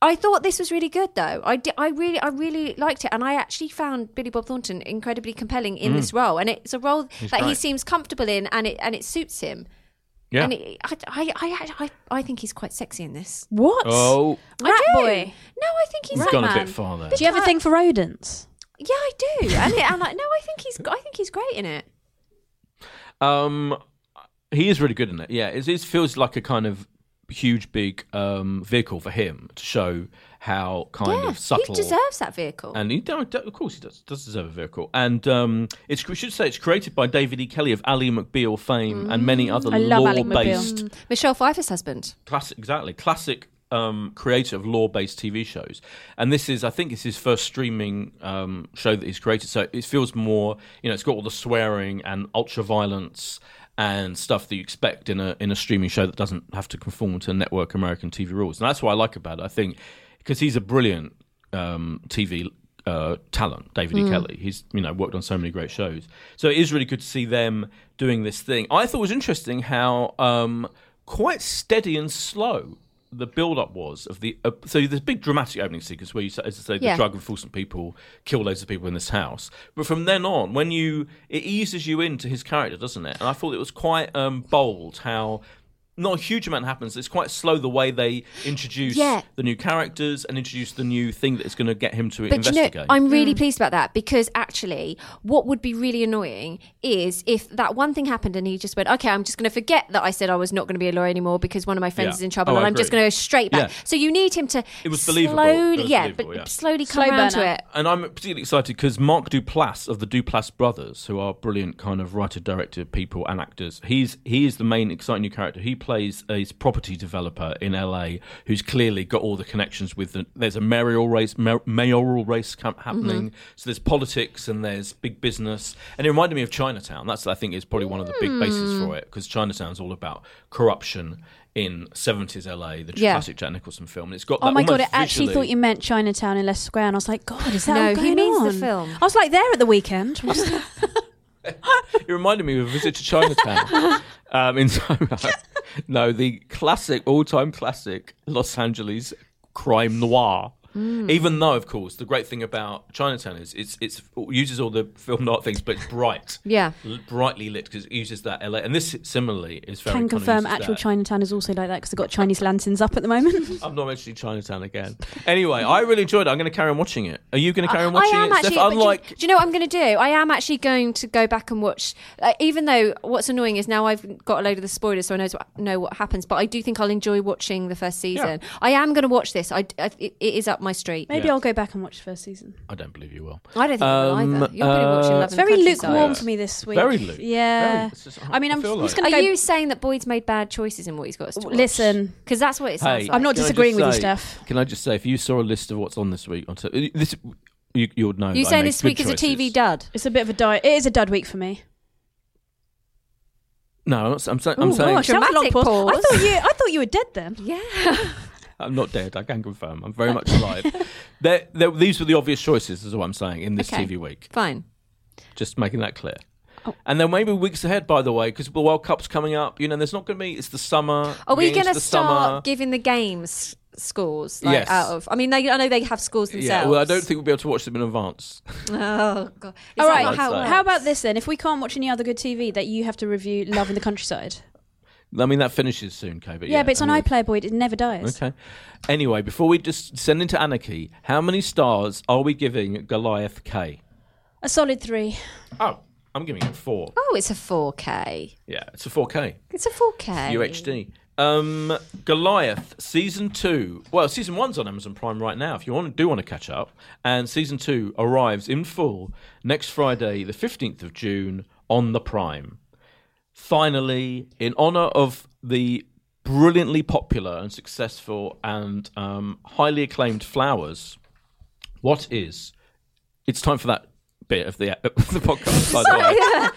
[SPEAKER 3] I thought this was really good though. I di- I really I really liked it and I actually found Billy Bob Thornton incredibly compelling in this role and it's a role that he
[SPEAKER 1] Mm. great.
[SPEAKER 3] seems comfortable in and it and it suits him.
[SPEAKER 1] Yeah.
[SPEAKER 3] And it, I, I, I, I, I think he's quite sexy in this.
[SPEAKER 2] What?
[SPEAKER 1] Oh,
[SPEAKER 2] Rat
[SPEAKER 3] I do.
[SPEAKER 2] boy.
[SPEAKER 3] No, I think he's.
[SPEAKER 1] we've gone a
[SPEAKER 2] man.
[SPEAKER 1] bit far there.
[SPEAKER 2] Do you have a thing for rodents?
[SPEAKER 3] Yeah, I do. And, it, and I, no, I think he's. I think he's great in it.
[SPEAKER 1] Um, he is really good in it. Yeah, it, it feels like a kind of huge, big um, vehicle for him to show how kind
[SPEAKER 3] Yeah,
[SPEAKER 1] of subtle.
[SPEAKER 3] he deserves that vehicle.
[SPEAKER 1] and he, no, d- of course, he does, does deserve a vehicle. And um, it's, we should say it's created by David E. Kelly of Ally McBeal fame and many other
[SPEAKER 2] Mm. I love Ally
[SPEAKER 1] law-based
[SPEAKER 3] Mm. Michelle Pfeiffer's husband.
[SPEAKER 1] classic exactly classic um, creator of law-based TV shows, and this is I think it's his first streaming um, show that he's created. So it feels more, you know, it's got all the swearing and ultra violence and stuff that you expect in a in a streaming show that doesn't have to conform to network American TV rules, and that's what I like about it. I think because he's a brilliant um, TV uh, talent, David E. Kelly. He's you know worked on so many great shows, so it is really good to see them doing this thing. I thought it was interesting how um, quite steady and slow the build-up was of the uh, so this big dramatic opening sequence where you say- as I say the
[SPEAKER 3] Yeah.
[SPEAKER 1] drug enforcement people kill loads of people in this house, but from then on, when you it eases you into his character, doesn't it? And I thought it was quite um, bold how. Not a huge amount happens. It's quite slow the way they introduce
[SPEAKER 3] Yeah.
[SPEAKER 1] the new characters and introduce the new thing that's going to get him to
[SPEAKER 3] But you know,
[SPEAKER 1] investigate.
[SPEAKER 3] I'm
[SPEAKER 1] Mm.
[SPEAKER 3] really pleased about that because actually, what would be really annoying is if that one thing happened and he just went, "Okay, I'm just going to forget that I said I was not going to be a lawyer anymore because one of my friends
[SPEAKER 1] Yeah.
[SPEAKER 3] is in trouble,
[SPEAKER 1] Oh, I
[SPEAKER 3] and I'm just
[SPEAKER 1] agree.
[SPEAKER 3] going to go straight back."
[SPEAKER 1] Yeah.
[SPEAKER 3] So you need him to.
[SPEAKER 1] It was
[SPEAKER 3] slowly,
[SPEAKER 1] believable. It was
[SPEAKER 3] yeah,
[SPEAKER 1] believable,
[SPEAKER 3] but
[SPEAKER 1] yeah.
[SPEAKER 3] slowly
[SPEAKER 2] Slow
[SPEAKER 3] come around
[SPEAKER 2] burner.
[SPEAKER 3] to it.
[SPEAKER 1] and I'm particularly excited because Mark Duplass of the Duplass brothers, who are brilliant kind of writer, director, people, and actors, he's he is the main exciting new character. He plays a property developer in LA who's clearly got all the connections with. The, there's a mayoral race, ma- mayoral race camp happening.
[SPEAKER 2] Mm-hmm.
[SPEAKER 1] So there's politics and there's big business, and it reminded me of Chinatown. That's I think is probably one of the big bases
[SPEAKER 2] Mm.
[SPEAKER 1] for it because Chinatown's all about corruption. In seventies LA, the
[SPEAKER 3] Yeah.
[SPEAKER 1] classic Jack Nicholson film, and it's got.
[SPEAKER 2] Oh
[SPEAKER 1] that
[SPEAKER 2] my god!
[SPEAKER 1] almost
[SPEAKER 2] I actually
[SPEAKER 1] visually-
[SPEAKER 2] thought you meant Chinatown in Leicester Square, and I was like, God, is that
[SPEAKER 3] No,
[SPEAKER 2] all going
[SPEAKER 3] who needs the
[SPEAKER 2] on?
[SPEAKER 3] film?
[SPEAKER 2] I was like there at the weekend. What's that?
[SPEAKER 1] It reminded me of a visit to Chinatown um, in Soho. no, the classic, all-time classic Los Angeles crime noir.
[SPEAKER 3] Mm.
[SPEAKER 1] Even though, of course, the great thing about Chinatown is it's it's it uses all the film art things, but it's bright,
[SPEAKER 3] Yeah.
[SPEAKER 1] L- brightly lit because it uses that LA. And this similarly is very
[SPEAKER 4] Can
[SPEAKER 1] kind of
[SPEAKER 4] confirm
[SPEAKER 1] uses
[SPEAKER 4] actual
[SPEAKER 1] that.
[SPEAKER 4] Chinatown is also like that because they've got Chinese lanterns up at the moment.
[SPEAKER 1] I'm not mentioning Chinatown again. Anyway, I really enjoyed it. I'm going to carry on watching it. Are you going to carry on watching
[SPEAKER 3] Uh, I am
[SPEAKER 1] it?
[SPEAKER 3] actually.
[SPEAKER 1] Steph?
[SPEAKER 3] but do you-
[SPEAKER 1] Unlike
[SPEAKER 3] do, you know what I'm going to do? I am actually going to go back and watch. Uh, even though what's annoying is now I've got a load of the spoilers, so I know what, know what happens. But I do think I'll enjoy watching the first season. I am going to watch this. I, I- it, it is up my street.
[SPEAKER 4] Maybe
[SPEAKER 1] Yeah.
[SPEAKER 4] I'll go back and watch the first season.
[SPEAKER 1] I don't believe you will.
[SPEAKER 3] I don't think I
[SPEAKER 1] Um,
[SPEAKER 3] will either. You're probably watching
[SPEAKER 1] uh,
[SPEAKER 3] Love
[SPEAKER 1] It's
[SPEAKER 2] It's
[SPEAKER 3] in the
[SPEAKER 2] very
[SPEAKER 3] Countryside.
[SPEAKER 2] lukewarm for me this week.
[SPEAKER 1] Very Luke. Very-
[SPEAKER 2] Yeah.
[SPEAKER 1] it's just-
[SPEAKER 2] I mean, I'm
[SPEAKER 1] feel
[SPEAKER 2] I'm
[SPEAKER 1] like
[SPEAKER 2] just
[SPEAKER 1] it.
[SPEAKER 2] going to
[SPEAKER 3] Are
[SPEAKER 2] go.
[SPEAKER 3] you saying that Boyd's made bad choices in what he's got us to watch?
[SPEAKER 2] listen,
[SPEAKER 3] because that's what it sounds
[SPEAKER 1] Hey,
[SPEAKER 3] like.
[SPEAKER 2] I'm not
[SPEAKER 1] Can I just
[SPEAKER 2] disagreeing with you,
[SPEAKER 1] say-
[SPEAKER 2] Steph.
[SPEAKER 1] Can I just say, if you saw a list of what's on this week, on t- this you, you would know.
[SPEAKER 3] You
[SPEAKER 1] that I
[SPEAKER 3] saying
[SPEAKER 1] make
[SPEAKER 3] this week
[SPEAKER 1] good
[SPEAKER 3] is a
[SPEAKER 1] choices.
[SPEAKER 3] TV dud?
[SPEAKER 2] It's a bit of a dud. It is a dud week for me.
[SPEAKER 1] No, I'm, not, I'm, saying, I'm
[SPEAKER 3] Ooh,
[SPEAKER 1] saying
[SPEAKER 3] gosh.
[SPEAKER 2] That was a long
[SPEAKER 3] Dramatic
[SPEAKER 2] pause. I
[SPEAKER 3] pause.
[SPEAKER 2] thought you. I thought you were dead then.
[SPEAKER 3] Yeah.
[SPEAKER 1] I'm not dead. I can confirm. I'm very much alive. They're, they're- these were the obvious choices, is what I'm saying in this
[SPEAKER 3] Okay. Oh.
[SPEAKER 1] TV week.
[SPEAKER 3] Fine.
[SPEAKER 1] Just making that clear. And then maybe weeks ahead, by the way, because the World Cup's coming up. You know, there's not going to be. It's the summer.
[SPEAKER 3] Are we
[SPEAKER 1] getting
[SPEAKER 3] going
[SPEAKER 1] into
[SPEAKER 3] to
[SPEAKER 1] the
[SPEAKER 3] start
[SPEAKER 1] summer.
[SPEAKER 3] giving the games scores? Like,
[SPEAKER 1] Yes.
[SPEAKER 3] Out of, I mean, they, I know they have scores themselves.
[SPEAKER 1] Yeah. Well, I don't think we'll be able to watch them in advance.
[SPEAKER 3] Oh god! Is
[SPEAKER 2] All
[SPEAKER 3] that
[SPEAKER 2] right.
[SPEAKER 3] not
[SPEAKER 1] how it
[SPEAKER 2] How,
[SPEAKER 1] works?
[SPEAKER 2] how about this then? If we can't watch any other good TV, that you have to review Love in the Countryside.
[SPEAKER 1] I mean, that finishes soon, Kay. But
[SPEAKER 2] Yeah,
[SPEAKER 1] yeah,
[SPEAKER 2] but it's
[SPEAKER 1] I
[SPEAKER 2] on
[SPEAKER 1] mean,
[SPEAKER 2] iPlayer Boy. It never dies.
[SPEAKER 1] Okay. Anyway, before we just send into anarchy, how many stars are we giving Goliath K?
[SPEAKER 2] A solid three.
[SPEAKER 1] Oh, I'm giving it four.
[SPEAKER 3] Oh, it's a 4K.
[SPEAKER 1] Yeah, it's a 4K.
[SPEAKER 3] It's a 4K.
[SPEAKER 1] UHD. Um, Goliath season two. Well, season one's on Amazon Prime right now. If you want do want to catch up, and season two arrives in full next Friday, the fifteenth of June, on the Prime. Finally, in honor of the brilliantly popular and successful and um, highly acclaimed Flowers, what is? It's time for that bit of the, of the podcast. By the way.
[SPEAKER 3] oh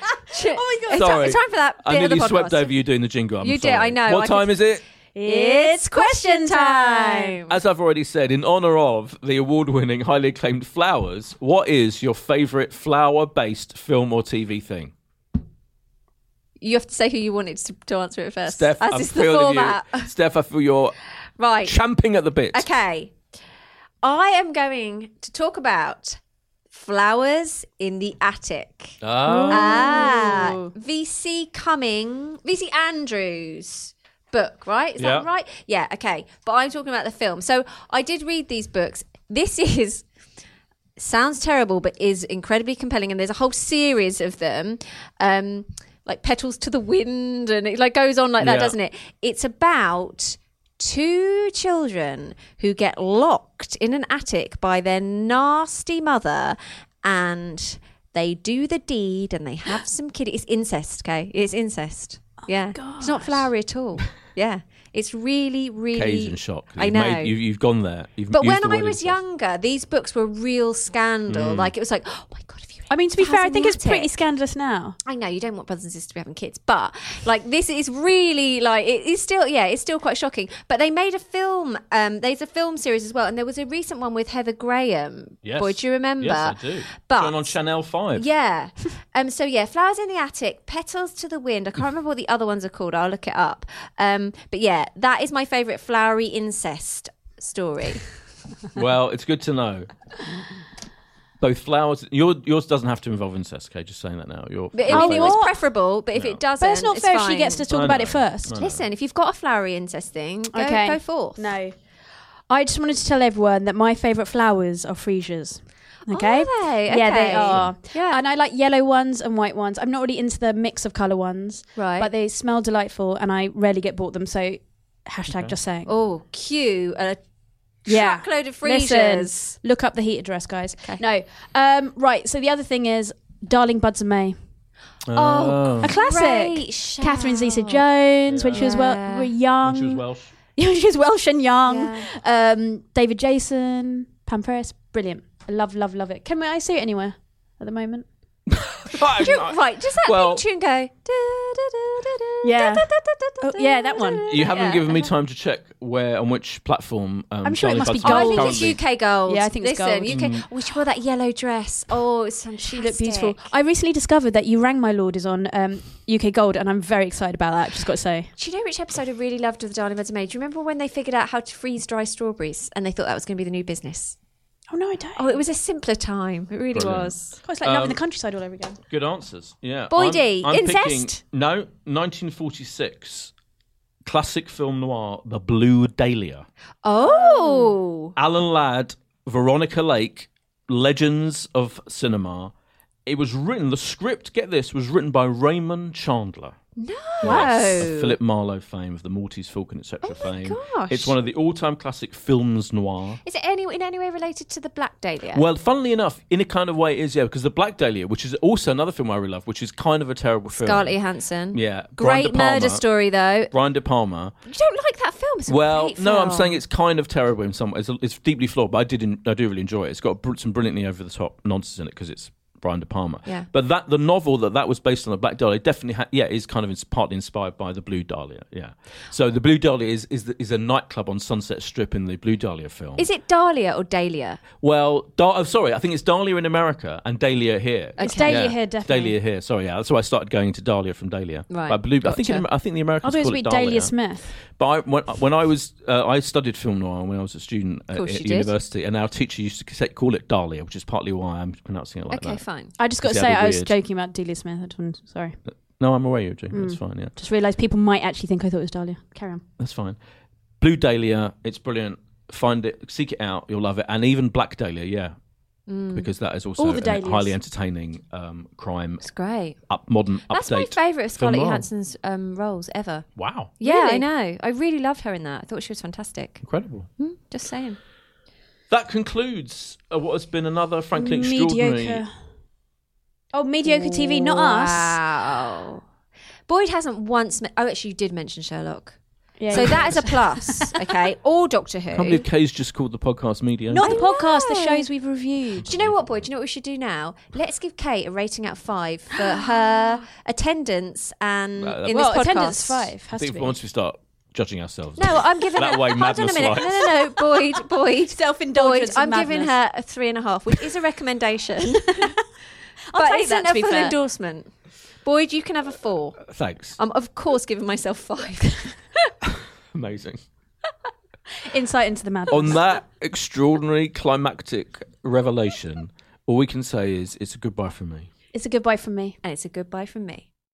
[SPEAKER 3] my
[SPEAKER 1] God. Sorry.
[SPEAKER 3] It's time for that. Bit
[SPEAKER 1] I
[SPEAKER 3] of the
[SPEAKER 1] nearly
[SPEAKER 3] podcast.
[SPEAKER 1] swept over you doing the jingle. I'm
[SPEAKER 3] You did,
[SPEAKER 1] sorry.
[SPEAKER 3] I know.
[SPEAKER 1] What
[SPEAKER 3] I
[SPEAKER 1] time
[SPEAKER 3] could-
[SPEAKER 1] is it?
[SPEAKER 3] It's question time.
[SPEAKER 1] As I've already said, in honor of the award winning, highly acclaimed Flowers, what is your favorite flower based film or TV thing?
[SPEAKER 3] You have to say who you wanted to, to answer it first.
[SPEAKER 1] Steph,
[SPEAKER 3] as
[SPEAKER 1] I'm
[SPEAKER 3] is the
[SPEAKER 1] feeling
[SPEAKER 3] format.
[SPEAKER 1] you. Steph, I feel you're
[SPEAKER 3] Right.
[SPEAKER 1] champing at the bit.
[SPEAKER 3] Okay. I am going to talk about flowers in the attic. Um,
[SPEAKER 1] Ah,
[SPEAKER 3] Ah, VC Cumming, VC Andrews book, right? Is
[SPEAKER 1] Yeah.
[SPEAKER 3] that right? Yeah, okay. But I'm talking about the film. So I did read these books. This is sounds terrible, but is incredibly compelling. And there's a whole series of them, um, like Petals to the Wind, and it like goes on like that,
[SPEAKER 1] Yeah.
[SPEAKER 3] doesn't it? It's about two children who get locked in an attic by their nasty mother and they do the deed and they have some kid it's incest okay it's incest yeah it's not flowery at all yeah it's really really
[SPEAKER 1] Cajun shock.
[SPEAKER 3] i
[SPEAKER 1] You've
[SPEAKER 3] know
[SPEAKER 1] made- you, you've gone there. You've
[SPEAKER 3] but
[SPEAKER 1] used
[SPEAKER 3] when
[SPEAKER 1] the
[SPEAKER 3] I
[SPEAKER 1] word
[SPEAKER 3] was
[SPEAKER 1] incest. Mm.
[SPEAKER 3] younger, these books were real scandal. Like it was like, oh my god, if you.
[SPEAKER 4] I mean, to be fair, I think it's pretty
[SPEAKER 3] Scandalous.
[SPEAKER 4] scandalous now.
[SPEAKER 3] I know you don't want brothers and sisters to be having kids, but like this is really like it is still yeah, it's still quite shocking. But they made a film. Um, there's a film series as well, and there was a recent one with Heather Graham.
[SPEAKER 1] Yes.
[SPEAKER 3] Boy, do you remember?
[SPEAKER 1] Yes, I do.
[SPEAKER 3] But-
[SPEAKER 1] Shown on Channel 5.
[SPEAKER 3] Yeah. Um. So yeah, flowers in the attic, petals to the wind. I can't remember what the other ones are called. I'll look it up. Um. But yeah, that is my favourite flowery incest story.
[SPEAKER 1] Well, it's good to know. Both flowers. Your, yours doesn't have to involve incest, okay? Just saying that now. Your,
[SPEAKER 3] But
[SPEAKER 1] your
[SPEAKER 3] I mean, it
[SPEAKER 1] favourite-
[SPEAKER 3] was preferable. But if it doesn't,
[SPEAKER 2] But it's not fair if she
[SPEAKER 3] fine.
[SPEAKER 2] gets to talk
[SPEAKER 1] I
[SPEAKER 2] about
[SPEAKER 1] know.
[SPEAKER 2] it first.
[SPEAKER 1] I know.
[SPEAKER 3] Listen, if you've got a flowery incest thing, go,
[SPEAKER 2] Okay.
[SPEAKER 3] go forth.
[SPEAKER 2] No. I just wanted to tell everyone that my favourite flowers are freesias. Okay.
[SPEAKER 3] Are they?
[SPEAKER 2] Yeah, they
[SPEAKER 3] Oh, Okay.
[SPEAKER 2] are.
[SPEAKER 3] Yeah.
[SPEAKER 2] And I like yellow ones and white ones. I'm not really into the mix of colour ones.
[SPEAKER 3] Right.
[SPEAKER 2] But they smell delightful and I rarely get bought them. So hashtag just saying.
[SPEAKER 3] Oh, cue a
[SPEAKER 2] yeah.
[SPEAKER 3] truckload of
[SPEAKER 2] Listen,
[SPEAKER 3] freezers.
[SPEAKER 2] look up the heat address, guys. No. Um, right. So the other thing is Darling Buds and May.
[SPEAKER 1] Ah.
[SPEAKER 3] Oh,
[SPEAKER 2] A classic.
[SPEAKER 3] Great shout.
[SPEAKER 2] Catherine Zeta Jones when she was
[SPEAKER 3] Yeah.
[SPEAKER 2] well, were young.
[SPEAKER 1] When she was Welsh.
[SPEAKER 2] Yeah, she's Welsh and young.
[SPEAKER 3] Yeah.
[SPEAKER 2] Um, David Jason, Pam Press, brilliant. I love, love, love it. Can we, I see it anywhere at the moment?
[SPEAKER 3] Do you- right, does that
[SPEAKER 1] Well-
[SPEAKER 3] well, tune go? da, da, da, da, da,
[SPEAKER 2] Yeah. Oh, yeah, that one.
[SPEAKER 1] You haven't
[SPEAKER 3] Yeah.
[SPEAKER 1] given me time to check where on which platform. Um,
[SPEAKER 2] I'm sure it
[SPEAKER 1] Charlie
[SPEAKER 2] must be
[SPEAKER 1] Buds is
[SPEAKER 3] Oh, I think
[SPEAKER 1] currently.
[SPEAKER 3] it's UK gold.
[SPEAKER 2] Yeah, I think it's
[SPEAKER 3] Listen,
[SPEAKER 2] gold.
[SPEAKER 3] UK. Oh, she wore that yellow dress. Oh, it's fantastic.
[SPEAKER 4] She looked beautiful. I recently discovered that You Rang My Lord is on um, UK Gold, and I'm very excited about that. Just got to say.
[SPEAKER 3] Do you know which episode I really loved of the Darling Maids Maid? Do you remember when they figured out how to freeze dry strawberries and they thought that was going to be the new business?
[SPEAKER 4] Oh no, I don't.
[SPEAKER 3] Oh, it was a simpler time. It really
[SPEAKER 1] Brilliant.
[SPEAKER 3] was.
[SPEAKER 4] it's like
[SPEAKER 1] um,
[SPEAKER 4] loving the countryside all over again.
[SPEAKER 1] Good answers. Yeah.
[SPEAKER 3] Boydie,
[SPEAKER 1] I'm- I'm picking-
[SPEAKER 3] incest?
[SPEAKER 1] no, 1946. Classic film noir, The Blue Dahlia.
[SPEAKER 3] Oh,
[SPEAKER 1] Alan Ladd, Veronica Lake, Legends of Cinema. It was written, the script, get this, was written by Raymond Chandler.
[SPEAKER 3] wow.
[SPEAKER 1] of Philip Marlowe fame, of the Maltese Falcon, etc.
[SPEAKER 2] Oh
[SPEAKER 1] fame.
[SPEAKER 3] gosh.
[SPEAKER 1] It's one of the all-time classic films noir.
[SPEAKER 3] Is it any in any way related to the Black Dahlia?
[SPEAKER 1] Well, funnily enough, in a kind of way, it is yeah, because the Black Dahlia, which is also another film I really love, which is kind of a terrible film.
[SPEAKER 3] Scarlett Johansson.
[SPEAKER 1] Yeah, Brian
[SPEAKER 3] Great
[SPEAKER 1] De Palma.
[SPEAKER 3] murder story though.
[SPEAKER 1] Brian De Palma.
[SPEAKER 3] You don't like that film? It's a
[SPEAKER 1] Well,
[SPEAKER 3] great
[SPEAKER 1] no, I'm
[SPEAKER 3] film.
[SPEAKER 1] saying it's kind of terrible in some ways. It's, it's deeply flawed, but I did en- I do really enjoy it. It's got br- some brilliantly over the top nonsense in it because it's Brian De Palma.
[SPEAKER 3] Yeah.
[SPEAKER 1] But that the novel that that was based on, the Black Dahlia, definitely ha- yeah is kind of ins- partly inspired by the Blue Dahlia. Yeah. So the Blue Dahlia is is, the, is a nightclub on Sunset Strip in the Blue Dahlia film.
[SPEAKER 3] Is it Dahlia or Dahlia?
[SPEAKER 1] well, da- oh, sorry, I think it's Dahlia in America and Dahlia here.
[SPEAKER 3] It's
[SPEAKER 4] Dahlia
[SPEAKER 1] Yeah,
[SPEAKER 4] here, definitely.
[SPEAKER 1] Dahlia here. Sorry, yeah, that's why I started going into Dahlia from Dahlia.
[SPEAKER 3] Right,
[SPEAKER 1] But Blue, I think in,
[SPEAKER 3] gotcha.
[SPEAKER 1] Amer- I think the Americans
[SPEAKER 4] Otherwise,
[SPEAKER 1] call
[SPEAKER 4] we
[SPEAKER 1] it Dahlia.
[SPEAKER 4] Dahlia Smith.
[SPEAKER 1] But I, when, when I was, uh, I studied film noir when I was a student at,
[SPEAKER 3] course
[SPEAKER 1] at
[SPEAKER 3] you did.
[SPEAKER 1] university, and our teacher used to say, call it Dahlia, which is partly why I'm pronouncing it like
[SPEAKER 3] Okay,
[SPEAKER 1] that.
[SPEAKER 3] fine.
[SPEAKER 4] I just got to
[SPEAKER 1] That'd
[SPEAKER 4] say,
[SPEAKER 1] be
[SPEAKER 4] I was
[SPEAKER 1] weird.
[SPEAKER 4] joking about Dahlia Smith. I just wanted, sorry.
[SPEAKER 1] No, I'm aware you're joking. That's
[SPEAKER 3] Hmm.
[SPEAKER 1] fine. Yeah,
[SPEAKER 4] Just realised people might actually think I thought it was Dahlia. Carry on.
[SPEAKER 1] that's fine. Blue Dahlia, it's brilliant. Find it, seek it out, you'll love it, and even Black Dahlia, yeah,
[SPEAKER 3] Mm. Hmm.
[SPEAKER 1] because that is also
[SPEAKER 4] All the
[SPEAKER 1] an-
[SPEAKER 4] Dahlias.
[SPEAKER 1] highly entertaining um, crime
[SPEAKER 3] It's great.
[SPEAKER 1] up modern
[SPEAKER 3] That's my
[SPEAKER 1] update.
[SPEAKER 3] favourite of
[SPEAKER 1] film
[SPEAKER 3] Scarlett
[SPEAKER 1] noir.
[SPEAKER 3] Johansson's um, roles ever.
[SPEAKER 1] Wow,
[SPEAKER 3] Yeah,
[SPEAKER 4] Really?
[SPEAKER 3] I know. I really loved her in that. I thought she was fantastic.
[SPEAKER 1] incredible.
[SPEAKER 3] Hmm, just saying.
[SPEAKER 1] That concludes uh, what has been another frankly extraordinary.
[SPEAKER 4] Mediocre.
[SPEAKER 2] Oh, mediocre TV, not us.
[SPEAKER 3] Wow. Boyd hasn't once. Me- oh, actually, you did mention Sherlock.
[SPEAKER 4] Yeah,
[SPEAKER 3] so
[SPEAKER 4] yeah.
[SPEAKER 3] that is a plus, okay? Or Doctor
[SPEAKER 1] I
[SPEAKER 3] Who.
[SPEAKER 1] can't believe Kay's just called the podcast mediocre.
[SPEAKER 2] Not the
[SPEAKER 3] I
[SPEAKER 2] podcast, the
[SPEAKER 3] know.
[SPEAKER 2] shows we've reviewed.
[SPEAKER 3] Do you know what, Boyd? Do you know what we should do now? Let's give Kate a rating out of five for her attendance and
[SPEAKER 1] Well, that-
[SPEAKER 3] in
[SPEAKER 2] well,
[SPEAKER 3] this podcast.
[SPEAKER 2] attendance five
[SPEAKER 1] I
[SPEAKER 2] has to
[SPEAKER 1] think
[SPEAKER 2] be.
[SPEAKER 1] once we start judging ourselves,
[SPEAKER 3] No, I'm giving
[SPEAKER 1] That
[SPEAKER 3] her.
[SPEAKER 1] way
[SPEAKER 3] hold on a
[SPEAKER 1] madness
[SPEAKER 3] minute.
[SPEAKER 1] lies.
[SPEAKER 3] No, no, no, Boyd, Boyd. Boyd,
[SPEAKER 2] Self-indulgence
[SPEAKER 3] I'm
[SPEAKER 2] and
[SPEAKER 3] giving
[SPEAKER 2] madness.
[SPEAKER 3] her a three and a half, which is a recommendation.
[SPEAKER 2] I'll
[SPEAKER 3] but
[SPEAKER 2] take that,
[SPEAKER 3] isn't
[SPEAKER 2] to
[SPEAKER 3] a
[SPEAKER 2] be
[SPEAKER 3] full
[SPEAKER 2] fair.
[SPEAKER 3] endorsement. Boyd, you can have a four.
[SPEAKER 2] Oh.
[SPEAKER 1] Thanks.
[SPEAKER 3] I'm of course giving myself five.
[SPEAKER 1] Amazing.
[SPEAKER 4] Insight into the madness.
[SPEAKER 1] On that extraordinary climactic revelation, all we can say is it's a goodbye from me.
[SPEAKER 4] It's a goodbye from me.
[SPEAKER 3] and it's a goodbye from me.